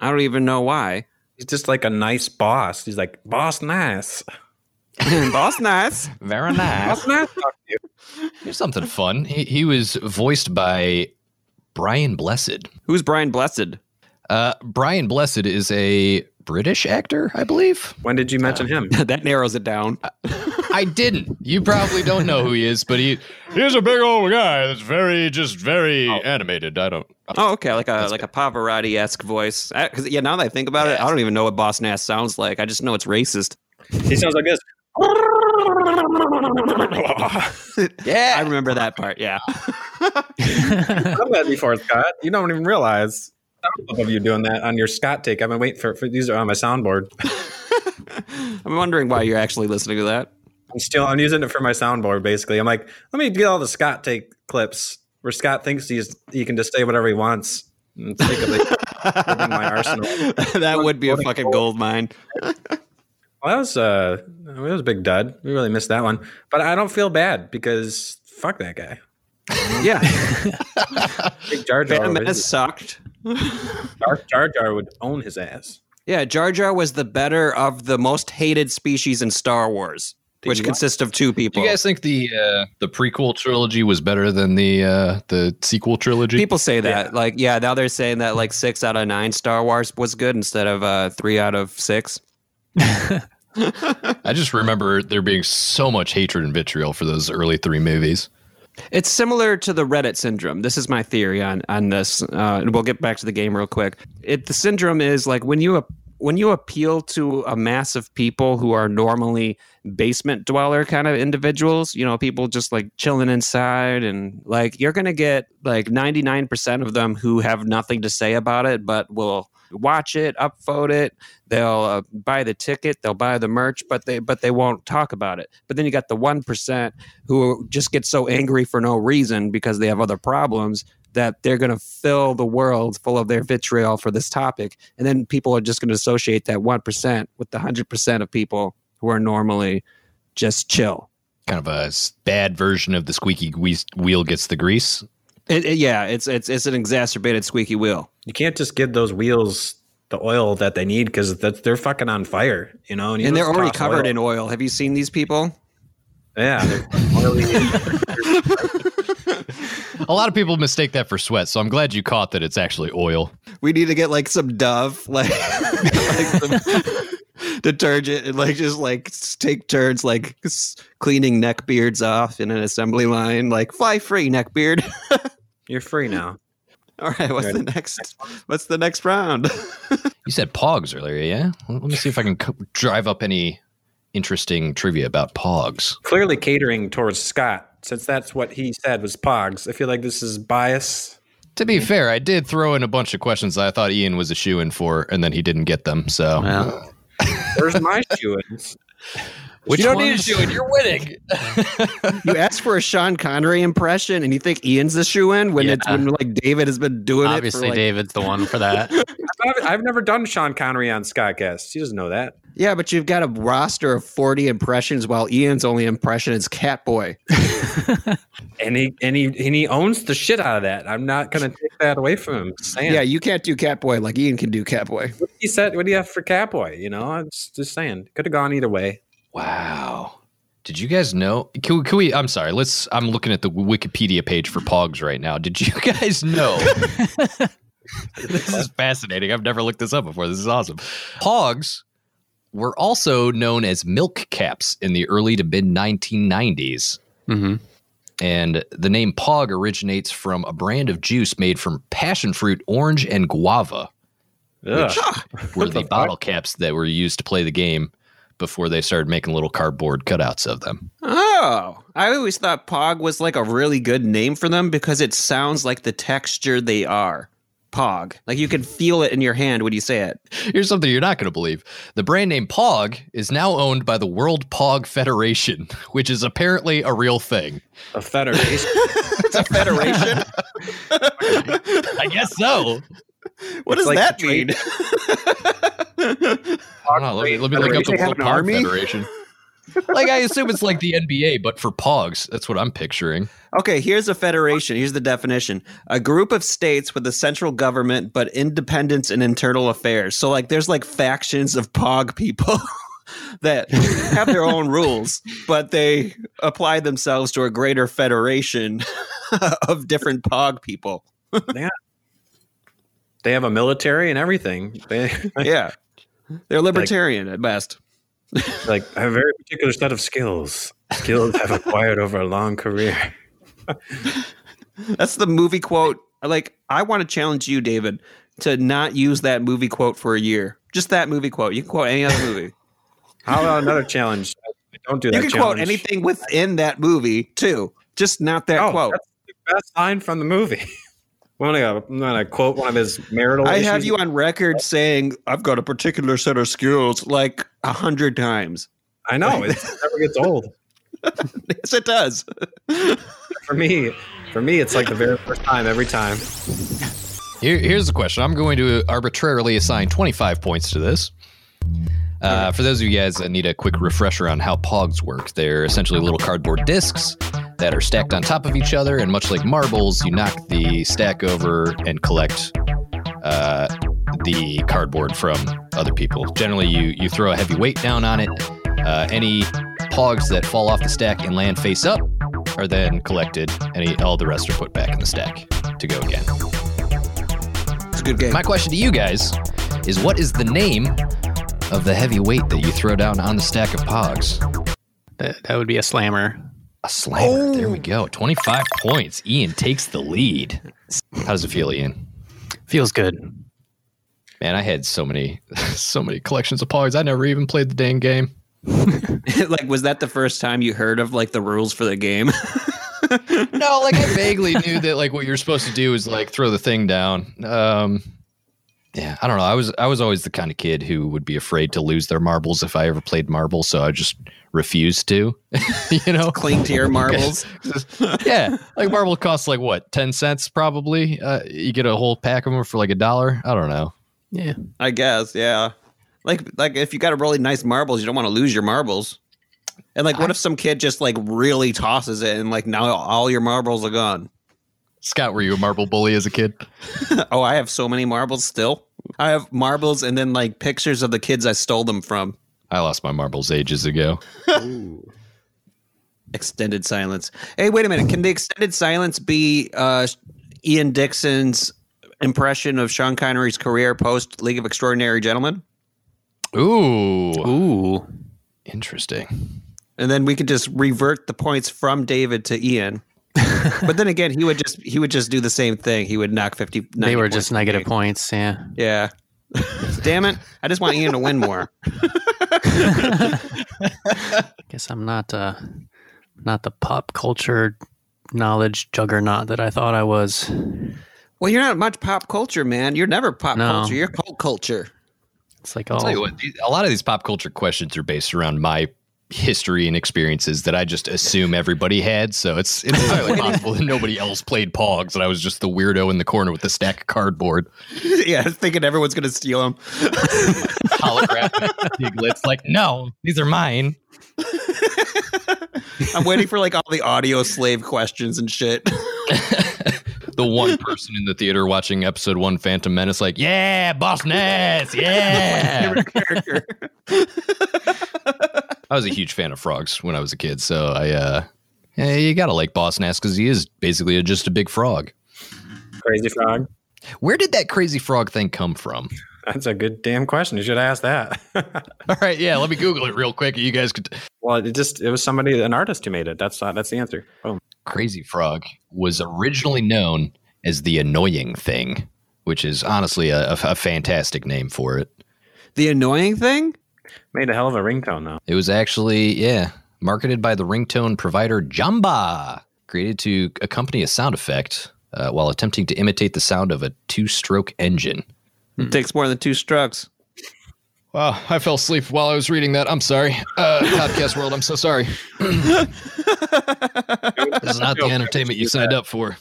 Speaker 6: I don't even know why.
Speaker 10: He's just like a nice boss. He's like Boss Nass.
Speaker 6: Boss Nass.
Speaker 15: Very nice.
Speaker 10: Boss Nass. fuck you.
Speaker 15: Here's something fun. He, he was voiced by Brian Blessed.
Speaker 6: Who's Brian Blessed?
Speaker 15: Uh, Brian Blessed is a British actor, I believe.
Speaker 10: When did you mention him?
Speaker 6: that narrows it down.
Speaker 15: I didn't. You probably don't know who he is, but he Oh.
Speaker 16: he's a big old guy that's very just very animated. I don't.
Speaker 3: Oh, okay, like a like a Pavarotti esque voice.
Speaker 6: Uh,
Speaker 3: I, 'cause, yeah, now that I think about it, I don't even know what Boss Nass sounds like. I just know it's racist.
Speaker 16: He sounds like this.
Speaker 3: yeah, I remember that part. Yeah,
Speaker 10: I've that before, Scott. You don't even realize. I love you doing that on your Scott take. I've been waiting for, for these are on my soundboard.
Speaker 3: I'm wondering why you're actually listening to that.
Speaker 10: I'm still I'm using it for my soundboard basically. I'm like, let me get all the Scott take clips where Scott thinks he's he can just say whatever he wants. And think of it in my arsenal.
Speaker 3: that would be a fucking gold mine.
Speaker 10: Well, that was uh, that was a big dud. We really missed that one, but I don't feel bad because fuck that guy.
Speaker 3: Yeah,
Speaker 10: Big Jar Jar.
Speaker 3: Phantom
Speaker 10: would-
Speaker 3: Menace sucked.
Speaker 10: Jar, Jar Jar would own his ass.
Speaker 3: Yeah, Jar Jar was the better of the most hated species in Star Wars, which consists of two
Speaker 15: Do
Speaker 3: people.
Speaker 15: you guys think the uh, the prequel trilogy was better than the uh, the sequel trilogy?
Speaker 3: People say that, like, yeah, now they're saying that like six out of nine Star Wars was good instead of uh, three out of six.
Speaker 15: I just remember there being so much hatred and vitriol for those early three movies.
Speaker 3: It's similar to the Reddit syndrome. This is my theory on on this, uh, and we'll get back to the game real quick. It the syndrome is like when you ap- when you appeal to a mass of people who are normally basement dweller kind of individuals, you know, people just like chilling inside and like you're going to get like 99% of them who have nothing to say about it but will watch it, upvote it, they'll uh, buy the ticket, they'll buy the merch, but they but they won't talk about it. But then you got the 1% who just get so angry for no reason because they have other problems that they're going to fill the world full of their vitriol for this topic. And then people are just going to associate that 1% with the 100% of people who are normally just chill.
Speaker 15: Kind of a s- bad version of the squeaky wheeze- wheel gets the grease.
Speaker 3: It, it- yeah, it's it's it's an exacerbated squeaky wheel.
Speaker 10: You can't just give those wheels the oil that they need because that's they're fucking on fire, you know. you
Speaker 3: And they're
Speaker 10: just
Speaker 3: already
Speaker 10: toss
Speaker 3: covered
Speaker 10: oil.
Speaker 3: in oil. Have you seen these people?
Speaker 10: Yeah, they're fucking oily.
Speaker 15: A lot of people mistake that for sweat, so I'm glad you caught that it's actually oil.
Speaker 3: We need to get like some Dove, like, like some detergent, and like just like s- take turns like s- cleaning neck beards off in an assembly line. Like fly free neck beard.
Speaker 10: You're free now.
Speaker 3: All right, what's
Speaker 15: Good.
Speaker 3: the next? What's the next round?
Speaker 15: You said pogs earlier, yeah? Let let me see if I can co- drive up any interesting trivia about pogs.
Speaker 10: Clearly catering towards Scott since that's what he said was pogs. I feel like this is bias.
Speaker 15: To be fair, I did throw in a bunch of questions that I thought Ian was a shoe in for, and then he didn't get them. So,
Speaker 10: Where's my shoeings?
Speaker 15: Which
Speaker 3: You don't need a
Speaker 15: ones?
Speaker 3: shoe-in,
Speaker 15: You're winning.
Speaker 3: you asked for a Sean Connery impression, and you think Ian's the shoe in when it's
Speaker 5: Yeah.
Speaker 3: when like David has been doing
Speaker 5: Obviously,
Speaker 3: it. for, like-
Speaker 5: David's the one for that.
Speaker 10: I've, I've never done Sean Connery on Scottcast. He doesn't know that.
Speaker 3: Yeah, but you've got a roster of forty impressions, while Ian's only impression is Catboy.
Speaker 10: And he and he and he owns the shit out of that. I'm not gonna take that away from him. Just saying.
Speaker 3: Yeah, you can't do Catboy like Ian can do Catboy.
Speaker 10: he said, "What do you have for Catboy?" You know, I'm just, just saying, could have gone either way.
Speaker 15: Wow. Did you guys know? Can, we- can we? I'm sorry. Let's. I'm looking at the Wikipedia page for Pogs right now. Did you guys know? this is fascinating. I've never looked this up before. This is awesome. Pogs were also known as milk caps in the early to mid 1990s.
Speaker 5: Mm-hmm.
Speaker 15: And the name Pog originates from a brand of juice made from passion fruit, orange, and guava, which were the, bottle caps that were used to play the game before they started making little cardboard cutouts of them.
Speaker 3: Oh, I always thought Pog was like a really good name for them because it sounds like the texture they are. Pog. Like you can feel it in your hand when you say it.
Speaker 15: Here's something you're not going to believe. The brand name Pog is now owned by the World Pog Federation, which is apparently a real thing.
Speaker 10: A federation?
Speaker 3: it's a federation?
Speaker 15: I guess so.
Speaker 3: What does
Speaker 15: It's like
Speaker 3: that
Speaker 15: the
Speaker 3: mean?
Speaker 15: I don't know. Let me, let me look up the
Speaker 3: They have
Speaker 15: World
Speaker 3: an
Speaker 15: Pog
Speaker 3: army?
Speaker 15: Federation. like, I assume it's like the NBA, but for Pogs. That's what I'm picturing.
Speaker 3: Okay, here's a federation. Here's the definition a group of states with a central government, but independence in internal affairs. So, like, there's like factions of POG people that have their own rules, but they apply themselves to a greater federation of different POG people.
Speaker 10: yeah. They have a military and everything. They,
Speaker 3: Yeah. They're libertarian at best.
Speaker 10: like a very particular set of skills. Skills I've acquired over a long career.
Speaker 3: That's the movie quote. Like, I want to challenge you, David, to not use that movie quote for a year. Just that movie quote. You can quote any other movie.
Speaker 10: How about another challenge? Don't do that.
Speaker 3: You can
Speaker 10: challenge.
Speaker 3: quote anything within that movie too, just not that
Speaker 10: Oh,
Speaker 3: quote.
Speaker 10: that's the best line from the movie. I'm gonna, I'm gonna quote one of his marital.
Speaker 3: I have
Speaker 10: issues.
Speaker 3: you on record saying I've got a particular set of skills like a hundred times.
Speaker 10: I know it never gets old.
Speaker 3: yes, it does.
Speaker 10: for me, for me, it's like the very first time every time.
Speaker 15: Here, here's the question. I'm going to arbitrarily assign 25 points to this. Uh, for those of you guys that need a quick refresher on how pogs work, they're essentially little cardboard discs that are stacked on top of each other, and much like marbles, you knock the stack over and collect uh, the cardboard from other people. Generally, you, you throw a heavy weight down on it. Uh, any pogs that fall off the stack and land face up are then collected, and all the rest are put back in the stack to go again.
Speaker 3: It's a good game.
Speaker 15: My question to you guys is what is the name of the heavy weight that you throw down on the stack of pogs?
Speaker 5: That, that would be a slammer.
Speaker 15: A slammer. There we go. 25 points. Ian takes the lead. How does it feel, Ian?
Speaker 5: Feels good.
Speaker 15: Man, I had so many, so many collections of pogs. I never even played the dang game.
Speaker 3: like, was that the first time you heard of like the rules for the game?
Speaker 15: No, like I vaguely knew that like what you're supposed to do is like throw the thing down. Um, yeah, I don't know. I was I was always the kind of kid who would be afraid to lose their marbles if I ever played marbles, so I just refused to. you know,
Speaker 3: cling to your marbles.
Speaker 15: yeah, like marble costs like what ten cents probably. Uh, you get a whole pack of them for like a dollar. I don't know.
Speaker 5: Yeah.
Speaker 3: I guess, yeah. Like like if you got a really nice marbles, you don't want to lose your marbles. And like what if some kid just like really tosses it and like now all your marbles are gone?
Speaker 15: Scott, were you a marble bully as a kid?
Speaker 3: oh, I have so many marbles still. I have marbles and then like pictures of the kids I stole them from.
Speaker 15: I lost my marbles ages ago.
Speaker 3: Extended silence. Hey, wait a minute. Can the extended silence be uh Ian Dixon's impression of Sean Connery's career post League of Extraordinary Gentlemen?
Speaker 15: Ooh, ooh, interesting.
Speaker 3: and then we could just revert the points from David to Ian. but then again, he would just he would just do the same thing. He would knock fifty.
Speaker 5: They
Speaker 3: 90
Speaker 5: were
Speaker 3: points
Speaker 5: just
Speaker 3: from
Speaker 5: negative
Speaker 3: Ian.
Speaker 5: points. Yeah.
Speaker 3: Yeah. Damn it! I just want Ian to win more.
Speaker 5: Guess I'm not uh not the pop culture knowledge juggernaut that I thought I was.
Speaker 3: Well, you're not much pop culture, man. You're never pop
Speaker 5: No.
Speaker 3: culture. You're cult culture.
Speaker 5: It's like
Speaker 15: I'll
Speaker 5: all
Speaker 15: tell you what, these- a lot of these pop culture questions are based around my history and experiences that I just assume everybody had. So it's it's entirely possible that nobody else played Pogs and I was just the weirdo in the corner with the stack of cardboard.
Speaker 3: yeah, thinking everyone's gonna steal him.
Speaker 15: Holographic piglets, like, no, these are mine.
Speaker 3: I'm waiting for like all the audio slave questions and shit.
Speaker 15: The one person in the theater watching episode one Phantom Menace, like, yeah, Boss Nass, yeah. I was a huge fan of frogs when I was a kid, so I uh yeah, you gotta like Boss Nass because he is basically just a big frog.
Speaker 10: Crazy frog.
Speaker 15: Where did that crazy frog thing come from?
Speaker 10: That's a good damn question. You should ask that.
Speaker 15: All right, yeah, let me Google it real quick. You guys could.
Speaker 10: Well, it just it was somebody, an artist who made it. That's not, that's the answer. Boom.
Speaker 15: Crazy Frog was originally known as the Annoying Thing, which is honestly a, a- a fantastic name for it.
Speaker 3: The annoying thing
Speaker 10: made a hell of a ringtone though.
Speaker 15: It was actually, yeah, marketed by the ringtone provider Jamba, created to accompany a sound effect uh, while attempting to imitate the sound of a two stroke engine.
Speaker 3: It takes more than two strokes.
Speaker 15: Wow, I fell asleep while I was reading that. I'm sorry. Uh, podcast world, I'm so sorry. this is not the entertainment you signed up for.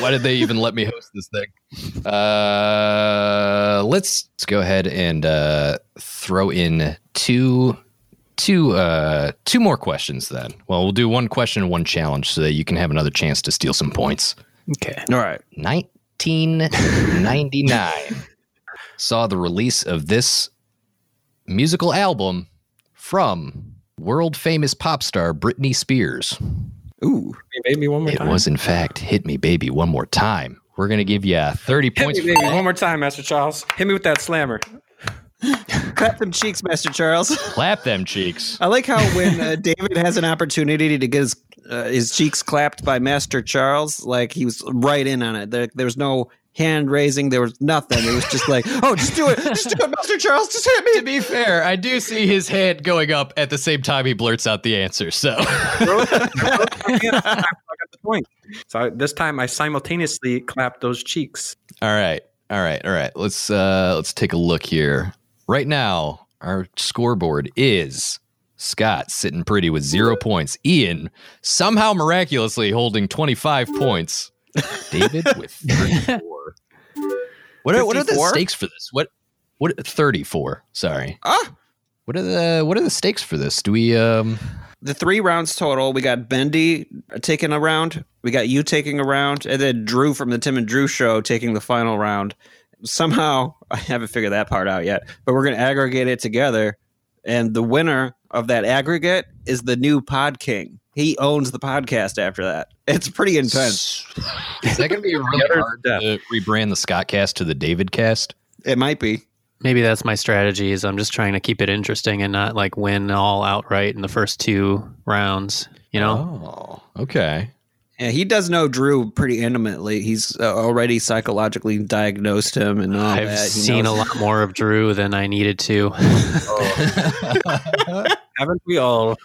Speaker 15: Why did they even let me host this thing? Uh, let's, let's go ahead and uh, throw in two, two, uh, two more questions then. Well, we'll do one question and one challenge so that you can have another chance to steal some points.
Speaker 5: Okay.
Speaker 3: All right.
Speaker 15: 1999 saw the release of this musical album from world famous pop star Britney Spears.
Speaker 3: Ooh.
Speaker 10: Made me one more
Speaker 15: It
Speaker 10: time.
Speaker 15: was, in fact, Hit Me Baby One More Time. We're going to give you 30
Speaker 10: Hit
Speaker 15: points.
Speaker 10: me,
Speaker 15: for
Speaker 10: baby,
Speaker 15: that.
Speaker 10: one more time, Master Charles. Hit me with that slammer.
Speaker 3: Clap them cheeks, Master Charles.
Speaker 15: Clap them cheeks.
Speaker 3: I like how when uh, David has an opportunity to get his uh, his cheeks clapped by Master Charles, like he was right in on it. There, there was no hand raising. There was nothing. It was just like, oh, just do it, just do it, Master Charles, just hit me.
Speaker 15: To be fair, I do see his hand going up at the same time he blurts out the answer. So
Speaker 10: point. So I, this time I simultaneously clapped those cheeks.
Speaker 15: All right. All right. All right. Let's uh let's take a look here. Right now, our scoreboard is Scott sitting pretty with 0 points. Ian somehow miraculously holding 25 points. David with 34. What are, what are the
Speaker 3: 54?
Speaker 15: stakes for this? What what 34, sorry.
Speaker 3: Ah!
Speaker 15: What are the what are the stakes for this? Do we um
Speaker 3: The three rounds total. We got Bendy taking a round. We got you taking a round, and then Drew from the Tim and Drew show taking the final round. Somehow, I haven't figured that part out yet, but we're going to aggregate it together. And the winner of that aggregate is the new Pod King. He owns the podcast after that. It's pretty intense.
Speaker 15: Is that going to be really hard to rebrand the Scott cast to the David cast?
Speaker 3: It might be.
Speaker 5: Maybe that's my strategy. Is I'm just trying to keep it interesting and not like win all outright in the first two rounds. You know.
Speaker 15: Oh, okay.
Speaker 3: Yeah, he does know Drew pretty intimately. He's uh, already psychologically diagnosed him and all
Speaker 6: Oh,
Speaker 5: I've
Speaker 3: that. He
Speaker 5: seen a
Speaker 3: knows-
Speaker 5: lot more of Drew than I needed to.
Speaker 10: Haven't we all?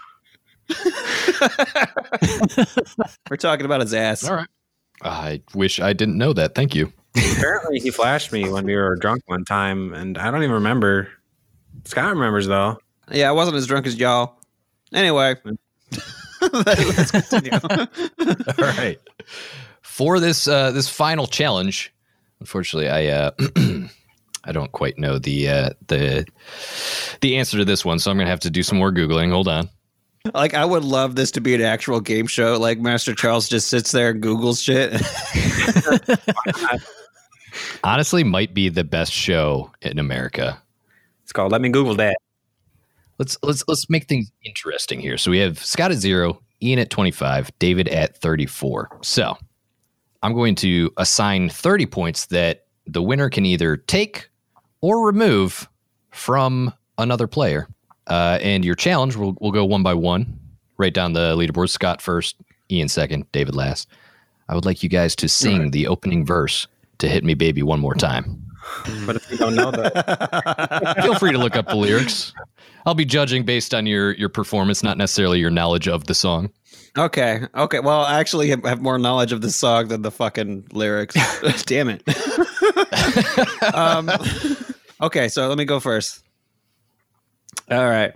Speaker 3: We're talking about his ass.
Speaker 15: All right. I wish I didn't know that. Thank you.
Speaker 10: Apparently, he flashed me when we were drunk one time, and I don't even remember. Scott remembers though.
Speaker 3: Yeah, I wasn't as drunk as y'all. Anyway, let's continue.
Speaker 15: All right. For this uh, this final challenge, unfortunately, I uh, I don't quite know the uh, the the answer to this one, so I'm gonna have to do some more googling. Hold on.
Speaker 3: Like, I would love this to be an actual game show. Like, Master Charles just sits there and Googles shit.
Speaker 15: Honestly, might be the best show in America.
Speaker 10: It's called Let Me Google That.
Speaker 15: Let's let's let's make things interesting here. So we have Scott at zero, Ian at twenty five, David at thirty four. So I'm going to assign thirty points that the winner can either take or remove from another player. Uh, and your challenge will will go one by one, right down the leaderboard. Scott first, Ian second, David last. I would like you guys to sing the opening verse to "Hit Me, Baby" one more time.
Speaker 10: But if you don't know that,
Speaker 15: Feel free to look up the lyrics. I'll be judging based on your your performance, not necessarily your knowledge of the song.
Speaker 3: okay. Okay. Well, I actually have- have more knowledge of the song than the fucking lyrics. Damn it. um, okay. So let me go first. All right.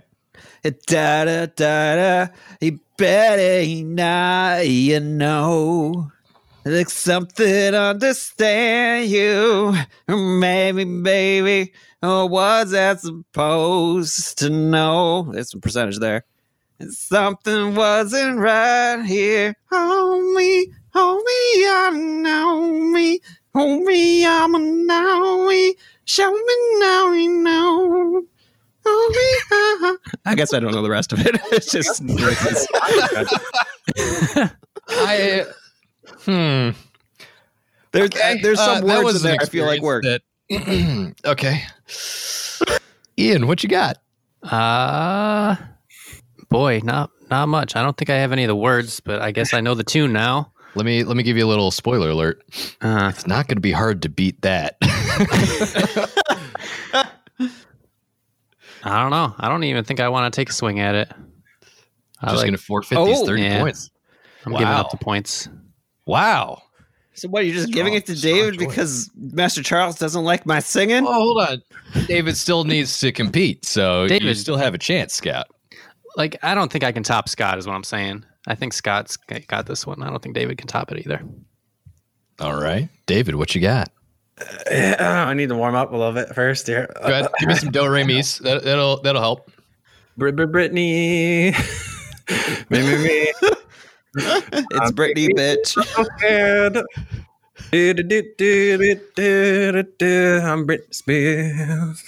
Speaker 3: Da da da da. You better not, you know. Like something understand you. Maybe, baby. Oh, was that supposed to know? There's some percentage there. And something wasn't right here. Homie, homie, I know me. Homie, I'm a nowie. Show me now you know. Homie, I- I guess I don't know the rest of it. It's just noises.
Speaker 15: I hmm. Uh,
Speaker 3: There's uh, there's some
Speaker 15: that
Speaker 3: words
Speaker 15: was
Speaker 3: in there
Speaker 15: an
Speaker 3: I feel like work.
Speaker 15: experience that- okay. Ian, what you got?
Speaker 5: Uh boy, not not much. I don't think I have any of the words, but I guess I know the tune now.
Speaker 15: Let me let me give you a little spoiler alert.
Speaker 5: Uh,
Speaker 15: It's not going to be hard to beat that.
Speaker 5: I don't know. I don't even think I want to take a swing at it. I
Speaker 15: Just
Speaker 5: like-
Speaker 15: going to forfeit these
Speaker 3: Oh,
Speaker 15: thirty
Speaker 5: yeah.
Speaker 15: points.
Speaker 5: I'm giving
Speaker 15: Wow.
Speaker 5: up the points.
Speaker 15: Wow.
Speaker 3: So what? You're just giving it to David because Master Charles doesn't like my singing?
Speaker 15: Oh, hold on. David still needs to compete, so you
Speaker 5: David.
Speaker 15: still have a chance, Scout.
Speaker 5: Like I don't think I can top Scott is what I'm saying. I think Scott's g- got this one. I don't think David can top it either.
Speaker 15: All right, David, what you got?
Speaker 10: I need to warm up a little bit first here. Uh,
Speaker 15: Go ahead, give me some do re mi's. That, that'll that'll help.
Speaker 10: Br- Br- Brittany, me me me.
Speaker 3: It's
Speaker 15: um,
Speaker 3: Brittany, bitch.
Speaker 10: so scared. Do-do-do-do-do-do-do. I'm Britney Spears.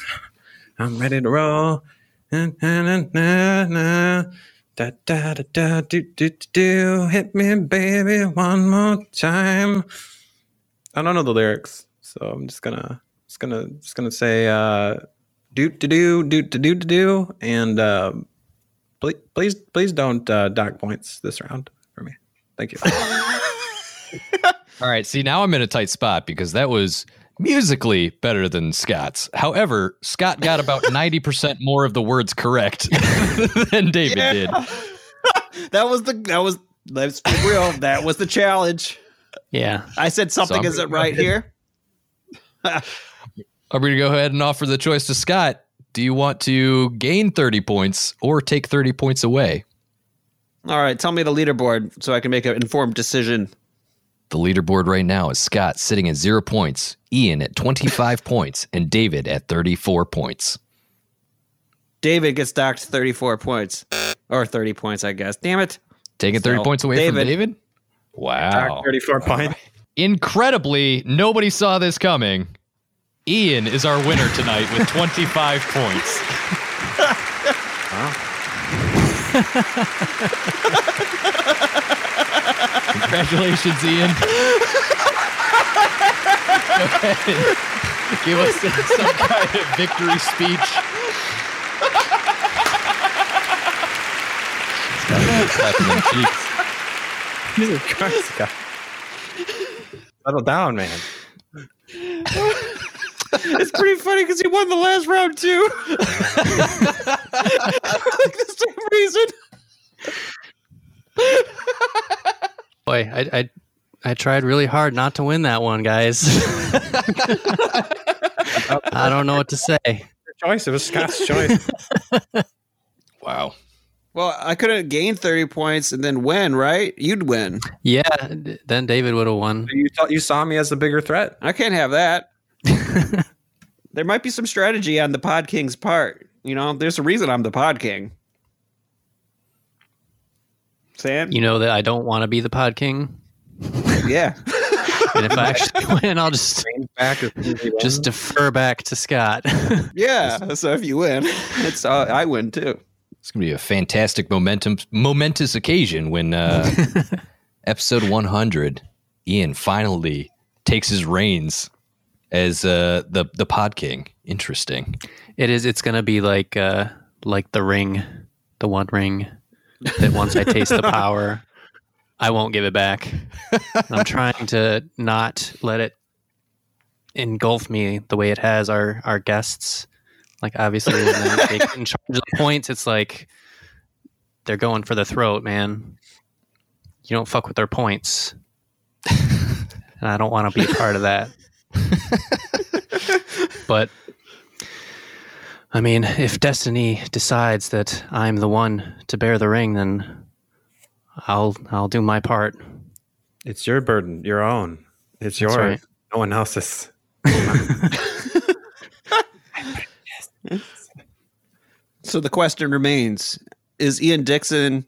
Speaker 10: I'm ready to roll. Na, na, na, na, na. Da, da, da, da, do, do, do, do. Hit me, baby, one more time. I don't know the lyrics, so I'm just gonna, just gonna, just gonna say, uh, do to do do to do to do, and uh, please please please don't uh, dock points this round for me. Thank you.
Speaker 15: All right. See, now I'm in a tight spot because that was musically better than Scott's. However, Scott got about 90% more of the words correct than David did.
Speaker 3: That was the that was let's be real. That was the challenge.
Speaker 1: Yeah.
Speaker 3: I said
Speaker 15: So I'm
Speaker 3: something
Speaker 15: gonna
Speaker 3: isn't
Speaker 15: go
Speaker 3: right
Speaker 15: ahead.
Speaker 3: here.
Speaker 15: Are we going to go ahead and offer the choice to Scott? Do you want to gain 30 points or take 30 points away?
Speaker 3: All right, tell me the leaderboard so I can make an informed decision.
Speaker 15: The leaderboard right now is Scott sitting at zero points, Ian at 25 points, and David at 34 points.
Speaker 3: David gets docked 34 points or 30 points, I guess. Damn it.
Speaker 15: Taking 30
Speaker 3: So,
Speaker 15: points away from David? Wow.
Speaker 10: 34 points.
Speaker 15: Incredibly, nobody saw this coming. Ian is our winner tonight with 25 points. Congratulations, Ian. Go ahead. Give us some kind of victory speech. Clapping them cheeks.
Speaker 10: Jesus Christ, Scott. Settle down, man.
Speaker 3: it's pretty funny because he won the last round too. like the same reason.
Speaker 5: Boy, I, I I tried really hard not to win that one, guys. I don't know what to say.
Speaker 10: Choice. It was Scott's choice.
Speaker 15: wow.
Speaker 3: Well, I could have gained 30 points and then win, right? You'd win.
Speaker 5: Yeah, then David would have won.
Speaker 10: You thought you saw me as the bigger threat.
Speaker 3: I can't have that. there might be some strategy on the Pod King's part. You know, there's a reason I'm the Pod King. Sam?
Speaker 5: You know that I don't want to be the pod king,
Speaker 3: Yeah.
Speaker 5: and if I actually win, I'll just
Speaker 10: back
Speaker 5: just defer back to Scott.
Speaker 3: Yeah. So if you win, it's uh, I win too.
Speaker 15: It's going to be a fantastic momentum momentous occasion when uh, episode 100 Ian finally takes his reins as uh, the the pod king. Interesting.
Speaker 5: It is. It's gonna be like uh like the ring, the one ring that once I taste the power, I won't give it back. I'm trying to not let it engulf me the way it has our our guests. Like obviously, when they're taking charge of the points, it's like they're going for the throat, man. You don't fuck with their points, and I don't want to be a part of that. but I mean, if destiny decides that I'm the one to bear the ring, then I'll I'll do my part.
Speaker 10: It's your burden, your own. It's
Speaker 5: That's
Speaker 10: yours.
Speaker 5: right.
Speaker 10: No one else's.
Speaker 3: So the question remains: Is Ian Dixon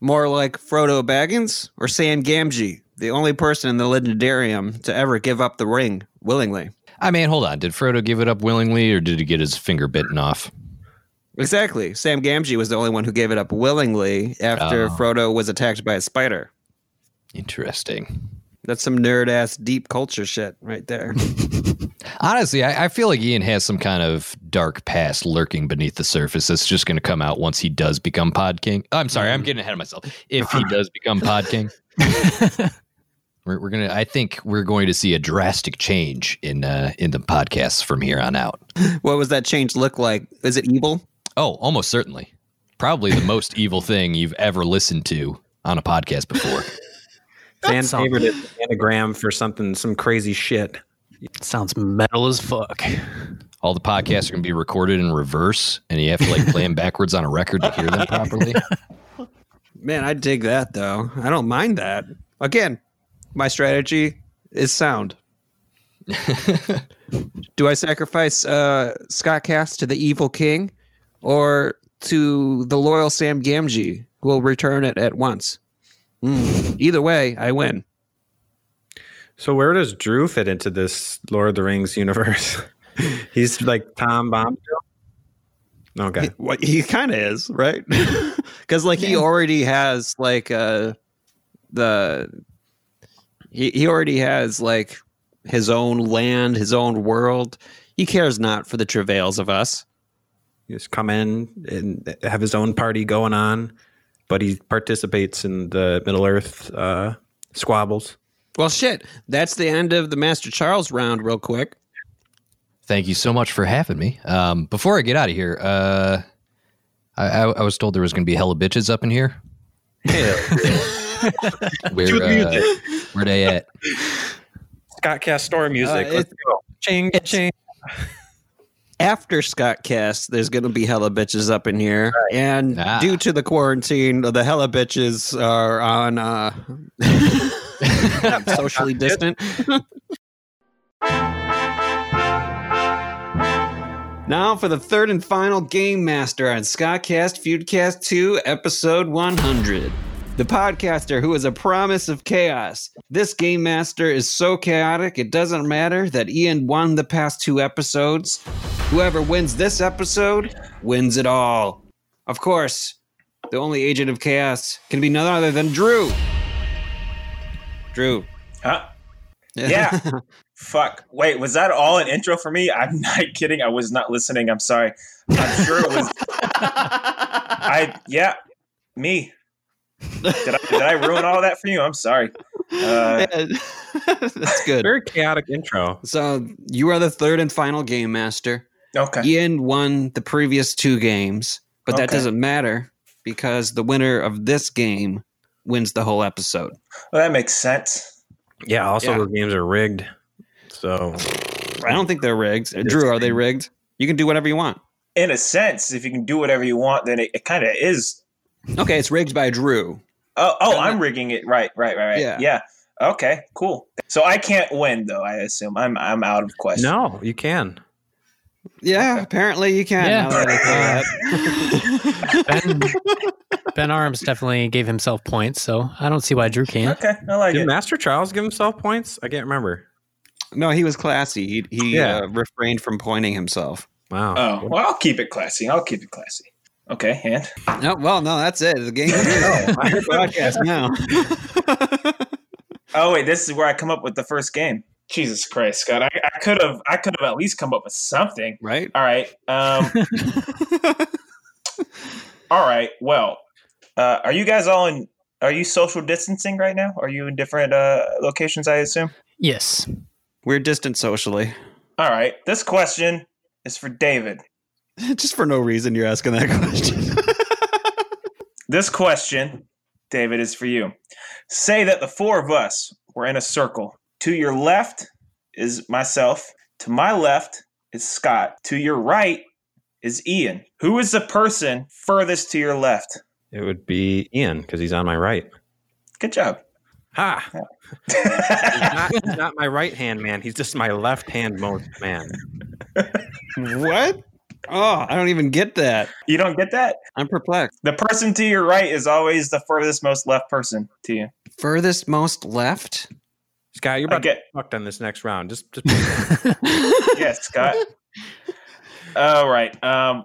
Speaker 3: more like Frodo Baggins or Sam Gamgee, the only person in the legendarium to ever give up the ring willingly?
Speaker 15: I mean, hold on. Did Frodo give it up willingly or did he get his finger bitten off?
Speaker 3: Exactly. Sam Gamgee was the only one who gave it up willingly after
Speaker 15: Oh.
Speaker 3: Frodo was attacked by a spider.
Speaker 15: Interesting.
Speaker 3: That's some nerd ass deep culture shit right there.
Speaker 15: Honestly, I, I feel like Ian has some kind of dark past lurking beneath the surface that's just going to come out once he does become Pod King. Oh, I'm sorry, I'm getting ahead of myself. If he does become Pod King, we're, we're gonna. I think we're going to see a drastic change in uh, in the podcasts from here on out.
Speaker 3: what was that change look like? Is it evil?
Speaker 15: Oh, almost certainly. Probably the most evil thing you've ever listened to on a podcast before.
Speaker 10: Fan favorite is an anagram for something, some crazy shit.
Speaker 5: Sounds metal as fuck.
Speaker 15: All the podcasts are going to be recorded in reverse, and you have to like play them backwards on a record to hear them properly.
Speaker 3: Man, I dig that though. I don't mind that. Again, my strategy is sound. Do I sacrifice uh, Scott Cass to the evil king or to the loyal Sam Gamgee who will return it at once? Mm, Either way, I win.
Speaker 10: So where does Drew fit into this Lord of the Rings universe? He's like Tom Bombadil. Okay.
Speaker 3: What he kind of is, right? Because like he already has like uh the he he already has like his own land, his own world. He cares not for the travails of us.
Speaker 10: He's come in and have his own party going on, but he participates in the Middle Earth uh, squabbles.
Speaker 3: Well, shit. That's the end of the Master Charles round, real quick.
Speaker 15: Thank you so much for having me. Um, before I get out of here, uh, I, I, I was told there was going to be hella bitches up in here. where,
Speaker 10: Dude,
Speaker 15: uh,
Speaker 10: music.
Speaker 15: where they at?
Speaker 10: Scott Cast store music.
Speaker 3: Uh,
Speaker 10: Let's
Speaker 3: it's-
Speaker 10: go. Ching ching.
Speaker 3: After Scott Cast, there's going to be hella bitches up in here. And due to the quarantine, the hella bitches are on uh, socially distant. now for the third and final Game Master on Scottcast Feudcast 2, episode 100. The podcaster who is a promise of chaos. This Game Master is so chaotic, it doesn't matter that Ian won the past two episodes. Whoever wins this episode wins it all. Of course, the only agent of chaos can be none other than Drew. Drew.
Speaker 4: Huh? Yeah. Fuck. Wait, was that all an intro for me? I'm not kidding. I was not listening. I'm sorry. I'm sure it was. I yeah, me. Did I, did I ruin all that for you? I'm sorry. Uh,
Speaker 3: That's good.
Speaker 10: Very chaotic intro.
Speaker 3: So you are the third and final game master.
Speaker 4: Okay.
Speaker 3: Ian won the previous two games, but that
Speaker 4: Okay.
Speaker 3: doesn't matter because the winner of this game wins the whole episode.
Speaker 4: well, that makes sense.
Speaker 10: Yeah. Also,
Speaker 3: Yeah.
Speaker 10: those games are rigged. So
Speaker 3: I don't think they're rigged. Drew, are they rigged? You can do whatever you want.
Speaker 4: In a sense, if you can do whatever you want, then it, it kind of is.
Speaker 3: Okay, it's rigged by Drew.
Speaker 4: Oh, oh, I'm rigging it. Right, right, right, right.
Speaker 3: Yeah.
Speaker 4: Yeah. Okay. Cool. So I can't win though. I assume I'm I'm out of question.
Speaker 10: No, you can.
Speaker 3: Yeah, apparently you can.
Speaker 5: Yeah.
Speaker 3: now that I thought.
Speaker 5: Ben, ben Arms definitely gave himself points, so I don't see why Drew can't.
Speaker 4: Okay, I like
Speaker 10: Did Master Charles give himself points? I can't remember.
Speaker 3: No, he was classy. He, he
Speaker 10: Yeah.
Speaker 3: uh, refrained from pointing himself.
Speaker 10: Wow.
Speaker 4: Oh well, I'll keep it classy. I'll keep it classy. Okay, and
Speaker 3: No, well, no, that's it. The game. podcast now.
Speaker 4: Oh wait, this is where I come up with the first game. Jesus Christ, Scott! I, I could have, I could have at least come up with something,
Speaker 3: right?
Speaker 4: All right, um, all right. Well, uh, are you guys all in? Are you social distancing right now? Are you in different uh, locations? I assume.
Speaker 5: Yes.
Speaker 3: We're distant socially.
Speaker 4: All right. This question is for David.
Speaker 3: Just for no reason, you're asking that question.
Speaker 4: This question, David, is for you. Say that the four of us were in a circle. To your left is myself. To my left is Scott. To your right is Ian. Who is the person furthest to your left?
Speaker 10: It would be Ian because he's on my right.
Speaker 4: Good job.
Speaker 10: Ha! he's, not, he's not my right hand man. He's just my left hand most man.
Speaker 3: what? Oh, I don't even get that.
Speaker 4: You don't get that?
Speaker 3: I'm perplexed.
Speaker 4: The person to your right is always the furthest most left person to you.
Speaker 3: Furthest most left?
Speaker 10: Scott, you're about
Speaker 4: Okay.
Speaker 10: to get fucked on this next round. Just, just
Speaker 4: yes, Scott. All right. Um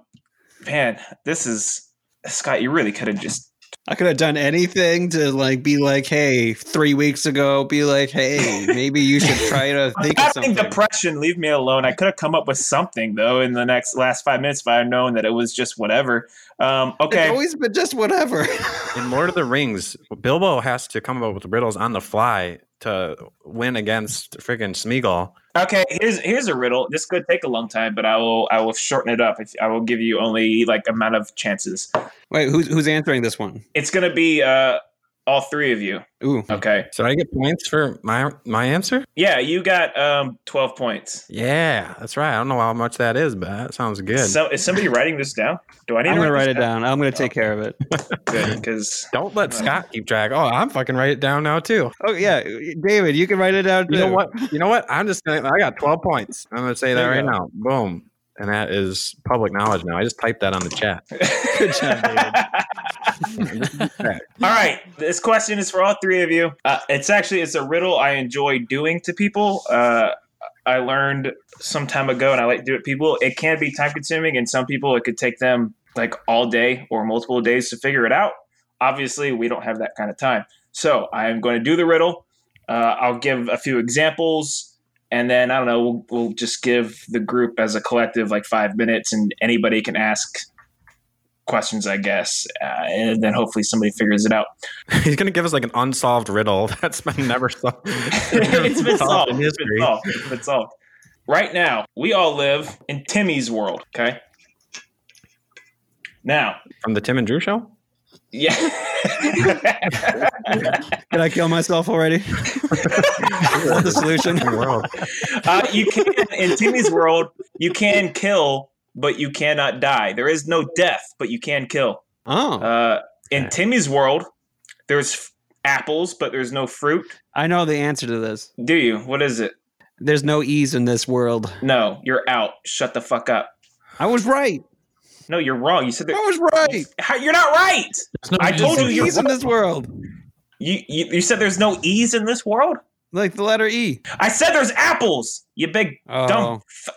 Speaker 4: man, this is Scott, you really could have just
Speaker 3: I could have done anything to like be like, hey, three weeks ago, be like, hey, maybe you should try to
Speaker 4: I'm
Speaker 3: think of
Speaker 4: having
Speaker 3: something.
Speaker 4: depression. Leave me alone. I could have come up with something though in the next last five minutes if I had known that it was just whatever. Um, okay,
Speaker 3: It's always been just whatever.
Speaker 10: in Lord of the Rings, Bilbo has to come up with riddles on the fly to win against freaking Smeagol.
Speaker 4: okay. Here's here's a riddle. This could take a long time, but I will I will shorten it up. If, I will give you only like amount of chances.
Speaker 3: Wait, who's who's answering this one?
Speaker 4: It's gonna be uh all three of you.
Speaker 3: Ooh.
Speaker 4: Okay.
Speaker 10: So I get points for my my answer?
Speaker 4: Yeah, you got um twelve points.
Speaker 10: Yeah, that's right. I don't know how much that is, but that sounds good.
Speaker 4: So is somebody writing this down? Do I need
Speaker 10: I'm
Speaker 4: to
Speaker 10: gonna
Speaker 4: write
Speaker 10: write it
Speaker 3: down? I'm gonna take care of it.
Speaker 4: Good, because
Speaker 10: don't let Scott keep track. Oh, I'm fucking write it down now too.
Speaker 3: Oh yeah, David, you can write it down.
Speaker 10: You know
Speaker 3: too.
Speaker 10: what? You know what? I'm just gonna. I got 12 points. I'm gonna say that
Speaker 3: There you
Speaker 10: right now. Boom, and that is public knowledge now. I just typed that on the chat.
Speaker 4: All right, this question is for all three of you. Uh, it's actually it's a riddle I enjoy doing to people. Uh, I learned some time ago, and I like to do it. to People, it can be time consuming, and some people it could take them like all day or multiple days to figure it out. Obviously, we don't have that kind of time. So I am going to do the riddle. Uh, I'll give a few examples. and then I don't know. We'll, we'll just give the group as a collective like five minutes, and anybody can ask questions, I guess, uh, and then hopefully somebody figures it out.
Speaker 10: He's gonna give us like an unsolved riddle that's been never solved.
Speaker 4: it's been solved. It's been solved. It's been solved. Right now, we all live in Timmy's world. Okay. Now,
Speaker 10: from the Tim and Drew show.
Speaker 4: yeah.
Speaker 3: Can I kill myself already? Is that the solution?
Speaker 4: uh, you can in Timmy's world, you can kill, but you cannot die. There is no death, but you can kill.
Speaker 3: Oh,
Speaker 4: Uh, in Timmy's world, there's f- apples, but there's no fruit.
Speaker 3: I know the answer to this.
Speaker 4: Do you? What is it?
Speaker 3: There's no ease in this world.
Speaker 4: No, you're out. Shut the fuck up.
Speaker 3: I was right.
Speaker 4: No, you're wrong. You said that.
Speaker 3: I was right.
Speaker 4: How, you're not right.
Speaker 3: no
Speaker 4: I told you you're
Speaker 3: ease in
Speaker 4: wrong.
Speaker 3: this world.
Speaker 4: You, you you said there's no ease in this world.
Speaker 3: Like the letter E.
Speaker 4: I said there's apples. You big
Speaker 3: Oh.
Speaker 4: dumb.
Speaker 3: Oh,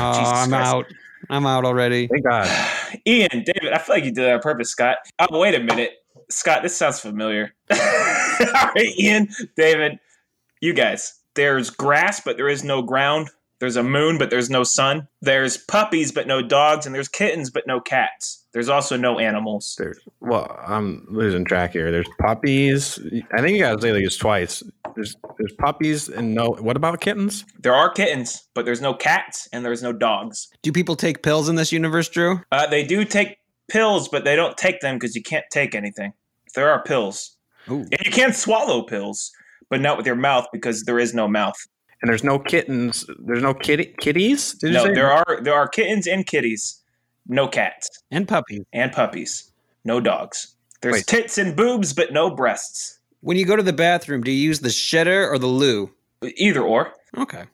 Speaker 3: I'm
Speaker 4: Christ.
Speaker 3: out. I'm out already.
Speaker 10: Thank God.
Speaker 4: Ian, David, I feel like you did that on purpose, Scott. Oh, wait a minute, Scott. This sounds familiar. All right, Ian, David, you guys. There's grass, but there is no ground. There's a moon, but there's no sun. There's puppies, but no dogs, and there's kittens, but no cats. There's also no animals.
Speaker 10: Well, I'm losing track here. There's puppies. I think you gotta say these twice. There's there's puppies and no. What about kittens?
Speaker 4: There are kittens, but there's no cats and there's no dogs.
Speaker 3: Do people take pills in this universe, Drew?
Speaker 4: Uh, they do take pills, but they don't take them because you can't take anything. There are pills. And you can swallow pills, but not with your mouth because there is no mouth.
Speaker 10: And there's no kittens. There's no kitty kitties. Did you
Speaker 4: no,
Speaker 10: say?
Speaker 4: there are there are kittens and kitties, no cats
Speaker 3: and puppies
Speaker 4: and puppies, no dogs. There's
Speaker 3: Wait.
Speaker 4: tits and boobs, but no breasts.
Speaker 3: When you go to the bathroom, do you use the shitter or the loo?
Speaker 4: Either or.
Speaker 3: Okay.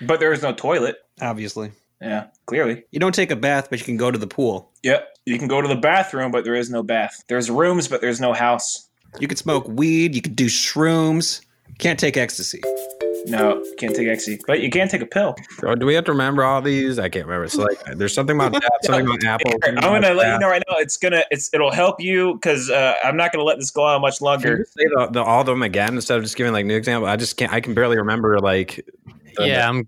Speaker 4: But there is no toilet.
Speaker 3: Obviously.
Speaker 4: Yeah, clearly.
Speaker 3: You don't take a bath, but you can go to the pool.
Speaker 4: Yep. You can go to the bathroom, but there is no bath. There's rooms, but there's no house.
Speaker 3: You could smoke weed. You could do shrooms. Can't take ecstasy.
Speaker 4: No, can't take ecstasy, but you can take a pill.
Speaker 10: Oh, do we have to remember all these? I can't remember. So like, there's something about that. Something about apples.
Speaker 4: I'm gonna let you know right now. It's gonna it's it'll help you because uh, I'm not gonna let this go on much
Speaker 10: Can you
Speaker 4: longer.
Speaker 10: just say the, the, all of them again instead of just giving like new example? I just can't. I can barely remember like. the-
Speaker 4: I'm.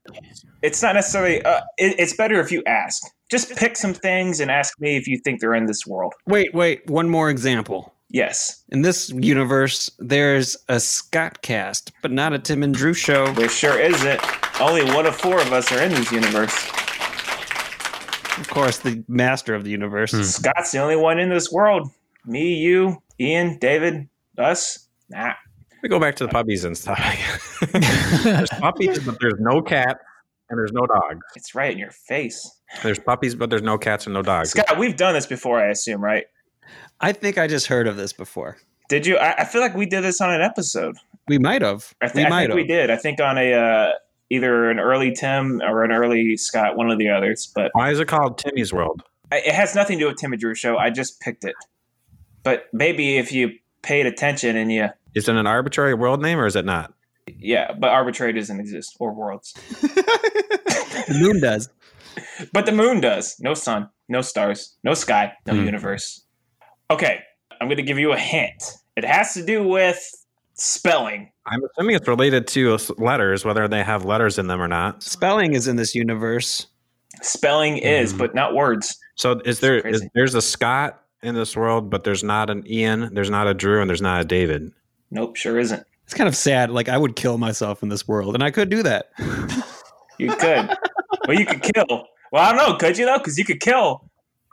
Speaker 4: It's not necessarily. Uh, it, it's better if you ask. Just pick some things and ask me if you think they're in this world.
Speaker 3: Wait, wait. One more example.
Speaker 4: Yes.
Speaker 3: In this universe, there's a Scottcast, but not a Tim and Drew show.
Speaker 4: There sure isn't. Only one of four of us are in this universe.
Speaker 3: Of course, the master of the universe.
Speaker 6: Hmm.
Speaker 4: Hmm. Scott's the only one in this world. Me, you, Ian, David, us. Nah.
Speaker 10: We go back to the puppies and stuff. there's puppies, but there's no cat and there's no dogs.
Speaker 4: It's right in your face.
Speaker 10: There's puppies, but there's no cats and no dogs.
Speaker 4: Scott, we've done this before, I assume, right?
Speaker 3: I think I just heard of this before.
Speaker 4: Did you? I, I feel like we did this on an episode.
Speaker 3: We might have.
Speaker 4: I, th-
Speaker 3: we
Speaker 4: I
Speaker 3: might
Speaker 4: think
Speaker 3: have.
Speaker 4: we did. I think on a uh, either an early Tim or an early Scott, one of the others. But
Speaker 10: Why is it called Timmy's World?
Speaker 4: I, it has nothing to do with Tim and Drew show. I just picked it. But maybe if you paid attention and you,
Speaker 10: Is it an arbitrary world name or is it not?
Speaker 4: yeah. But arbitrary doesn't exist or worlds.
Speaker 3: The moon does.
Speaker 4: But the moon does. No sun, no stars, no sky, no
Speaker 3: Hmm.
Speaker 4: universe. Okay, I'm going to give you a hint. It has to do with spelling.
Speaker 10: I'm assuming it's related to s- letters, whether they have letters in them or not.
Speaker 3: Spelling is in this universe.
Speaker 4: Spelling
Speaker 3: Hmm.
Speaker 4: is, but not words.
Speaker 10: So is there is there's a Scott in this world, but there's not an Ian, there's not a Drew, and there's not a David.
Speaker 4: Nope, sure isn't.
Speaker 3: It's kind of sad. Like I would kill myself in this world, and I could do that.
Speaker 4: You could. well, you could kill. Well, I don't know. Could you though? Because you could kill,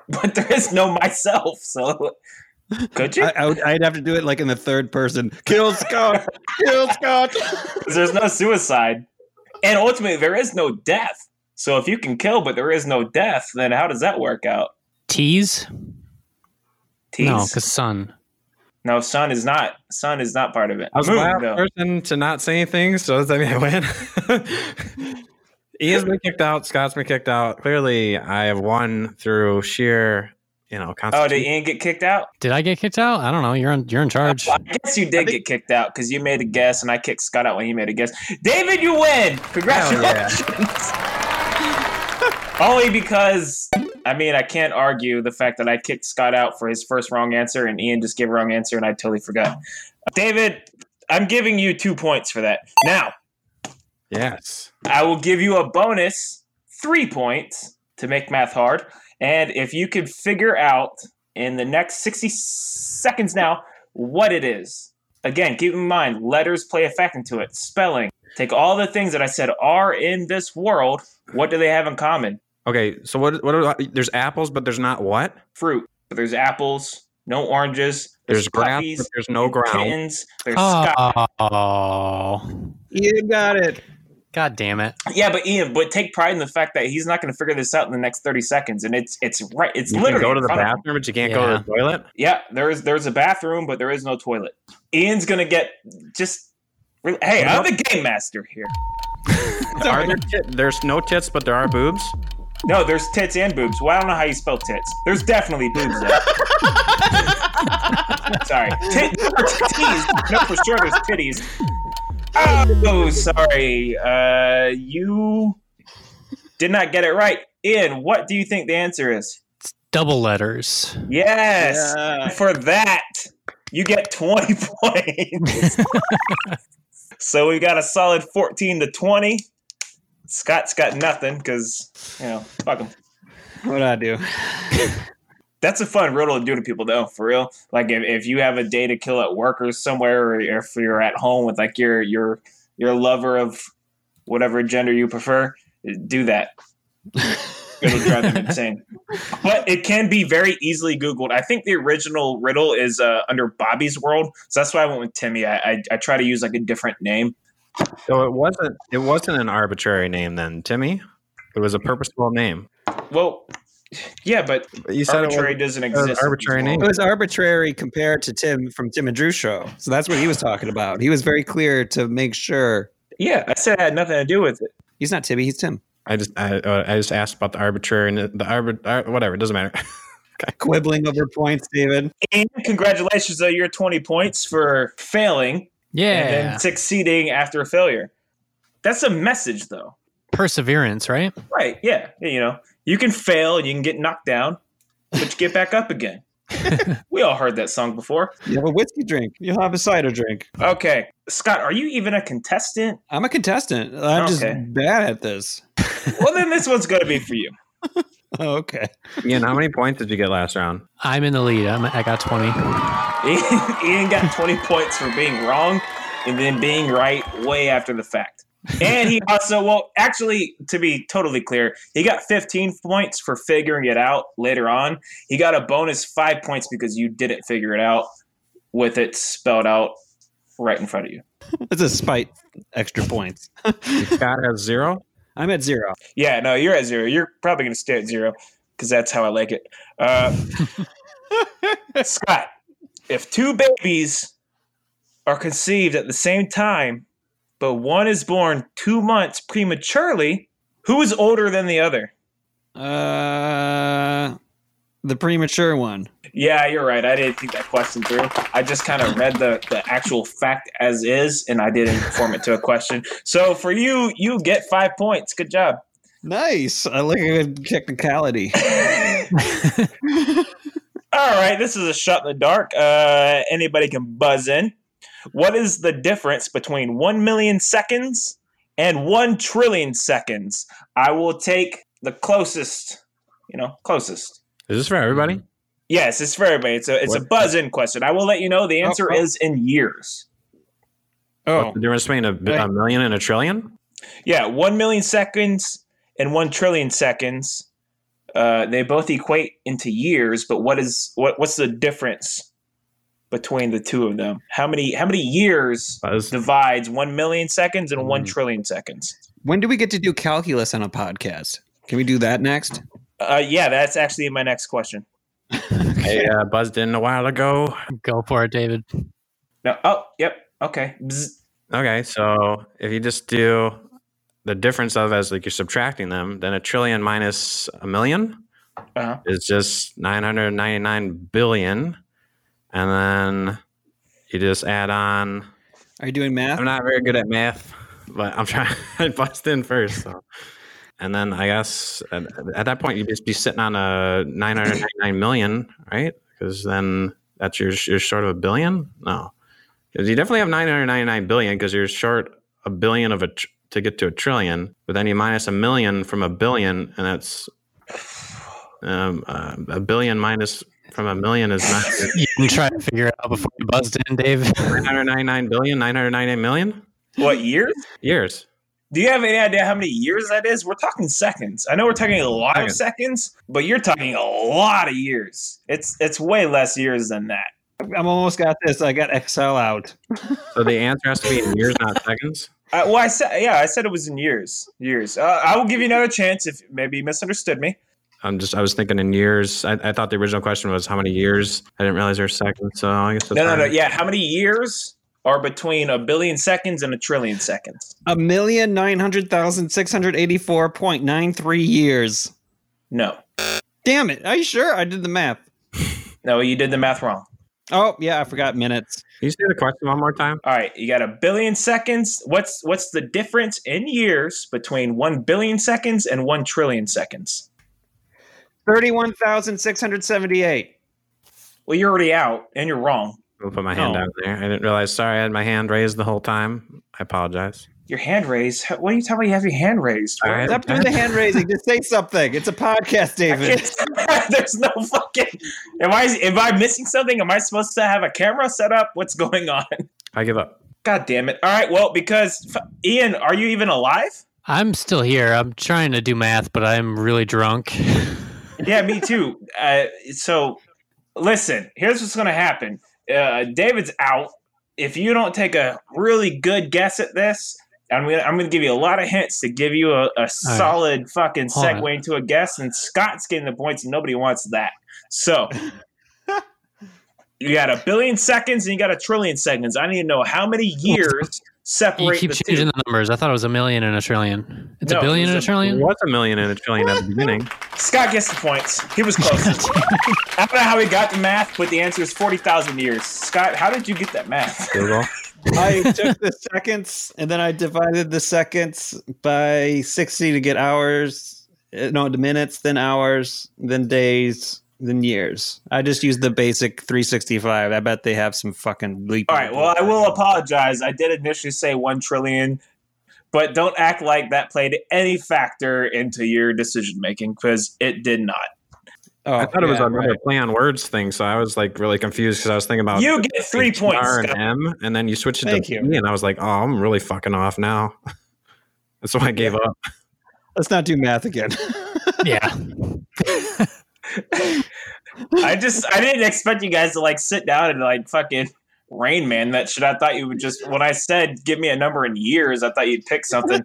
Speaker 4: but there is no myself. So could you?
Speaker 3: I, I would, I'd have to do it like in the third person. Kill Scott. kill Scott.
Speaker 4: 'Cause there's no suicide, and ultimately there is no death. So if you can kill, but there is no death, then how does that work out?
Speaker 5: Tease?
Speaker 4: Tease.
Speaker 5: No,
Speaker 4: No,
Speaker 5: because sun.
Speaker 4: sun is not. Sun is not part of it.
Speaker 10: I was the
Speaker 4: Moon,
Speaker 10: last
Speaker 4: though.
Speaker 10: person to not say anything, so does that mean I win? Ian's been kicked out. Scott's been kicked out. Clearly, I have won through sheer, you know,
Speaker 4: Oh, did
Speaker 10: constitution.
Speaker 4: Ian get kicked out?
Speaker 5: Did I get kicked out? I don't know. You're in, you're in charge.
Speaker 4: I guess you did get kicked out because you made a guess, and I kicked Scott out when he made a guess. David, you win! Congratulations! Only because, I mean, I can't argue the fact that I kicked Scott out for his first wrong answer, and Ian just gave a wrong answer, and I totally forgot. David, I'm giving you two points for that. Now,
Speaker 10: Yes.
Speaker 4: I will give you a bonus three points to make math hard. And if you can figure out in the next 60 seconds now what it is, again, keep in mind letters play a factor into it, spelling. Take all the things that I said are in this world. What do they have in common?
Speaker 10: Okay, so what? What are there's apples, but there's not what?
Speaker 4: Fruit. There's apples, no oranges.
Speaker 10: There's grass,
Speaker 4: puppies,
Speaker 10: but there's no ground.
Speaker 4: Kittens, there's
Speaker 5: Ah.
Speaker 4: sky.
Speaker 1: Oh.
Speaker 3: You got it.
Speaker 1: God damn it.
Speaker 4: Yeah, but Ian, but take pride in the fact that he's not going to figure this out in the next thirty seconds, and it's it's right. It's
Speaker 10: You can
Speaker 4: literally
Speaker 10: go to
Speaker 4: in
Speaker 10: the
Speaker 4: front of him.
Speaker 10: bathroom, but you can't go to the toilet.
Speaker 4: Yeah, there is there's a bathroom, but there is no toilet. Ian's gonna get just. re- Hey, I'm the game master here.
Speaker 10: Are there tit- there's no tits, but there are boobs.
Speaker 4: No, there's tits and boobs. Well, I don't know how you spell tits. There's definitely boobs. Though. sorry, Tit- or titties. No, for sure there's titties. Oh, sorry. Uh, you did not get it right. Ian, what do you think the answer is?
Speaker 5: Double letters.
Speaker 4: Yes. For that, you get 20 points. so we've got a solid 14 to 20. Scott's got nothing because, you know, fuck him.
Speaker 3: What'd I do?
Speaker 4: That's a fun riddle to do to people, though, for real. Like, if, if you have a day to kill at work or somewhere, or if you're at home with like your your your lover of whatever gender you prefer, do that. It'll drive them insane. But it can be very easily Googled. I think the original riddle is uh, under Bobby's World, so that's why I went with Timmy. I, I I try to use like a different name.
Speaker 10: So it wasn't. It wasn't an arbitrary name then, Timmy. It was a purposeful name.
Speaker 4: Well, yeah, but
Speaker 10: you said it
Speaker 4: arbitrary
Speaker 10: wasn't-
Speaker 4: doesn't
Speaker 10: it was
Speaker 4: exist. in
Speaker 10: arbitrary
Speaker 4: these
Speaker 10: name.
Speaker 3: It was arbitrary compared to Tim from Tim and Drew show. So that's what he was talking about. He was very clear to make sure.
Speaker 4: Yeah, I said it had nothing to do with it.
Speaker 3: He's not Timmy. He's Tim.
Speaker 10: I just I, uh, I just asked about the arbitrary and the arbit ar- whatever. It doesn't matter.
Speaker 3: Quibbling over points, David.
Speaker 4: And congratulations, though, you're 20 points for failing.
Speaker 5: Yeah.
Speaker 4: And then succeeding after a failure. That's a message, though.
Speaker 5: Perseverance, right?
Speaker 4: Right. Yeah. You know, you can fail and you can get knocked down, but you get back up again. we all heard that song before.
Speaker 3: You have a whiskey drink. You'll have a cider drink.
Speaker 4: Okay. Scott, are you even a contestant?
Speaker 3: I'm a contestant. I'm just
Speaker 4: Okay.
Speaker 3: bad at this.
Speaker 4: Well, then this one's going to be for you.
Speaker 3: okay.
Speaker 10: Ian, how many points did you get last round?
Speaker 5: I'm in the lead. I'm, I got 20.
Speaker 4: Ian, Ian got 20 points for being wrong and then being right way after the fact. And he also, well, actually, to be totally clear, he got 15 points for figuring it out later on. He got a bonus five points because you didn't figure it out with it spelled out right in front of you.
Speaker 3: That's a spite extra points.
Speaker 10: Scott has zero.
Speaker 3: I'm at zero.
Speaker 4: Yeah, no, you're at zero. You're probably going to stay at zero because that's how I like it. Uh, Scott, if two babies are conceived at the same time, but one is born two months prematurely, who is older than the other?
Speaker 3: Uh, the premature one.
Speaker 4: Yeah, you're right. I didn't think that question through. I just kind of read the, the actual fact as is, and I didn't form it to a question. So for you, you get five points. Good job.
Speaker 3: Nice. I like a good technicality.
Speaker 4: All right, this is a shot in the dark. Uh, anybody can buzz in. What is the difference between 1 million seconds and 1 trillion seconds? I will take the closest, you know, closest.
Speaker 10: Is this for everybody?
Speaker 4: Yes, it's for everybody. It's a, it's a
Speaker 10: What?
Speaker 4: buzz in question. I will let you know the answer
Speaker 10: oh.
Speaker 4: is in years.
Speaker 10: What's the difference between a, bi- a million and a trillion?
Speaker 4: Yeah, 1 million seconds and 1 trillion seconds. Uh, they both equate into years, but what is what what's the difference between the two of them? How many how many years divides 1 million seconds and 1 trillion seconds?
Speaker 3: when do we get to do calculus on a podcast? Can we do that next?
Speaker 4: Uh, yeah, that's actually my next question.
Speaker 10: I uh, buzzed in a while ago.
Speaker 5: Go for it, David.
Speaker 4: No, oh, yep. Okay. Bzz.
Speaker 10: Okay, so if you just do the difference of as like you're subtracting them, then a trillion minus a million
Speaker 4: Uh-huh.
Speaker 10: is just 999 billion. And then you just add on.
Speaker 3: Are you doing math?
Speaker 10: I'm not very good at math, but I'm trying to bust in first. So. And then I guess at, at that point, you'd just be sitting on a 999 million, right? Because then that's your, you're short of a billion? No. 'Cause You definitely have 999 billion because you're short a billion of a tr- to get to a trillion, but then you minus a million from a billion, and that's um, uh, a billion minus from a million is not.
Speaker 11: You can try to figure it out before you bust in, Dave.
Speaker 10: 999 billion, 998 million?
Speaker 4: What, years?
Speaker 10: Years.
Speaker 4: Do you have any idea how many years that is? We're talking seconds. I know we're talking a lot of
Speaker 10: Seconds.
Speaker 4: seconds, but you're talking a lot of years. It's it's way less years than that.
Speaker 6: I'm almost got this. I got Excel out.
Speaker 10: So the answer has to be in years, not seconds.
Speaker 4: Uh, well, I said yeah, I said it was in years. Years. Uh, I will give you another chance if maybe you misunderstood me.
Speaker 10: I'm just, I was thinking in years. I, I thought the original question was how many years. I didn't realize there's seconds. So I guess that's
Speaker 4: No, no, no.
Speaker 10: fine.
Speaker 4: Yeah, how many years are between a billion seconds and a trillion seconds?
Speaker 6: A million nine hundred thousand six hundred eighty-four point nine three years.
Speaker 4: No.
Speaker 6: Damn it! Are you sure? I did the math.
Speaker 4: No, you did the math wrong.
Speaker 6: Oh yeah, I forgot minutes.
Speaker 10: Can you say the question one more time?
Speaker 4: All right, you got a billion seconds. What's what's the difference in years between one billion seconds and one trillion seconds?
Speaker 6: Thirty-one thousand six hundred seventy-eight.
Speaker 4: Well, you're already out, and you're wrong.
Speaker 10: I'll put my hand
Speaker 4: No.
Speaker 10: down there. I didn't realize. Sorry, I had my hand raised the whole time. I apologize.
Speaker 4: Your hand raised. How- What are you talking about? You have your hand raised.
Speaker 10: All right.
Speaker 6: Stop doing the hand raising. Just say something. It's a podcast, David.
Speaker 4: There's no fucking. Am I am I missing something? Am I supposed to have a camera set up? What's going on?
Speaker 10: I give up.
Speaker 4: God damn it! All right, well, because f- Ian, are you even alive?
Speaker 5: I'm still here. I'm trying to do math, but I'm really drunk.
Speaker 4: yeah, me too. Uh, so, listen, here's what's going to happen. Uh, David's out. If you don't take a really good guess at this, I'm gonna I'm gonna give you a lot of hints to give you a, a solid fucking
Speaker 5: Hold
Speaker 4: segue into a guess. And Scott's getting the points, and nobody wants that. So. You got a billion seconds and you got a trillion seconds. I need to know how many years
Speaker 5: You
Speaker 4: separate
Speaker 5: keep
Speaker 4: the two.
Speaker 5: changing the numbers. I thought it was a million and a trillion. It's
Speaker 4: No,
Speaker 5: a billion
Speaker 4: it was
Speaker 5: and a
Speaker 4: a-
Speaker 5: trillion.
Speaker 10: What's a million and a trillion at the beginning?
Speaker 4: Scott gets the points. He was close. I don't know how he got the math, but the answer is 40,000 years. Scott, how did you get that math?
Speaker 10: Google.
Speaker 6: I took the seconds and then I divided the seconds by 60 to get hours, uh, no, the minutes, then hours, then days, then years. I just used the basic 365. I bet they have some fucking leap.
Speaker 4: All right, well, I will apologize. I did initially say 1 trillion, but don't act like that played any factor into your decision making because it did not.
Speaker 10: I
Speaker 6: Oh,
Speaker 10: thought it was
Speaker 4: yeah,
Speaker 10: another play on words thing, so I was like really confused because I was thinking about
Speaker 4: You get three
Speaker 10: HR
Speaker 4: points,
Speaker 10: and
Speaker 4: Scott.
Speaker 10: M, and then you switched it
Speaker 6: Thank
Speaker 10: to
Speaker 6: you.
Speaker 10: B, and I was like, oh, I'm really fucking off now. That's why I gave up.
Speaker 6: Let's not do math again.
Speaker 5: yeah.
Speaker 4: I just, I didn't expect you guys to like sit down and like fucking Rain Man that shit. I thought you would just, when I said give me a number in years, I thought you'd pick something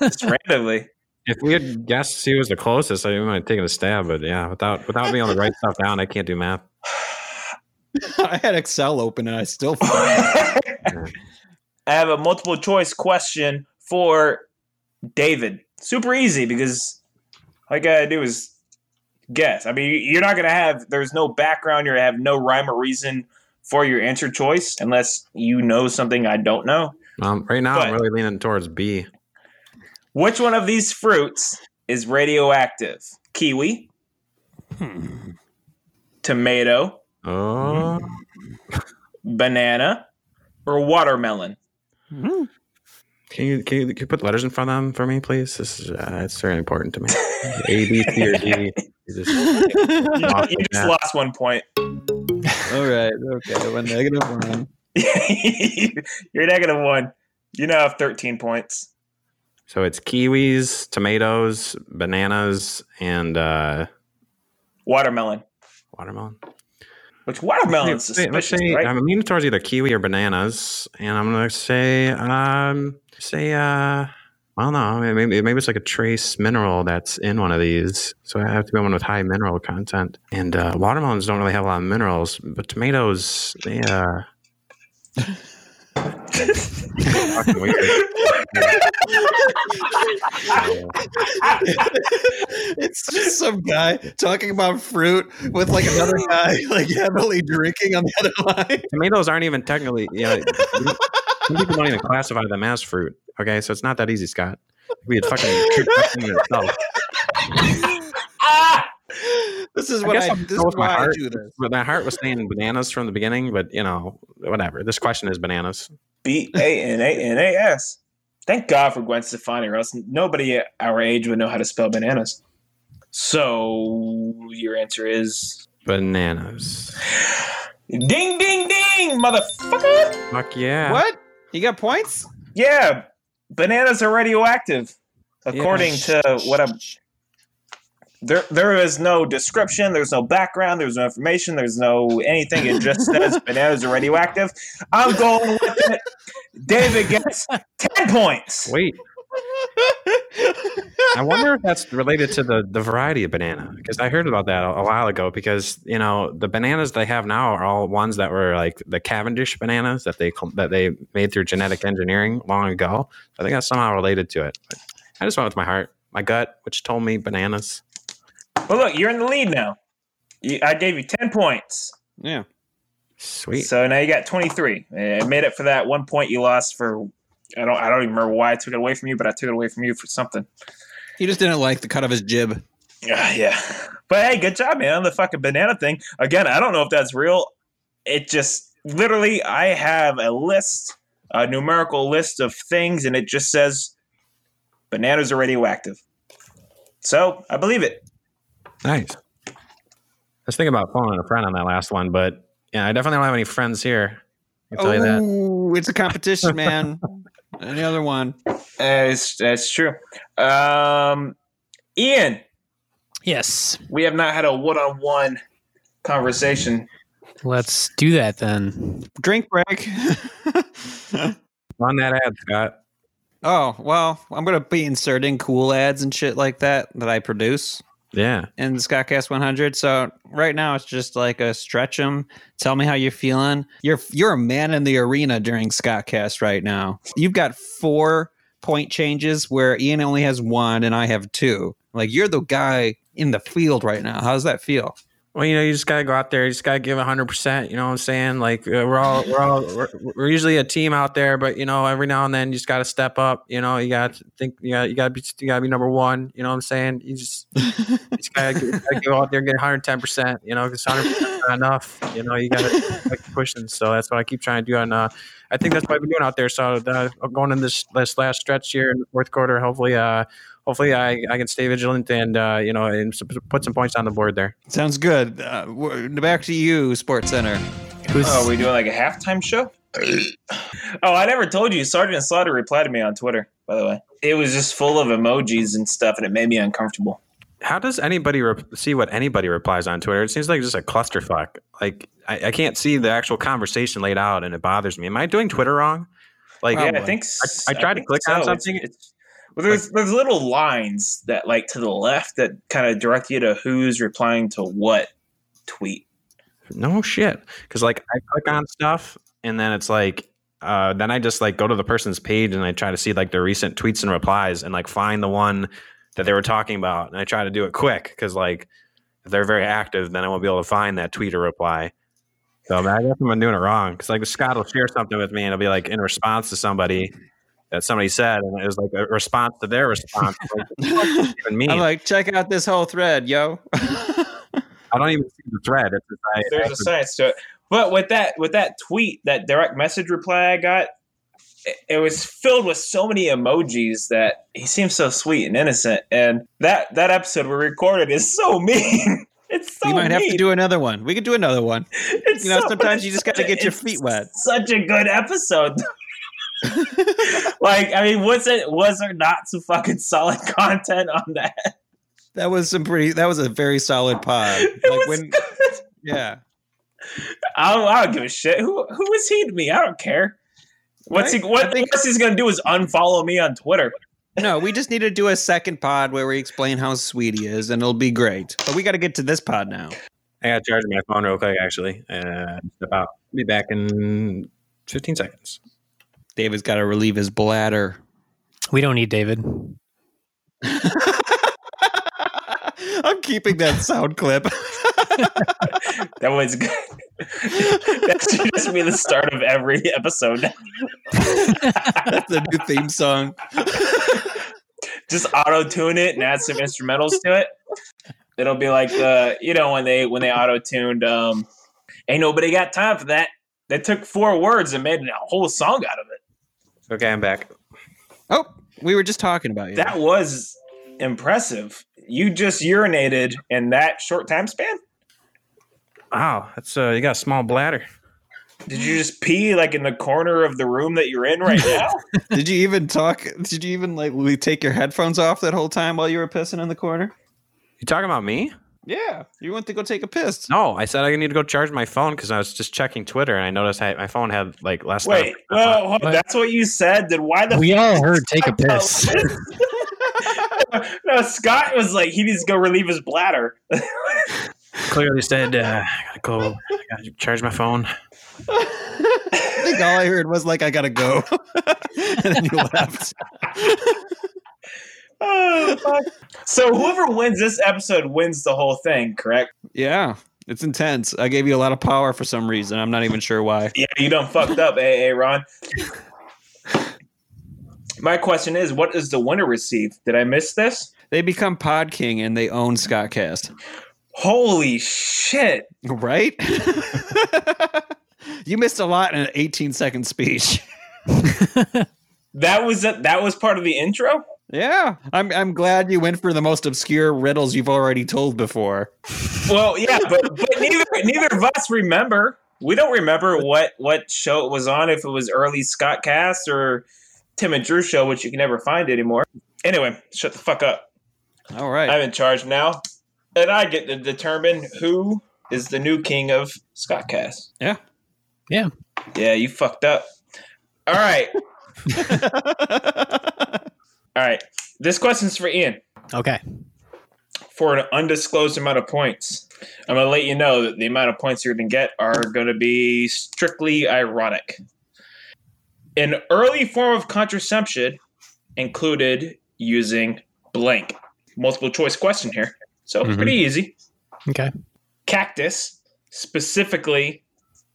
Speaker 4: just randomly.
Speaker 10: If we had guessed he was the closest, I might have taken a stab, but yeah, without without being able to write stuff down, I can't do math.
Speaker 6: I had Excel open and I still.
Speaker 4: I have a multiple choice question for David. Super easy because all you gotta do is guess. I mean, you're not gonna have there's no background. You have no rhyme or reason for your answer choice unless you know something I don't know.
Speaker 10: Um, right now, I'm really leaning towards B.
Speaker 4: Which one of these fruits is radioactive? Kiwi, tomato,
Speaker 10: Oh,
Speaker 4: banana, or watermelon?
Speaker 10: can you can you, can you put letters in front of them for me, please? This is uh, it's very important to me. A, B, C, or D. You just-
Speaker 4: You just, you just lost one point.
Speaker 6: All right. Okay. One negative one.
Speaker 4: You're negative one. You now have 13 points.
Speaker 10: So it's kiwis, tomatoes, bananas, and uh,
Speaker 4: Watermelon.
Speaker 10: watermelon.
Speaker 4: Which watermelon's
Speaker 10: Let's say- let's Um,
Speaker 4: suspicious,
Speaker 10: say-
Speaker 4: right?
Speaker 10: I'm leaning towards either kiwi or bananas, and I'm gonna say, um, say, uh, I don't know. Maybe, maybe it's like a trace mineral that's in one of these, so I have to be one with high mineral content. And uh, watermelons don't really have a lot of minerals, but tomatoes, they. Uh, fucking weird.
Speaker 6: it's just some guy talking about fruit with like another guy like heavily drinking on the other line.
Speaker 10: tomatoes aren't even technically yeah you don't- some people don't even classify them as fruit okay so it's not that easy scott we had fucking tricked us into itself.
Speaker 6: This is
Speaker 10: I
Speaker 6: what
Speaker 10: guess
Speaker 6: I,
Speaker 10: I'm
Speaker 6: this
Speaker 10: going
Speaker 6: is
Speaker 10: with my
Speaker 6: why I
Speaker 10: heart.
Speaker 6: do this.
Speaker 10: But my heart was saying bananas from the beginning, but you know, whatever. This question is bananas.
Speaker 4: B A N A N A S. Thank God for Gwen Stefani, or else nobody at our age would know how to spell bananas. So your answer is
Speaker 10: Bananas.
Speaker 4: ding, ding, ding, motherfucker.
Speaker 10: Fuck yeah.
Speaker 4: What? You got points? Yeah. Bananas are radioactive, according to what I'm. There, there is no description. There's no background. There's no information. There's no anything. It just says bananas are radioactive. I'm going with it. David gets ten points.
Speaker 10: Wait. I wonder if that's related to the, the variety of banana because I heard about that a, a while ago because you know the bananas they have now are all ones that were like the Cavendish bananas that they cl- that they made through genetic engineering long ago. I think that's somehow related to it. But I just went with my heart, my gut, which told me bananas.
Speaker 4: Well, look, you're in the lead now. You, I gave you ten points.
Speaker 10: Yeah. Sweet.
Speaker 4: So now you got 23. I made up for that one point you lost for. I don't. I don't even remember why I took it away from you, but I took it away from you for something.
Speaker 3: He just didn't like the cut of his jib.
Speaker 4: Yeah, yeah. But hey, good job, man, on the fucking banana thing. Again, I don't know if that's real. It just literally, I have a list, a numerical list of things, and it just says bananas are radioactive. So I believe it.
Speaker 10: Nice. I was thinking about phoning a friend on that last one, but yeah, I definitely don't have any friends here. I can tell you that.
Speaker 3: Ooh, Oh, it's a competition, man. Any other one?
Speaker 4: That's that's true. Um, Ian,
Speaker 5: yes,
Speaker 4: we have not had a one-on-one conversation.
Speaker 5: Let's do that then.
Speaker 3: Drink break.
Speaker 10: On that ad, Scott.
Speaker 3: Oh well, I'm gonna be inserting cool ads and shit like that that I produce.
Speaker 10: Yeah.
Speaker 3: in the Scottcast 100. So right now it's just like a stretch 'em. Tell me how you're feeling. You're you're a man in the arena during Scottcast right now. You've got four point changes where Ian only has one and I have two. Like you're the guy in the field right now. How does that feel?
Speaker 10: Well, you know, you just gotta go out there. You just gotta give hundred percent. You know what I'm saying? Like uh, we're all we're all we're, we're usually a team out there, but you know, every now and then you just gotta step up. You know, you gotta think. You gotta you gotta be you gotta be number one. You know what I'm saying? You just you just gotta, you gotta go out there and get 110 percent. You know, because 100 percent not enough. You know, you gotta like pushing. So that's what I keep trying to do. And uh, I think that's what I've been doing out there. So uh, going in this this last stretch here in the fourth quarter, hopefully, uh, hopefully I, I can stay vigilant and uh, you know and s- put some points on the board there.
Speaker 3: Sounds good. Uh, we're- back to you, Sports Center.
Speaker 4: oh, are we doing like a halftime show? oh, I never told you. Sergeant Slaughter replied to me on Twitter. By the way, it was just full of emojis and stuff, and it made me uncomfortable.
Speaker 10: How does anybody re- see what anybody replies on Twitter? It seems like just a clusterfuck. Like I, I can't see the actual conversation laid out, and it bothers me. Am I doing Twitter wrong? Like
Speaker 4: yeah, I think s-
Speaker 10: I, I tried to
Speaker 4: think
Speaker 10: click on
Speaker 4: so. It's-
Speaker 10: something.
Speaker 4: it's- well, there's there's little lines that like to the left that kind of direct you to who's replying to what tweet.
Speaker 10: No shit. Because like I click on stuff and then it's like uh, then I just like go to the person's page and I try to see like their recent tweets and replies and like find the one that they were talking about and I try to do it quick because like if they're very active then I won't be able to find that tweet or reply. So man, I guess I'm doing it wrong because like Scott will share something with me and it'll be like in response to somebody that somebody said and it was like a response to their response. Like, what does that even mean?
Speaker 3: I'm like, check out this whole thread, yo.
Speaker 10: I don't even see the thread. It's just, I,
Speaker 4: there's a science to it. But with that with that tweet, that direct message reply I got, it, it was filled with so many emojis that he seems so sweet and innocent. And that that episode we recorded is so mean. it's so
Speaker 3: you might
Speaker 4: mean.
Speaker 3: have to do another one. We could do another one.
Speaker 4: It's
Speaker 3: you know,
Speaker 4: so-
Speaker 3: sometimes you just got to
Speaker 4: it's
Speaker 3: get your
Speaker 4: such
Speaker 3: feet wet.
Speaker 4: Such a good episode. like I mean, was it was there not some fucking solid content on that?
Speaker 3: That was some pretty. That was a very solid pod. like when, yeah.
Speaker 4: I don't, I don't give a shit. Who who is he to me? I don't care. What's he? What the worst he's gonna do is unfollow me on Twitter.
Speaker 3: No, we just need to do a second pod where we explain how sweet he is, and it'll be great. But we got to get to this pod now.
Speaker 10: I gotta charge my phone real quick, actually. Uh, step out. Be back in 15 seconds.
Speaker 3: David's got to relieve his bladder.
Speaker 5: We don't need David.
Speaker 3: I'm keeping that sound clip.
Speaker 4: That was good. that should just be the start of every episode.
Speaker 3: That's the new theme song.
Speaker 4: just auto tune it and add some instrumentals to it. It'll be like the you know when they when they auto tuned um ain't nobody got time for that. They took four words and made a whole song out of it.
Speaker 10: Okay, I'm back.
Speaker 3: Oh, we were just talking about you.
Speaker 4: That was impressive. You just urinated in that short time span?
Speaker 10: Wow, that's uh, you got a small bladder.
Speaker 4: Did you just pee like in the corner of the room that you're in right now?
Speaker 3: did you even talk? Did you even like really take your headphones off that whole time while you were pissing in the corner?
Speaker 10: You talking about me?
Speaker 3: Yeah, you went to go take a piss.
Speaker 10: No, I said I need to go charge my phone because I was just checking Twitter and I noticed I, my phone had like last
Speaker 4: Wait, well, hold on, that's what you said. Then why the
Speaker 10: We
Speaker 4: fuck
Speaker 10: all
Speaker 4: is
Speaker 10: heard take a
Speaker 4: Scott telling
Speaker 10: piss.
Speaker 4: us? no, Scott was like, he needs to go relieve his bladder.
Speaker 10: Clearly said uh, I gotta go I gotta charge my phone.
Speaker 3: I think all I heard was like, "I gotta go," and then you left.
Speaker 4: Oh, fuck. so whoever wins this episode wins the whole thing, correct?
Speaker 3: Yeah, it's intense. I gave you a lot of power for some reason. I'm not even sure why.
Speaker 4: Yeah, you done fucked up, AA Ron. My question is, what does the winner receive? Did I miss this?
Speaker 3: They become Pod King and they own Scottcast.
Speaker 4: Holy shit!
Speaker 3: Right? you missed a lot in an 18 second speech.
Speaker 4: that was a, that was part of the intro.
Speaker 3: Yeah, I'm I'm glad you went for the most obscure riddles you've already told before.
Speaker 4: Well, yeah, but, but neither neither of us remember. We don't remember what what show it was on. If it was early Scott Cast or Tim and Drew show, which you can never find anymore. Anyway, shut the fuck up.
Speaker 3: All right,
Speaker 4: I'm in charge now, and I get to determine who is the new king of Scott Cast.
Speaker 3: Yeah,
Speaker 5: yeah,
Speaker 4: yeah. You fucked up. All right. All right. This question's for Ian
Speaker 5: Okay.
Speaker 4: for an undisclosed amount of points. I'm going to let you know that the amount of points you're going to get are going to be strictly ironic. An early form of contraception included using blank. Multiple choice question here. So
Speaker 5: Mhm.
Speaker 4: pretty easy.
Speaker 5: Okay.
Speaker 4: Cactus, specifically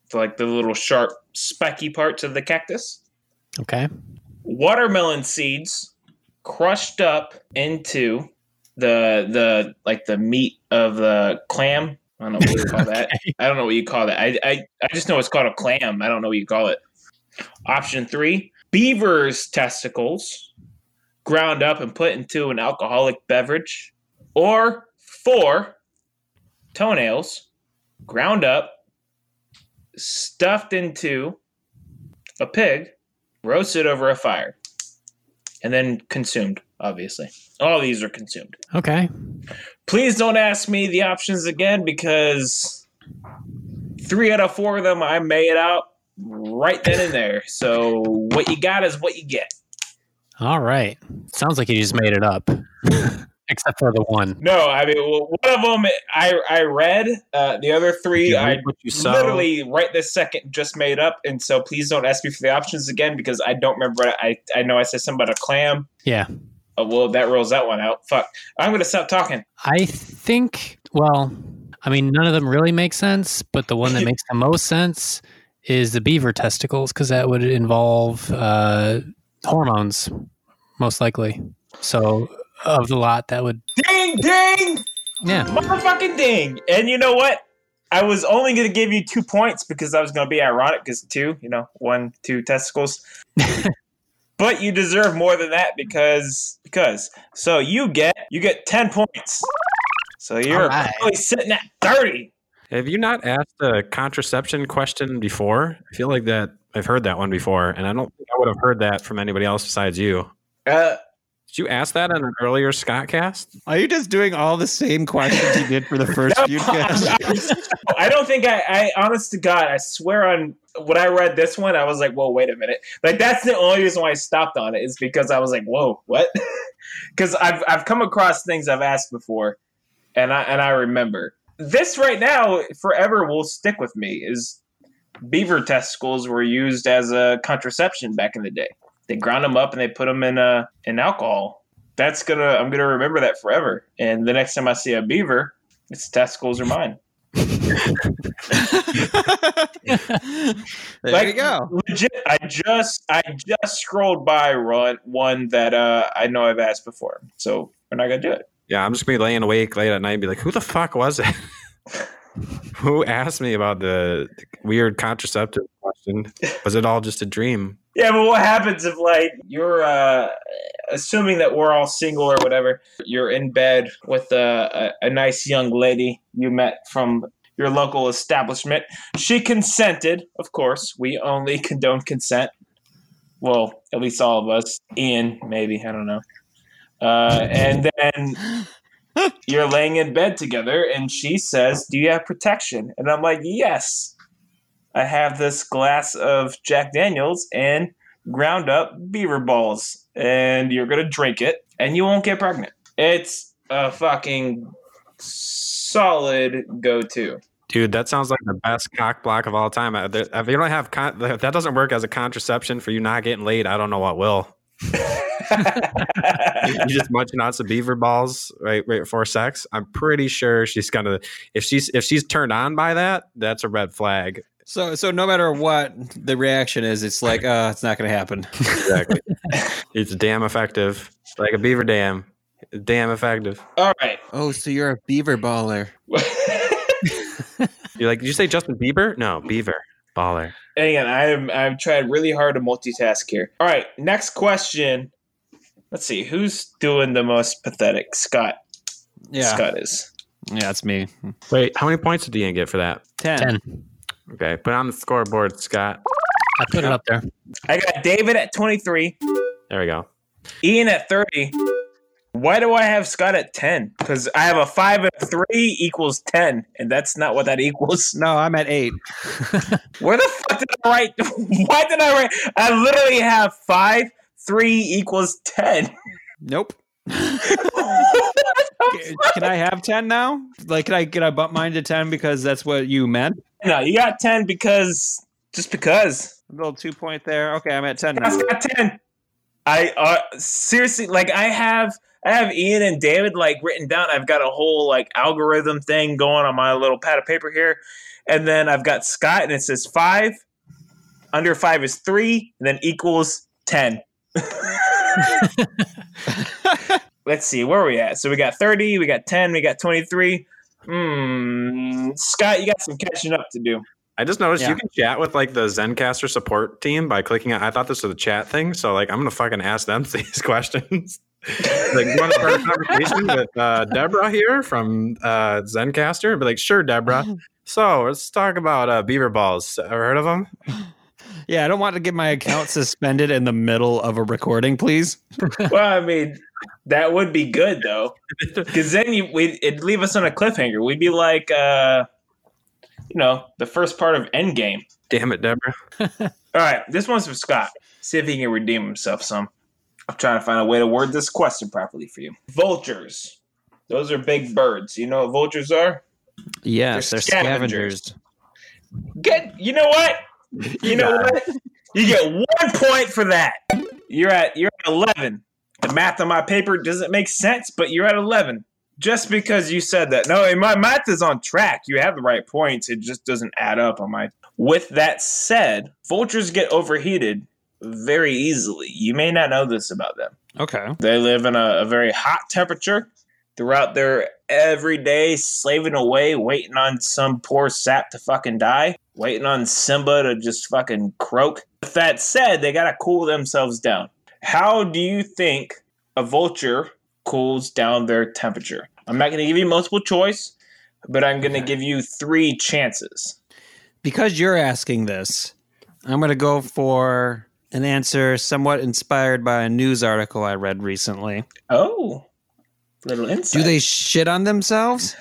Speaker 4: for like the little sharp, spiky parts of the cactus
Speaker 5: Okay.
Speaker 4: watermelon seeds crushed up into the the like the meat of the clam. I don't know what you call that. I don't know what you call that. I, I I just know it's called a clam. I don't know what you call it. Option three: beaver's testicles ground up and put into an alcoholic beverage, or four toenails ground up, stuffed into a pig roasted over a fire, and then consumed. Obviously, all these are consumed.
Speaker 5: Okay.
Speaker 4: Please don't ask me the options again because three out of four of them I made out right then and there. So what you got is what you get.
Speaker 5: All right. Sounds like you just made it up, except for the one.
Speaker 4: No, I mean well, one of them I I read. Uh, the other three
Speaker 5: You read
Speaker 4: I
Speaker 5: what you saw.
Speaker 4: literally right this second just made up. And so please don't ask me for the options again because I don't remember. I I know I said something about a clam.
Speaker 5: Yeah.
Speaker 4: Oh, well, that rules that one out. Fuck. I'm going to stop talking.
Speaker 5: I think, well, I mean, none of them really make sense, but the one that makes the most sense is the beaver testicles because that would involve uh, hormones, most likely. So, of the lot, that would.
Speaker 4: Ding, ding!
Speaker 5: Yeah.
Speaker 4: Motherfucking ding. And you know what? I was only going to give you two points because I was going to be ironic because two, you know, one, two testicles. but you deserve more than that because, because. So you get, you get 10 points. So you're
Speaker 10: All right.
Speaker 4: probably sitting at 30.
Speaker 10: Have you not asked a contraception question before? I feel like that I've heard that one before, and I don't think I would have heard that from anybody else besides you.
Speaker 4: Uh,
Speaker 10: Did you ask that on an earlier Scottcast?
Speaker 3: Are you just doing all the same questions you did for the first few casts?
Speaker 4: I don't think I, I, honest to God, I swear on when I read this one, I was like, whoa, wait a minute. Like, that's the only reason why I stopped on it is because I was like, whoa, what? Because I've, I've come across things I've asked before and I, and I remember. This right now, forever will stick with me is beaver testicles were used as a contraception back in the day. They ground them up and they put them in, uh, in alcohol. That's gonna, I'm gonna remember that forever. And the next time I see a beaver, its testicles are mine.
Speaker 3: There you go.
Speaker 4: Legit, I just I just scrolled by Ron, one that uh, I know I've asked before, so we're not gonna do it.
Speaker 10: Yeah, I'm just gonna be laying awake late at night and be like, who the fuck was it? who asked me about the weird contraceptive question? question. Was it all just a dream?
Speaker 4: Yeah, but what happens if like you're uh, assuming that we're all single or whatever? You're in bed with a, a, a nice young lady you met from your local establishment. She consented, of course. We only condone consent. Well, at least all of us. Ian, maybe I don't know. Uh, and then you're laying in bed together, and she says, "Do you have protection?" And I'm like, "Yes." I have this glass of Jack Daniels and ground up beaver balls, and you're gonna drink it, and you won't get pregnant. It's a fucking solid go-to.
Speaker 10: Dude, that sounds like the best cock block of all time. Uh, there- If you don't have con- if that doesn't work as a contraception for you not getting laid, I don't know what will. You're just munching on some beaver balls right, right before sex. I'm pretty sure she's gonna if she's if she's turned on by that, that's a red flag.
Speaker 3: So, so no matter what the reaction is, it's like, uh, it's not going to happen.
Speaker 10: Exactly. it's damn effective. Like a beaver dam. Damn effective.
Speaker 4: All right.
Speaker 3: Oh, so you're a beaver baller.
Speaker 10: You're like, did you say Justin Bieber? No, Beaver. Baller.
Speaker 4: And again, I am I've tried really hard to multitask here. All right, next question. Let's see who's doing the most pathetic. Scott.
Speaker 10: Yeah.
Speaker 4: Scott is.
Speaker 10: Yeah, that's me. Wait, how many points did Ian get for that?
Speaker 4: Ten.
Speaker 5: Ten.
Speaker 10: Okay, put on the scoreboard, Scott.
Speaker 5: I put it up there.
Speaker 4: I got David at twenty three,
Speaker 10: There we go.
Speaker 4: Ian at thirty. Why do I have Scott at ten? Because I have a five and a three equals ten, and that's not what that equals.
Speaker 3: No, I'm at eight.
Speaker 4: Where the fuck did I write? Why did I write? I literally have five, three equals ten.
Speaker 3: Nope. Can I have ten now? Like, can I can I bump mine to ten because that's what you meant?
Speaker 4: No, you got ten because just because.
Speaker 3: A little two point there. Okay, I'm at ten now.
Speaker 4: Scott's got ten. I uh, seriously like I have I have Ian and David like written down. I've got a whole like algorithm thing going on my little pad of paper here, and then I've got Scott and it says five. Under five is three, and then equals ten. Let's see where are we at. So we got thirty, we got ten, we got twenty three. Hmm, Scott, you got some catching up to do.
Speaker 10: I just noticed
Speaker 4: Yeah.
Speaker 10: you can chat with like the Zencaster support team by clicking on I thought this was a chat thing, so like I'm gonna fucking ask them these questions. like you want to start a conversation with uh, Deborah here from uh, Zencaster? Be like, sure, Deborah. So let's talk about uh, beaver balls. Ever heard of them?
Speaker 6: Yeah, I don't want to get my account suspended in the middle of a recording, please.
Speaker 4: well, I mean, that would be good though, because then you, we'd, it'd leave us on a cliffhanger. We'd be like, uh, you know, the first part of Endgame.
Speaker 10: Damn it, Deborah.
Speaker 4: All right, this one's for Scott. See if he can redeem himself some. I'm trying to find a way to word this question properly for you. Vultures. Those are big birds. You know what vultures are?
Speaker 3: Yes,
Speaker 4: They're they're scavengers. Get. You know what? You know what? You get one point for that. You're at you're at eleven. The math on my paper doesn't make sense, but you're at eleven. Just because you said that. No, and my math is on track. You have the right points. It just doesn't add up on my with that said, vultures get overheated very easily. You may not know this about them.
Speaker 6: Okay.
Speaker 4: They live in a, a very hot temperature throughout their everyday slaving away, waiting on some poor sap to fucking die, waiting on Simba to just fucking croak. With that said, they gotta cool themselves down. How do you think a vulture cools down their temperature? I'm not gonna give you multiple choice, but I'm gonna give you three chances.
Speaker 3: because you're asking this, I'm going to go for an answer somewhat inspired by a news article I read recently.
Speaker 4: Oh, little insight.
Speaker 3: Do they shit on themselves?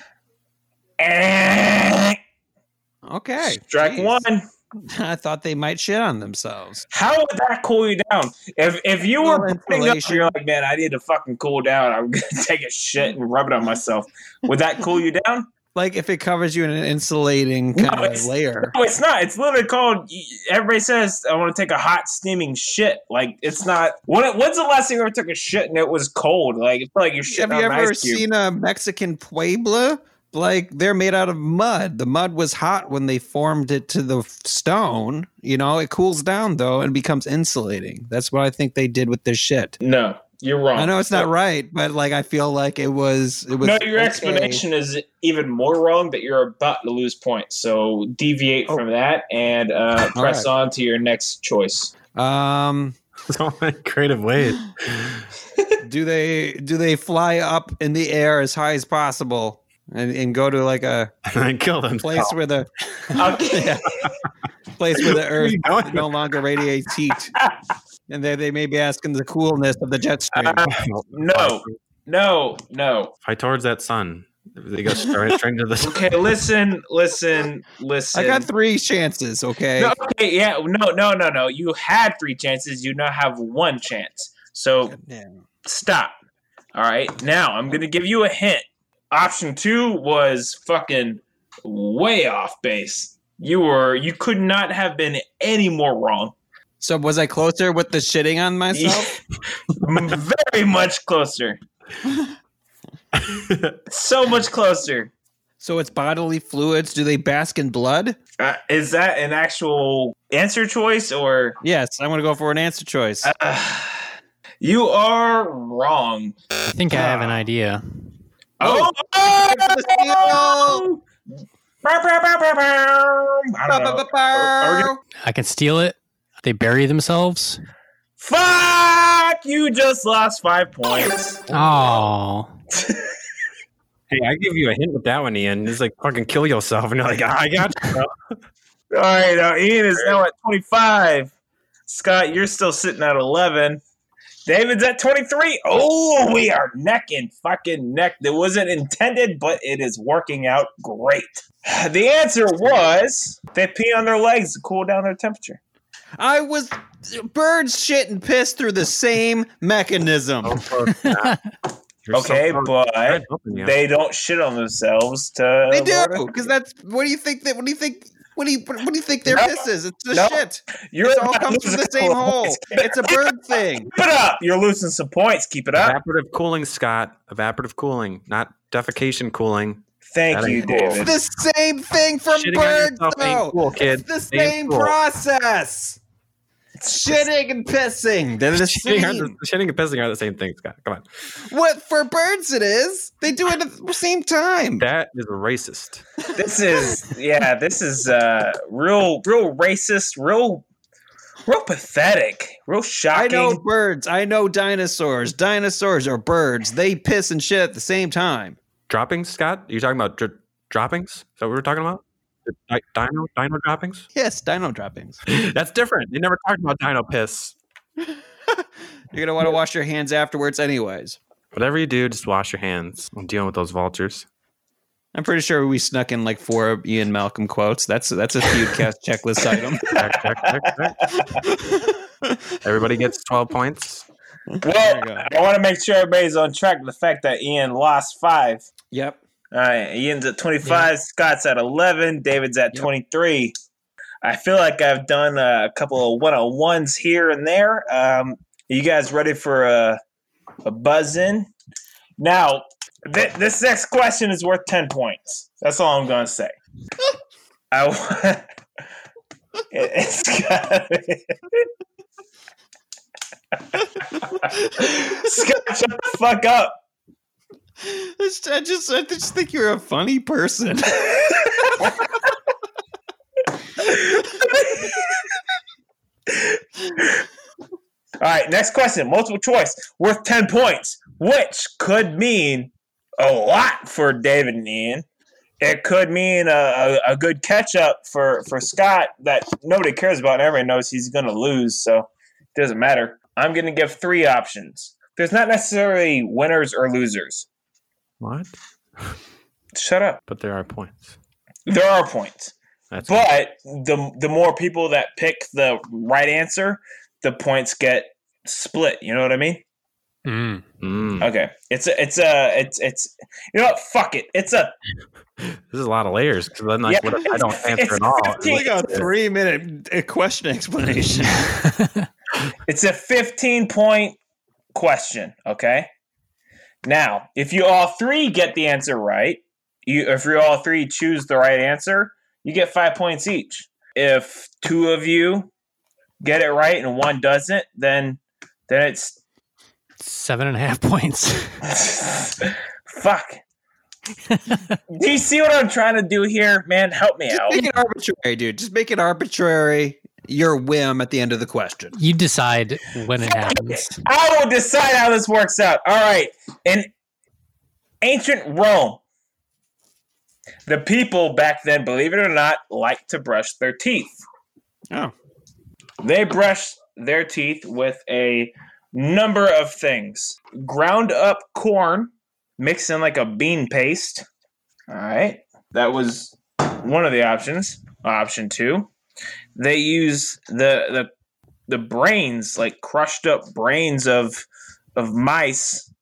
Speaker 3: Okay.
Speaker 4: Eh, Strike one.
Speaker 3: I thought they might shit on themselves.
Speaker 4: How would that cool you down? If if you were putting up, you're like, man, I need to fucking cool down. I'm gonna take a shit and rub it on myself. Would that cool you down?
Speaker 3: Like if it covers you in an insulating kind of layer.
Speaker 4: No, it's not. It's literally called. Everybody says I want to take a hot steaming shit. Like it's not. When, when's the last time you ever took a shit and it was cold? Like it's like you're shitting
Speaker 3: Have
Speaker 4: on
Speaker 3: you
Speaker 4: an
Speaker 3: ever
Speaker 4: ice cube.
Speaker 3: seen a Mexican puebla? Like they're made out of mud. The mud was hot when they formed it to the f- stone. You know, it cools down though and becomes insulating. That's what I think they did with their shit.
Speaker 4: No. You're wrong.
Speaker 3: I know it's not right, but like I feel like it was. It was
Speaker 4: no, your
Speaker 3: okay.
Speaker 4: explanation is even more wrong that you're about to lose points. So deviate from that and uh,
Speaker 3: Oh. All
Speaker 4: press
Speaker 3: right.
Speaker 4: on to your next choice.
Speaker 3: Um,
Speaker 12: creative ways.
Speaker 3: do they do they fly up in the air as high as possible and, and go to like a
Speaker 12: and kill them?
Speaker 3: place where the Yeah. place where the earth no longer radiates heat, and they they may be asking the coolness of the jet stream.
Speaker 4: Ah, no, no, no.
Speaker 12: Fly towards that sun. They go straight, straight into the sun.
Speaker 4: Okay, listen, listen, listen.
Speaker 3: I got three chances. Okay.
Speaker 4: No, okay, yeah, no, no, no, no. You had three chances. You now have one chance. So stop. All right. Now I'm gonna give you a hint. Option two was fucking way off base. You were. You could not have been any more wrong.
Speaker 3: So was I closer with the shitting on myself?
Speaker 4: Very much closer. so much closer.
Speaker 3: So it's bodily fluids. Do they bask in blood?
Speaker 4: Uh, is that an actual answer choice or?
Speaker 3: Yes, I want to go for an answer choice.
Speaker 4: you are wrong.
Speaker 5: I think I have an idea.
Speaker 4: Oh! oh! I don't know. Are we gonna-
Speaker 5: I can steal it. They bury themselves.
Speaker 4: Fuck! You just lost five points.
Speaker 5: Oh.
Speaker 12: Hey, I give you a hint with that one, Ian. It's like fucking kill yourself, and you're like, "Ah, I got you. bro."
Speaker 4: All right, now Ian is now at 25. Scott, you're still sitting at 11. David's at 23. Oh, we are neck and fucking neck. That wasn't intended, but it is working out great. The answer was they pee on their legs to cool down their temperature.
Speaker 3: I was birds shit and piss through the same mechanism.
Speaker 4: Oh, okay, but
Speaker 3: you.
Speaker 4: they don't shit on themselves to.
Speaker 3: they do because that's what do you think that what do you think what do you what do you think their
Speaker 4: No.
Speaker 3: piss is? It's the
Speaker 4: No.
Speaker 3: shit.
Speaker 4: You're
Speaker 3: it all
Speaker 4: not
Speaker 3: comes from the
Speaker 4: losing
Speaker 3: same
Speaker 4: all
Speaker 3: hole.
Speaker 4: points.
Speaker 3: It's a bird thing.
Speaker 4: Keep it up. You're losing some points. Keep it up.
Speaker 12: Evaporative cooling, Scott. Evaporative cooling, not defecation cooling.
Speaker 4: Thank you,
Speaker 3: It's the same thing from
Speaker 12: Shitting on
Speaker 3: birds
Speaker 12: yourself ain't
Speaker 3: though.
Speaker 12: cool, kid.
Speaker 3: It's the
Speaker 12: Ain't
Speaker 3: same
Speaker 12: cool.
Speaker 3: process. Shitting and pissing. They're the
Speaker 12: Shitting, are
Speaker 3: same.
Speaker 12: the, shitting and pissing are the same thing, Scott. Come on.
Speaker 3: What for birds it is? They do it at the same time.
Speaker 12: That is racist.
Speaker 4: this is yeah this is uh real real racist real real pathetic real
Speaker 3: I
Speaker 4: shocking
Speaker 3: know birds. I know dinosaurs. Dinosaurs are birds. They piss and shit at the same time.
Speaker 12: Droppings, Scott? Are you talking about dr- droppings? Is that what we were talking about? Di- Dino, dino droppings?
Speaker 3: Yes, dino droppings.
Speaker 12: That's different. They never talked about dino piss.
Speaker 3: You're gonna want to wash your hands afterwards, anyways.
Speaker 12: Whatever you do, just wash your hands. I'm dealing with those vultures.
Speaker 3: I'm pretty sure we snuck in like four Ian Malcolm quotes. That's that's a feudcast checklist item.
Speaker 12: Check, check, check, check. Everybody gets 12 points.
Speaker 4: well i want to make sure everybody's on track with the fact that ian lost five
Speaker 3: yep
Speaker 4: all right ian's at 25 scott's at 11 david's at 23 i feel like i've done uh, a couple of one-on-ones here and there um you guys ready for a, a buzz in now th- this next question is worth 10 points that's all i'm gonna say I w- It- it's got Scott, shut the fuck up.
Speaker 3: I just I just think you're a funny person.
Speaker 4: All right, next question. Multiple choice worth 10 points, which could mean a lot for David and Ian. It could mean a, a, a good catch up for, for Scott that nobody cares about. and Everyone knows he's going to lose, so it doesn't matter. I'm going to give three options. There's not necessarily winners or losers.
Speaker 12: What?
Speaker 4: Shut up.
Speaker 12: But there are points.
Speaker 4: There are points.
Speaker 12: That's
Speaker 4: but the the more people that pick the right answer, the points get split. You know what I mean?
Speaker 5: Mm.
Speaker 12: Mm.
Speaker 4: Okay. It's a, it's a, it's, it's, you know what? Fuck it. It's a,
Speaker 12: This is a lot of layers. 'cause then, like,
Speaker 4: Yeah,
Speaker 12: what if I don't
Speaker 4: it's-
Speaker 12: answer
Speaker 4: it's
Speaker 12: at all?
Speaker 4: fifteen- Like a
Speaker 3: three minute eh, question explanation.
Speaker 4: it's a 15 point question. Okay. Now, if you all three get the answer right, you, if you all three choose the right answer, you get five points each. If two of you get it right and one doesn't, then, then it's
Speaker 5: Seven and a half points.
Speaker 4: Fuck. do you see what I'm trying to do here, man? Help me out.
Speaker 3: Make it arbitrary, dude. Just make it arbitrary. Your whim at the end of the question.
Speaker 5: You decide when it happens.
Speaker 4: I will decide how this works out. All right. In ancient Rome, the people back then, believe it or not, liked to brush their teeth.
Speaker 6: Oh.
Speaker 4: They brushed their teeth with a number of things ground up corn, mixed in like a bean paste. All right. That was one of the options. Option two. They use the the the brains, like crushed up brains of of mice,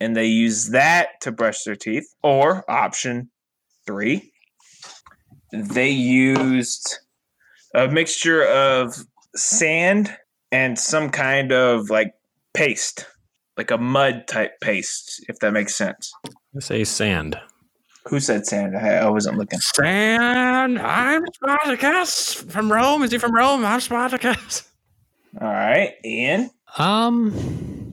Speaker 4: and they use that to brush their teeth. Or option three. They used a mixture of sand and some kind of like paste, like a mud type paste, if that makes sense.
Speaker 12: Say sand.
Speaker 4: Who said sand? I, I wasn't looking.
Speaker 10: Sand. I'm Spartacus from Rome. Is he from Rome? I'm Spartacus.
Speaker 4: All right, Ian.
Speaker 5: Um,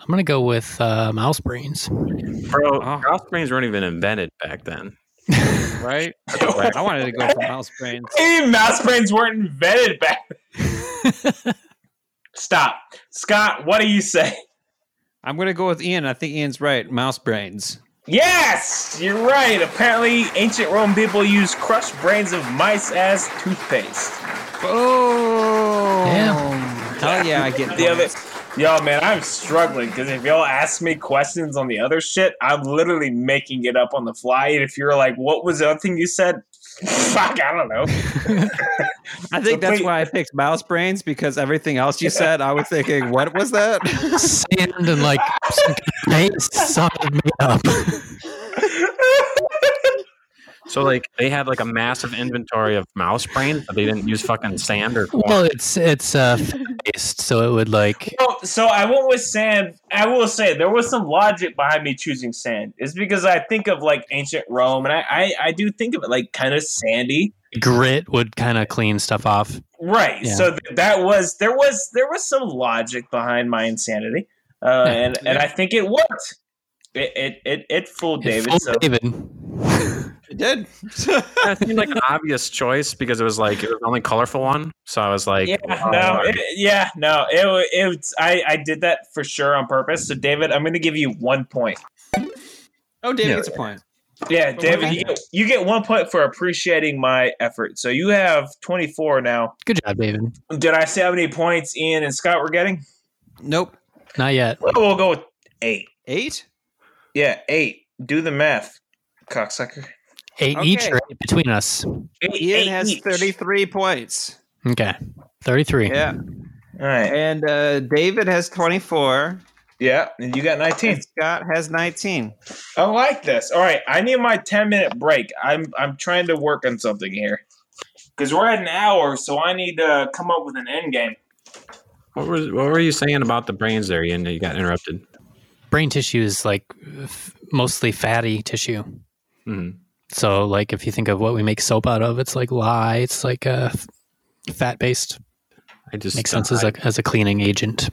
Speaker 5: I'm gonna go with uh, mouse brains.
Speaker 12: Bro, house brains weren't even invented back then.
Speaker 6: right? I wanted to go for mouse brains.
Speaker 4: Even mouse brains weren't invented back. then. Stop, Scott. What do you say?
Speaker 6: I'm going to go with Ian. I think Ian's right. Mouse brains.
Speaker 4: Yes, you're right. Apparently, ancient Rome people used crushed brains of mice as toothpaste.
Speaker 6: Oh,
Speaker 4: Hell yeah, I get the other. Yo, man, I'm struggling because if y'all ask me questions on the other shit, I'm literally making it up on the fly. And if you're like, "What was the other thing you said?" Fuck, I don't know.
Speaker 6: I think that's why I picked mouse brains because everything else you said, I was thinking, what was that?
Speaker 5: Sand and like some kind of paste, solid made up.
Speaker 12: So like they had like a massive inventory of mouse brains, but they didn't use fucking sand or corn.
Speaker 5: Well, it's it's uh based, so it would like
Speaker 4: Oh, so I went with sand. I will say there was some logic behind me choosing sand. It's because I think of like ancient Rome, and I I, I do think of it like kind of sandy.
Speaker 5: grit would kind of clean stuff off.
Speaker 4: Right.
Speaker 5: Yeah.
Speaker 4: So th- that was there was there was some logic behind my insanity, uh, and and I think it worked. It it it, it fooled
Speaker 5: It
Speaker 4: David.
Speaker 5: fooled
Speaker 4: so.
Speaker 5: David.
Speaker 4: It did.
Speaker 12: that seemed like an obvious choice because it was like it was the only colorful one. So I was like,
Speaker 4: Yeah, no, it, yeah, no. It, wa- it, was- I, I did that for sure on purpose. So, David, I'm going to give you one point.
Speaker 6: Oh, David
Speaker 4: Yeah.
Speaker 6: gets a point.
Speaker 4: Yeah,
Speaker 6: Okay.
Speaker 4: David, you get, you get one point for appreciating my effort. So you have 24 now.
Speaker 5: Good job, David.
Speaker 4: Did I say how many points Ian and Scott were getting?
Speaker 6: Nope.
Speaker 5: Not yet.
Speaker 4: Well, we'll go with eight.
Speaker 6: Eight?
Speaker 4: Yeah, eight. Do the math, cocksucker.
Speaker 5: Eight
Speaker 4: Okay.
Speaker 5: each or eight between us.
Speaker 3: Ian has 33 points.
Speaker 5: Okay, thirty-three.
Speaker 3: Yeah.
Speaker 4: All right.
Speaker 3: And uh, David has 24.
Speaker 4: Yeah, and you got 19.
Speaker 3: Scott has 19.
Speaker 4: I like this. All right, I need my 10 minute break. I'm I'm trying to work on something here. Cuz we're at an hour, so I need to come up with an end game.
Speaker 12: What was what were you saying about the brains there? Ian, that you got interrupted.
Speaker 5: Brain tissue is like f- mostly fatty tissue.
Speaker 4: Mm-hmm.
Speaker 5: So, like, if you think of what we make soap out of, it's like lye. It's like a fat based.
Speaker 12: I just
Speaker 5: makes sense as a as a cleaning agent.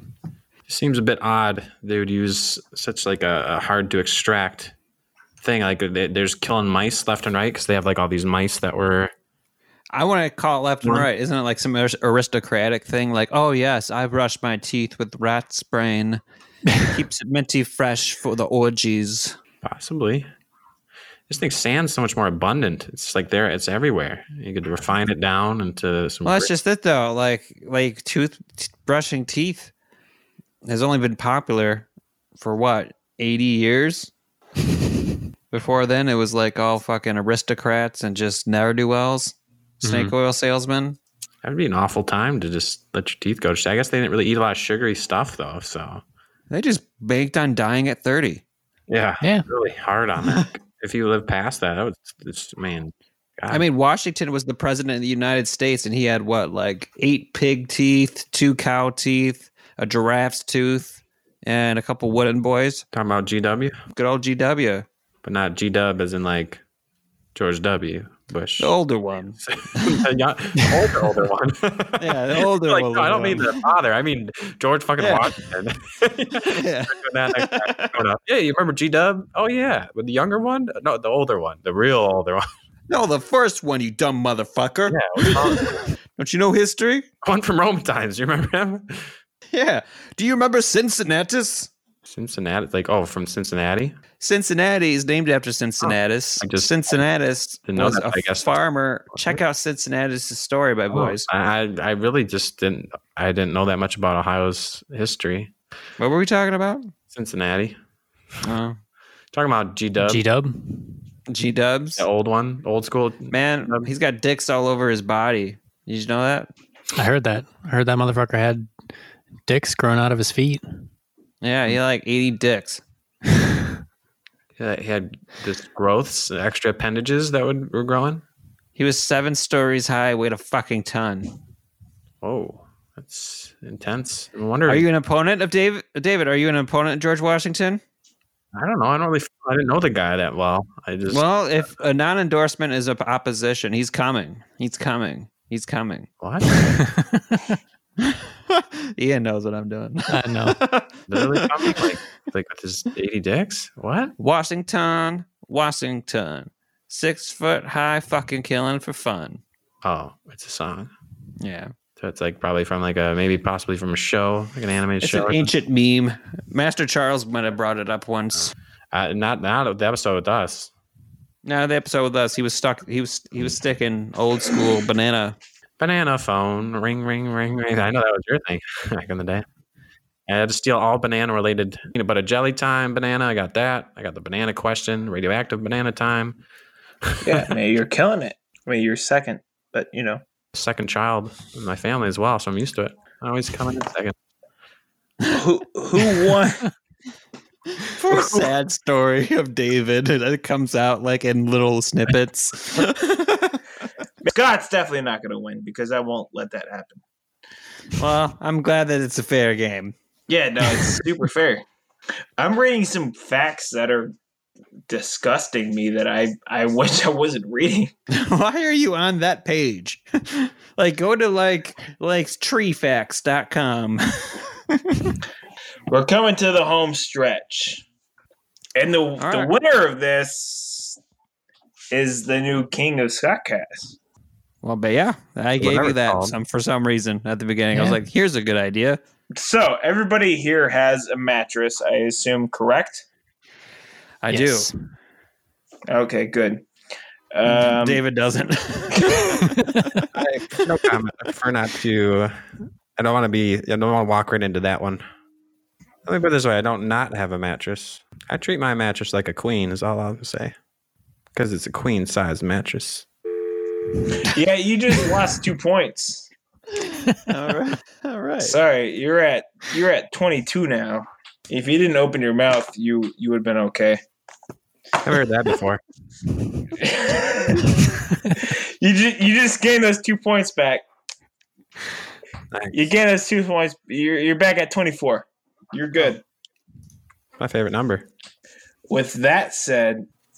Speaker 12: seems a bit odd they would use such like a, a hard to extract thing like they, there's killing mice left and right because they have like all these mice that were
Speaker 6: I want to call it left and
Speaker 12: One.
Speaker 6: right. Isn't it like some aris- aristocratic thing? Like, oh, yes, I brush my teeth with rat's brain. Keeps it minty fresh for the orgies.
Speaker 12: possibly this thing sand's so much more abundant it's like there it's everywhere you could refine it down into some
Speaker 6: Well, that's
Speaker 12: grit.
Speaker 6: just it, though. Like, like tooth t- brushing teeth has only been popular for what eighty years. Before then, it was like all fucking aristocrats and just ne'er do wells, snake
Speaker 12: Mhm.
Speaker 6: oil salesmen.
Speaker 12: that'd be an awful time to just let your teeth go to shit. i guess they didn't really eat a lot of sugary stuff though so
Speaker 6: They just banked on dying at thirty.
Speaker 12: yeah
Speaker 5: Yeah.
Speaker 12: really hard on that if you live past that that was it's man
Speaker 6: I mean, Washington was the president of the United States, and he had what, like eight pig teeth, two cow teeth, a giraffe's tooth, and a couple wooden boys.
Speaker 12: talking about gw
Speaker 6: Good old GW.
Speaker 12: but not G Dub as in like George W.
Speaker 10: Bush.
Speaker 6: The older one.
Speaker 10: the young, older, older one.
Speaker 6: Yeah, the older
Speaker 10: like,
Speaker 6: older
Speaker 10: No, I don't mean
Speaker 6: one.
Speaker 10: their father. I mean George fucking
Speaker 6: Yeah.
Speaker 10: Washington.
Speaker 6: um,
Speaker 10: yeah. yeah, you remember G Dub? Oh yeah, with the younger one? No, the older one, the real older one.
Speaker 6: No, the first one, you dumb motherfucker.
Speaker 10: Yeah.
Speaker 6: Don't you know history?
Speaker 10: One from Roman times. You remember him?
Speaker 6: Yeah. Do you remember Cincinnatus?
Speaker 10: Cincinnati, like oh, from Cincinnati.
Speaker 6: Cincinnati is named after Cincinnatus.
Speaker 10: Oh, I just-
Speaker 6: Cincinnatus
Speaker 10: Didn't know
Speaker 6: was
Speaker 10: that,
Speaker 6: a
Speaker 10: I guess.
Speaker 6: farmer. Check out Cincinnatus' story, my boys.
Speaker 10: Oh, I I really just didn't. I didn't know that much about Ohio's history.
Speaker 6: What were we talking about?
Speaker 10: Cincinnati.
Speaker 6: Oh.
Speaker 10: Talking about G Dub.
Speaker 5: Dub.
Speaker 6: G Dubs. The
Speaker 10: old one, old school.
Speaker 6: Man, he's got dicks all over his body. Did you know that?
Speaker 5: I heard that. I heard that motherfucker had dicks growing out of his feet.
Speaker 6: Yeah, he had like 80 dicks.
Speaker 10: Yeah, he had this growths, extra appendages that would were growing.
Speaker 6: He was seven stories high, weighed a fucking ton.
Speaker 10: Oh, that's intense. I wonder.
Speaker 6: Are you an opponent of David? David, are you an opponent of George Washington?
Speaker 10: I don't know. I don't really. I didn't know the guy that well. I just.
Speaker 6: Well, if a non-endorsement is op- opposition, he's coming. He's coming. He's coming.
Speaker 10: What?
Speaker 6: Ian knows what I'm doing.
Speaker 5: I know.
Speaker 10: literally coming, like, like with his eighty dicks. What?
Speaker 6: Washington, Washington, six foot high, fucking killing for fun.
Speaker 10: Oh, it's a song.
Speaker 6: Yeah.
Speaker 10: So it's like probably from like a maybe possibly from a show, like an animated
Speaker 6: It's
Speaker 10: show.
Speaker 6: an ancient meme. Master Charles might have brought it up once.
Speaker 10: Uh, not not the episode with us.
Speaker 6: No, the episode with us, he was stuck. He was he was sticking old school banana.
Speaker 10: Banana phone, ring, ring, ring, ring. I know that was your thing back in the day. I had to steal all banana related peanut butter jelly time banana. I got that. I got the banana question, radioactive banana time.
Speaker 4: yeah, man, you're killing it. I mean, you're second, but you know.
Speaker 10: Second child in my family as well, so I'm used to it. I always come in second.
Speaker 4: Who who won?
Speaker 6: For a sad story of David, and it comes out like in little snippets.
Speaker 4: Scott's definitely not going to win because I won't let that happen.
Speaker 6: well, I'm glad that it's a fair game.
Speaker 4: Yeah, no, it's super fair. I'm reading some facts that are disgusting me that I I wish I wasn't reading.
Speaker 6: Why are you on that page? like go to like like treefacts.com.
Speaker 4: We're coming to the home stretch, and the the
Speaker 6: right.
Speaker 4: winner of this is the new king of Scottcast.
Speaker 6: Well, but yeah, I gave
Speaker 4: Whatever
Speaker 6: you
Speaker 4: it's
Speaker 6: that
Speaker 4: called.
Speaker 6: some for some reason at the beginning. I was
Speaker 4: Yeah.
Speaker 6: like, here's a good idea.
Speaker 4: So everybody here has a mattress, I assume, correct?
Speaker 6: I do.
Speaker 4: Okay, good. Um,
Speaker 6: David doesn't.
Speaker 10: no comment. I prefer not to. I don't want to be. I don't want to walk right into that one. Let me put it this way: I don't not have a mattress. I treat my mattress like a queen. Is all I'll say, because it's a queen size mattress.
Speaker 4: yeah, you just lost two points.
Speaker 6: all right. All right.
Speaker 4: Sorry, you're at you're at 22 now. If you didn't open your mouth, you you would have been okay.
Speaker 10: I've heard that before.
Speaker 4: You just you just gained those two points back. You gained those two points. You're you're back at 24. You're good.
Speaker 10: My favorite number.
Speaker 4: With that said,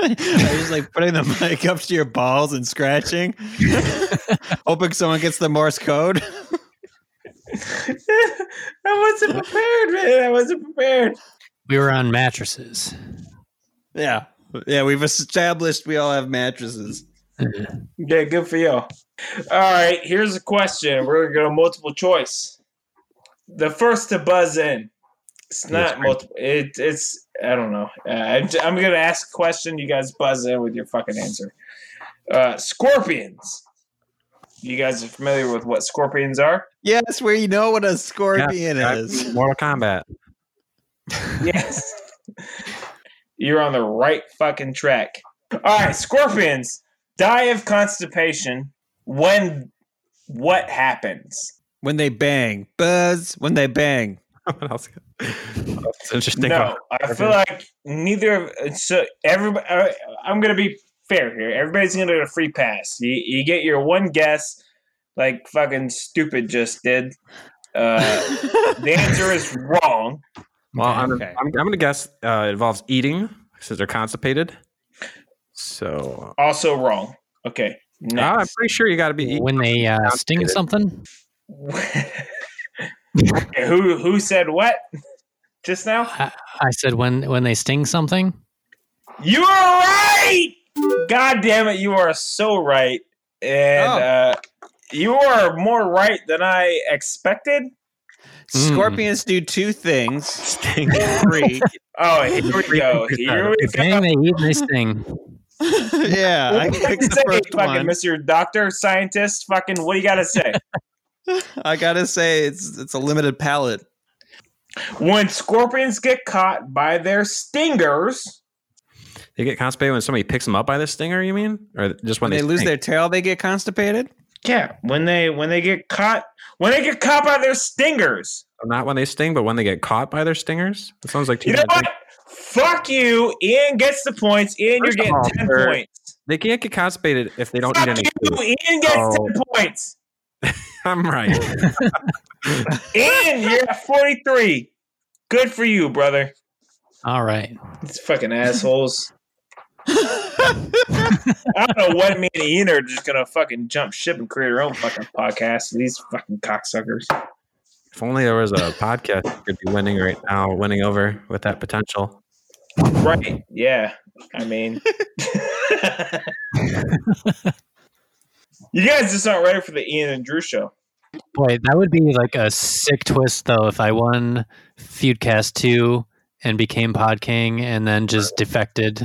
Speaker 6: I was like putting the mic up to your balls and scratching, hoping someone gets the Morse code.
Speaker 4: I wasn't prepared, man. I wasn't prepared.
Speaker 5: We were on mattresses.
Speaker 6: Yeah, yeah. We've established we all have mattresses.
Speaker 4: Yeah, good for you. All right, here's a question. We're gonna go multiple choice. The first to buzz in. It's
Speaker 6: Yes,
Speaker 4: not multiple. It, it's I don't know. Uh, I'm, j- I'm gonna ask a question. You guys buzz in with your fucking answer. Uh, scorpions. You guys are familiar with what scorpions are?
Speaker 6: Yes, where you know what a scorpion
Speaker 10: Yeah, I-
Speaker 6: is.
Speaker 10: Mortal Kombat.
Speaker 4: Yes. You're on the right fucking track. All right, scorpions die of constipation when what happens?
Speaker 6: When they bang, buzz. When they bang.
Speaker 10: what else? It's interesting.
Speaker 4: No, I feel like neither of so everybody. I- I'm gonna be fair here. Everybody's gonna get a free pass. You, you get your one guess, like fucking stupid just did. Uh, the answer is wrong.
Speaker 10: Well, I'm,
Speaker 4: Okay.
Speaker 10: I'm, I'm going to guess uh, it involves eating since they're constipated. So
Speaker 4: Also wrong. Okay.
Speaker 10: No, I'm pretty sure you got to be
Speaker 5: when they uh, sting something.
Speaker 4: Okay, who who said what just now?
Speaker 5: I said when when they sting something.
Speaker 4: You are right. God damn it, you are so right, and uh, you are more right than I expected.
Speaker 5: Hmm.
Speaker 3: Scorpions do two things. Sting
Speaker 4: three. Oh, here we go. Here we
Speaker 5: If they
Speaker 4: go.
Speaker 5: they eat, they sting.
Speaker 3: Yeah, I
Speaker 4: What do you
Speaker 3: picked the
Speaker 4: say,
Speaker 3: first
Speaker 4: fucking
Speaker 3: one.
Speaker 4: Mr. Doctor Scientist. Fucking, what do you got to say?
Speaker 3: I gotta say, it's it's a limited palette.
Speaker 4: when scorpions get caught by their stingers,
Speaker 10: They get constipated when somebody picks them up by the stinger. You mean, or just when,
Speaker 3: When they lose their
Speaker 10: tail,
Speaker 3: they get constipated.
Speaker 4: Yeah, when they when they get caught when they get caught by their stingers.
Speaker 10: Not when they sting, but when they get caught by their stingers. That sounds like two
Speaker 4: You know
Speaker 10: different
Speaker 4: what? Fuck you. Ian gets the points. Ian,
Speaker 10: First
Speaker 4: you're
Speaker 10: of
Speaker 4: getting
Speaker 10: all,
Speaker 4: ten
Speaker 10: they're-
Speaker 4: points.
Speaker 10: They can't get constipated if they don't eat any
Speaker 4: You,
Speaker 10: food.
Speaker 4: Ian gets
Speaker 10: Oh.
Speaker 4: ten points.
Speaker 10: I'm right.
Speaker 4: Ian, you're at forty three. Good for you, brother.
Speaker 5: All right.
Speaker 4: It's fucking assholes. I don't know what me and Ian are just gonna fucking jump ship and create our own fucking podcast. These fucking cocksuckers.
Speaker 10: If only there was a podcast that could be winning right now, winning over with that potential.
Speaker 4: Right. Yeah. I mean, you guys just aren't ready for the Ian and Drew show.
Speaker 5: Boy, that would be like a sick twist, though, if I won Feudcast 2 and became Pod King and then just defected.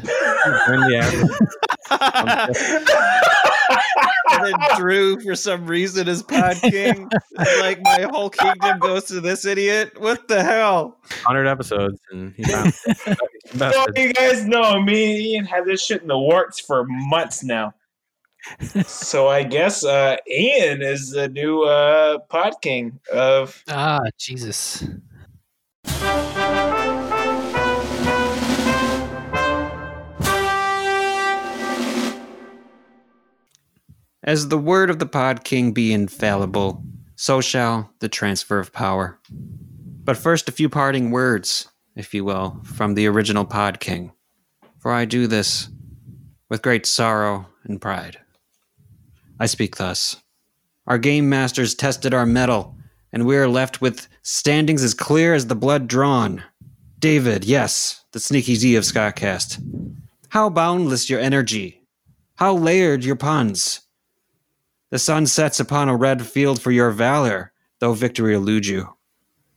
Speaker 3: and then Drew, for some reason, is pod king. And, like my whole kingdom goes to this idiot. What the hell?
Speaker 10: 100 episodes, and he found
Speaker 4: So you guys know me and Ian had this shit in the works for months now. so I guess uh, Ian is the new uh, pod king of
Speaker 5: ah Jesus.
Speaker 6: As the word of the Pod King be infallible, so shall the transfer of power. But first, a few parting words, if you will, from the original Pod King. For I do this with great sorrow and pride. I speak thus. Our game masters tested our mettle, and we are left with standings as clear as the blood drawn. David, yes, the sneaky Z of Scottcast. How boundless your energy! How layered your puns! The sun sets upon a red field for your valor, though victory elude you.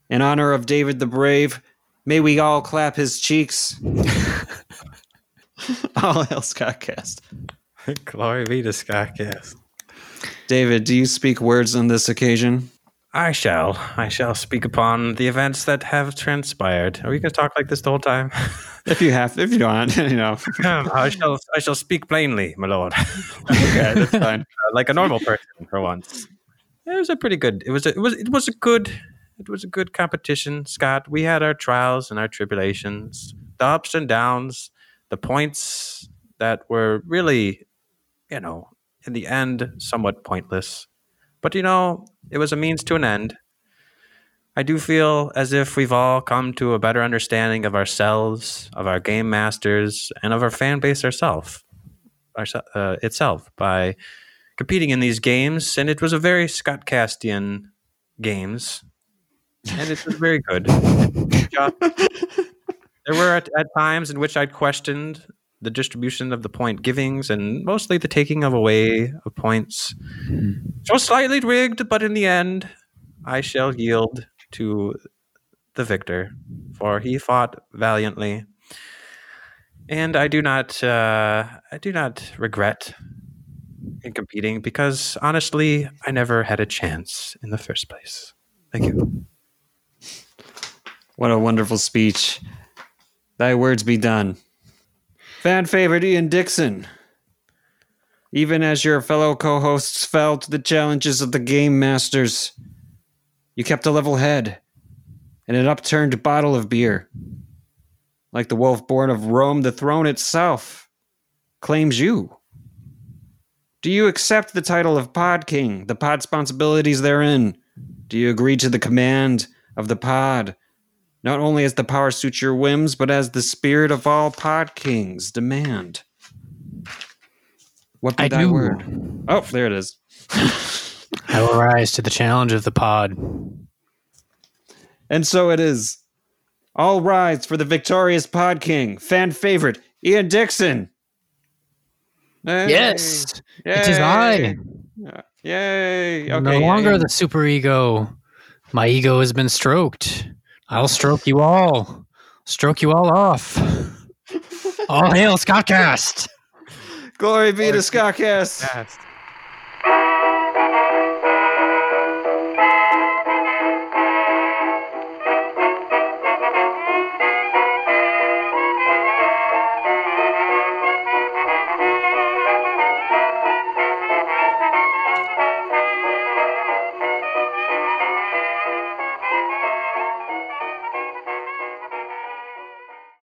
Speaker 6: In honor of David the Brave, may we all clap his cheeks.
Speaker 3: all hail Scottcast.
Speaker 10: Glory be to Scottcast.
Speaker 6: David, do you speak words on this occasion?
Speaker 10: I shall. I shall speak upon the events that have transpired. Are we going to talk like this the whole time?
Speaker 3: If you have, if you don't, you know.
Speaker 10: Um, I shall. I shall speak plainly, my lord. Uh,
Speaker 3: okay, that's fine.
Speaker 10: like a normal person for once. It was a pretty good. It was. A, it was. It was a good. It was a good competition, Scott. We had our trials and our tribulations, the ups and downs, the points that were really, you know, in the end, somewhat pointless. But you know, it was a means to an end. I do feel as if we've all come to a better understanding of ourselves, of our game masters, and of our fan base ourself, ourse- uh, itself by competing in these games. And it was a very Scott Castian games, and it was very good. Good job. there were at, at times in which I'd questioned the distribution of the point givings and mostly the taking of away of points. So slightly rigged, but in the end, I shall yield to the victor, for he fought valiantly, and I do not, uh, I do not regret in competing because honestly, I never had a chance in the first place. Thank you.
Speaker 6: What a wonderful speech. Thy words be done. Fan favorite Ian Dixon. Even as your fellow co hosts fell to the challenges of the game masters, you kept a level head and an upturned bottle of beer. Like the wolf born of Rome, the throne itself claims you. Do you accept the title of Pod King, the pod responsibilities therein? Do you agree to the command of the pod Not only as the power suits your whims, but as the spirit of all pod kings demand. What did I,
Speaker 5: do.
Speaker 6: word? Oh, there it is.
Speaker 5: I will rise to the challenge of the pod.
Speaker 6: And so it is. All rise for the victorious pod king, fan favorite, Ian Dixon. Hey.
Speaker 5: Yes, it is I.
Speaker 6: Yay. Okay.
Speaker 5: no
Speaker 6: yeah,
Speaker 5: longer
Speaker 6: yeah.
Speaker 5: the superego. My ego has been stroked. I'll stroke you all. Stroke you all off. all hail Scottcast.
Speaker 6: Glory be to Scottcast.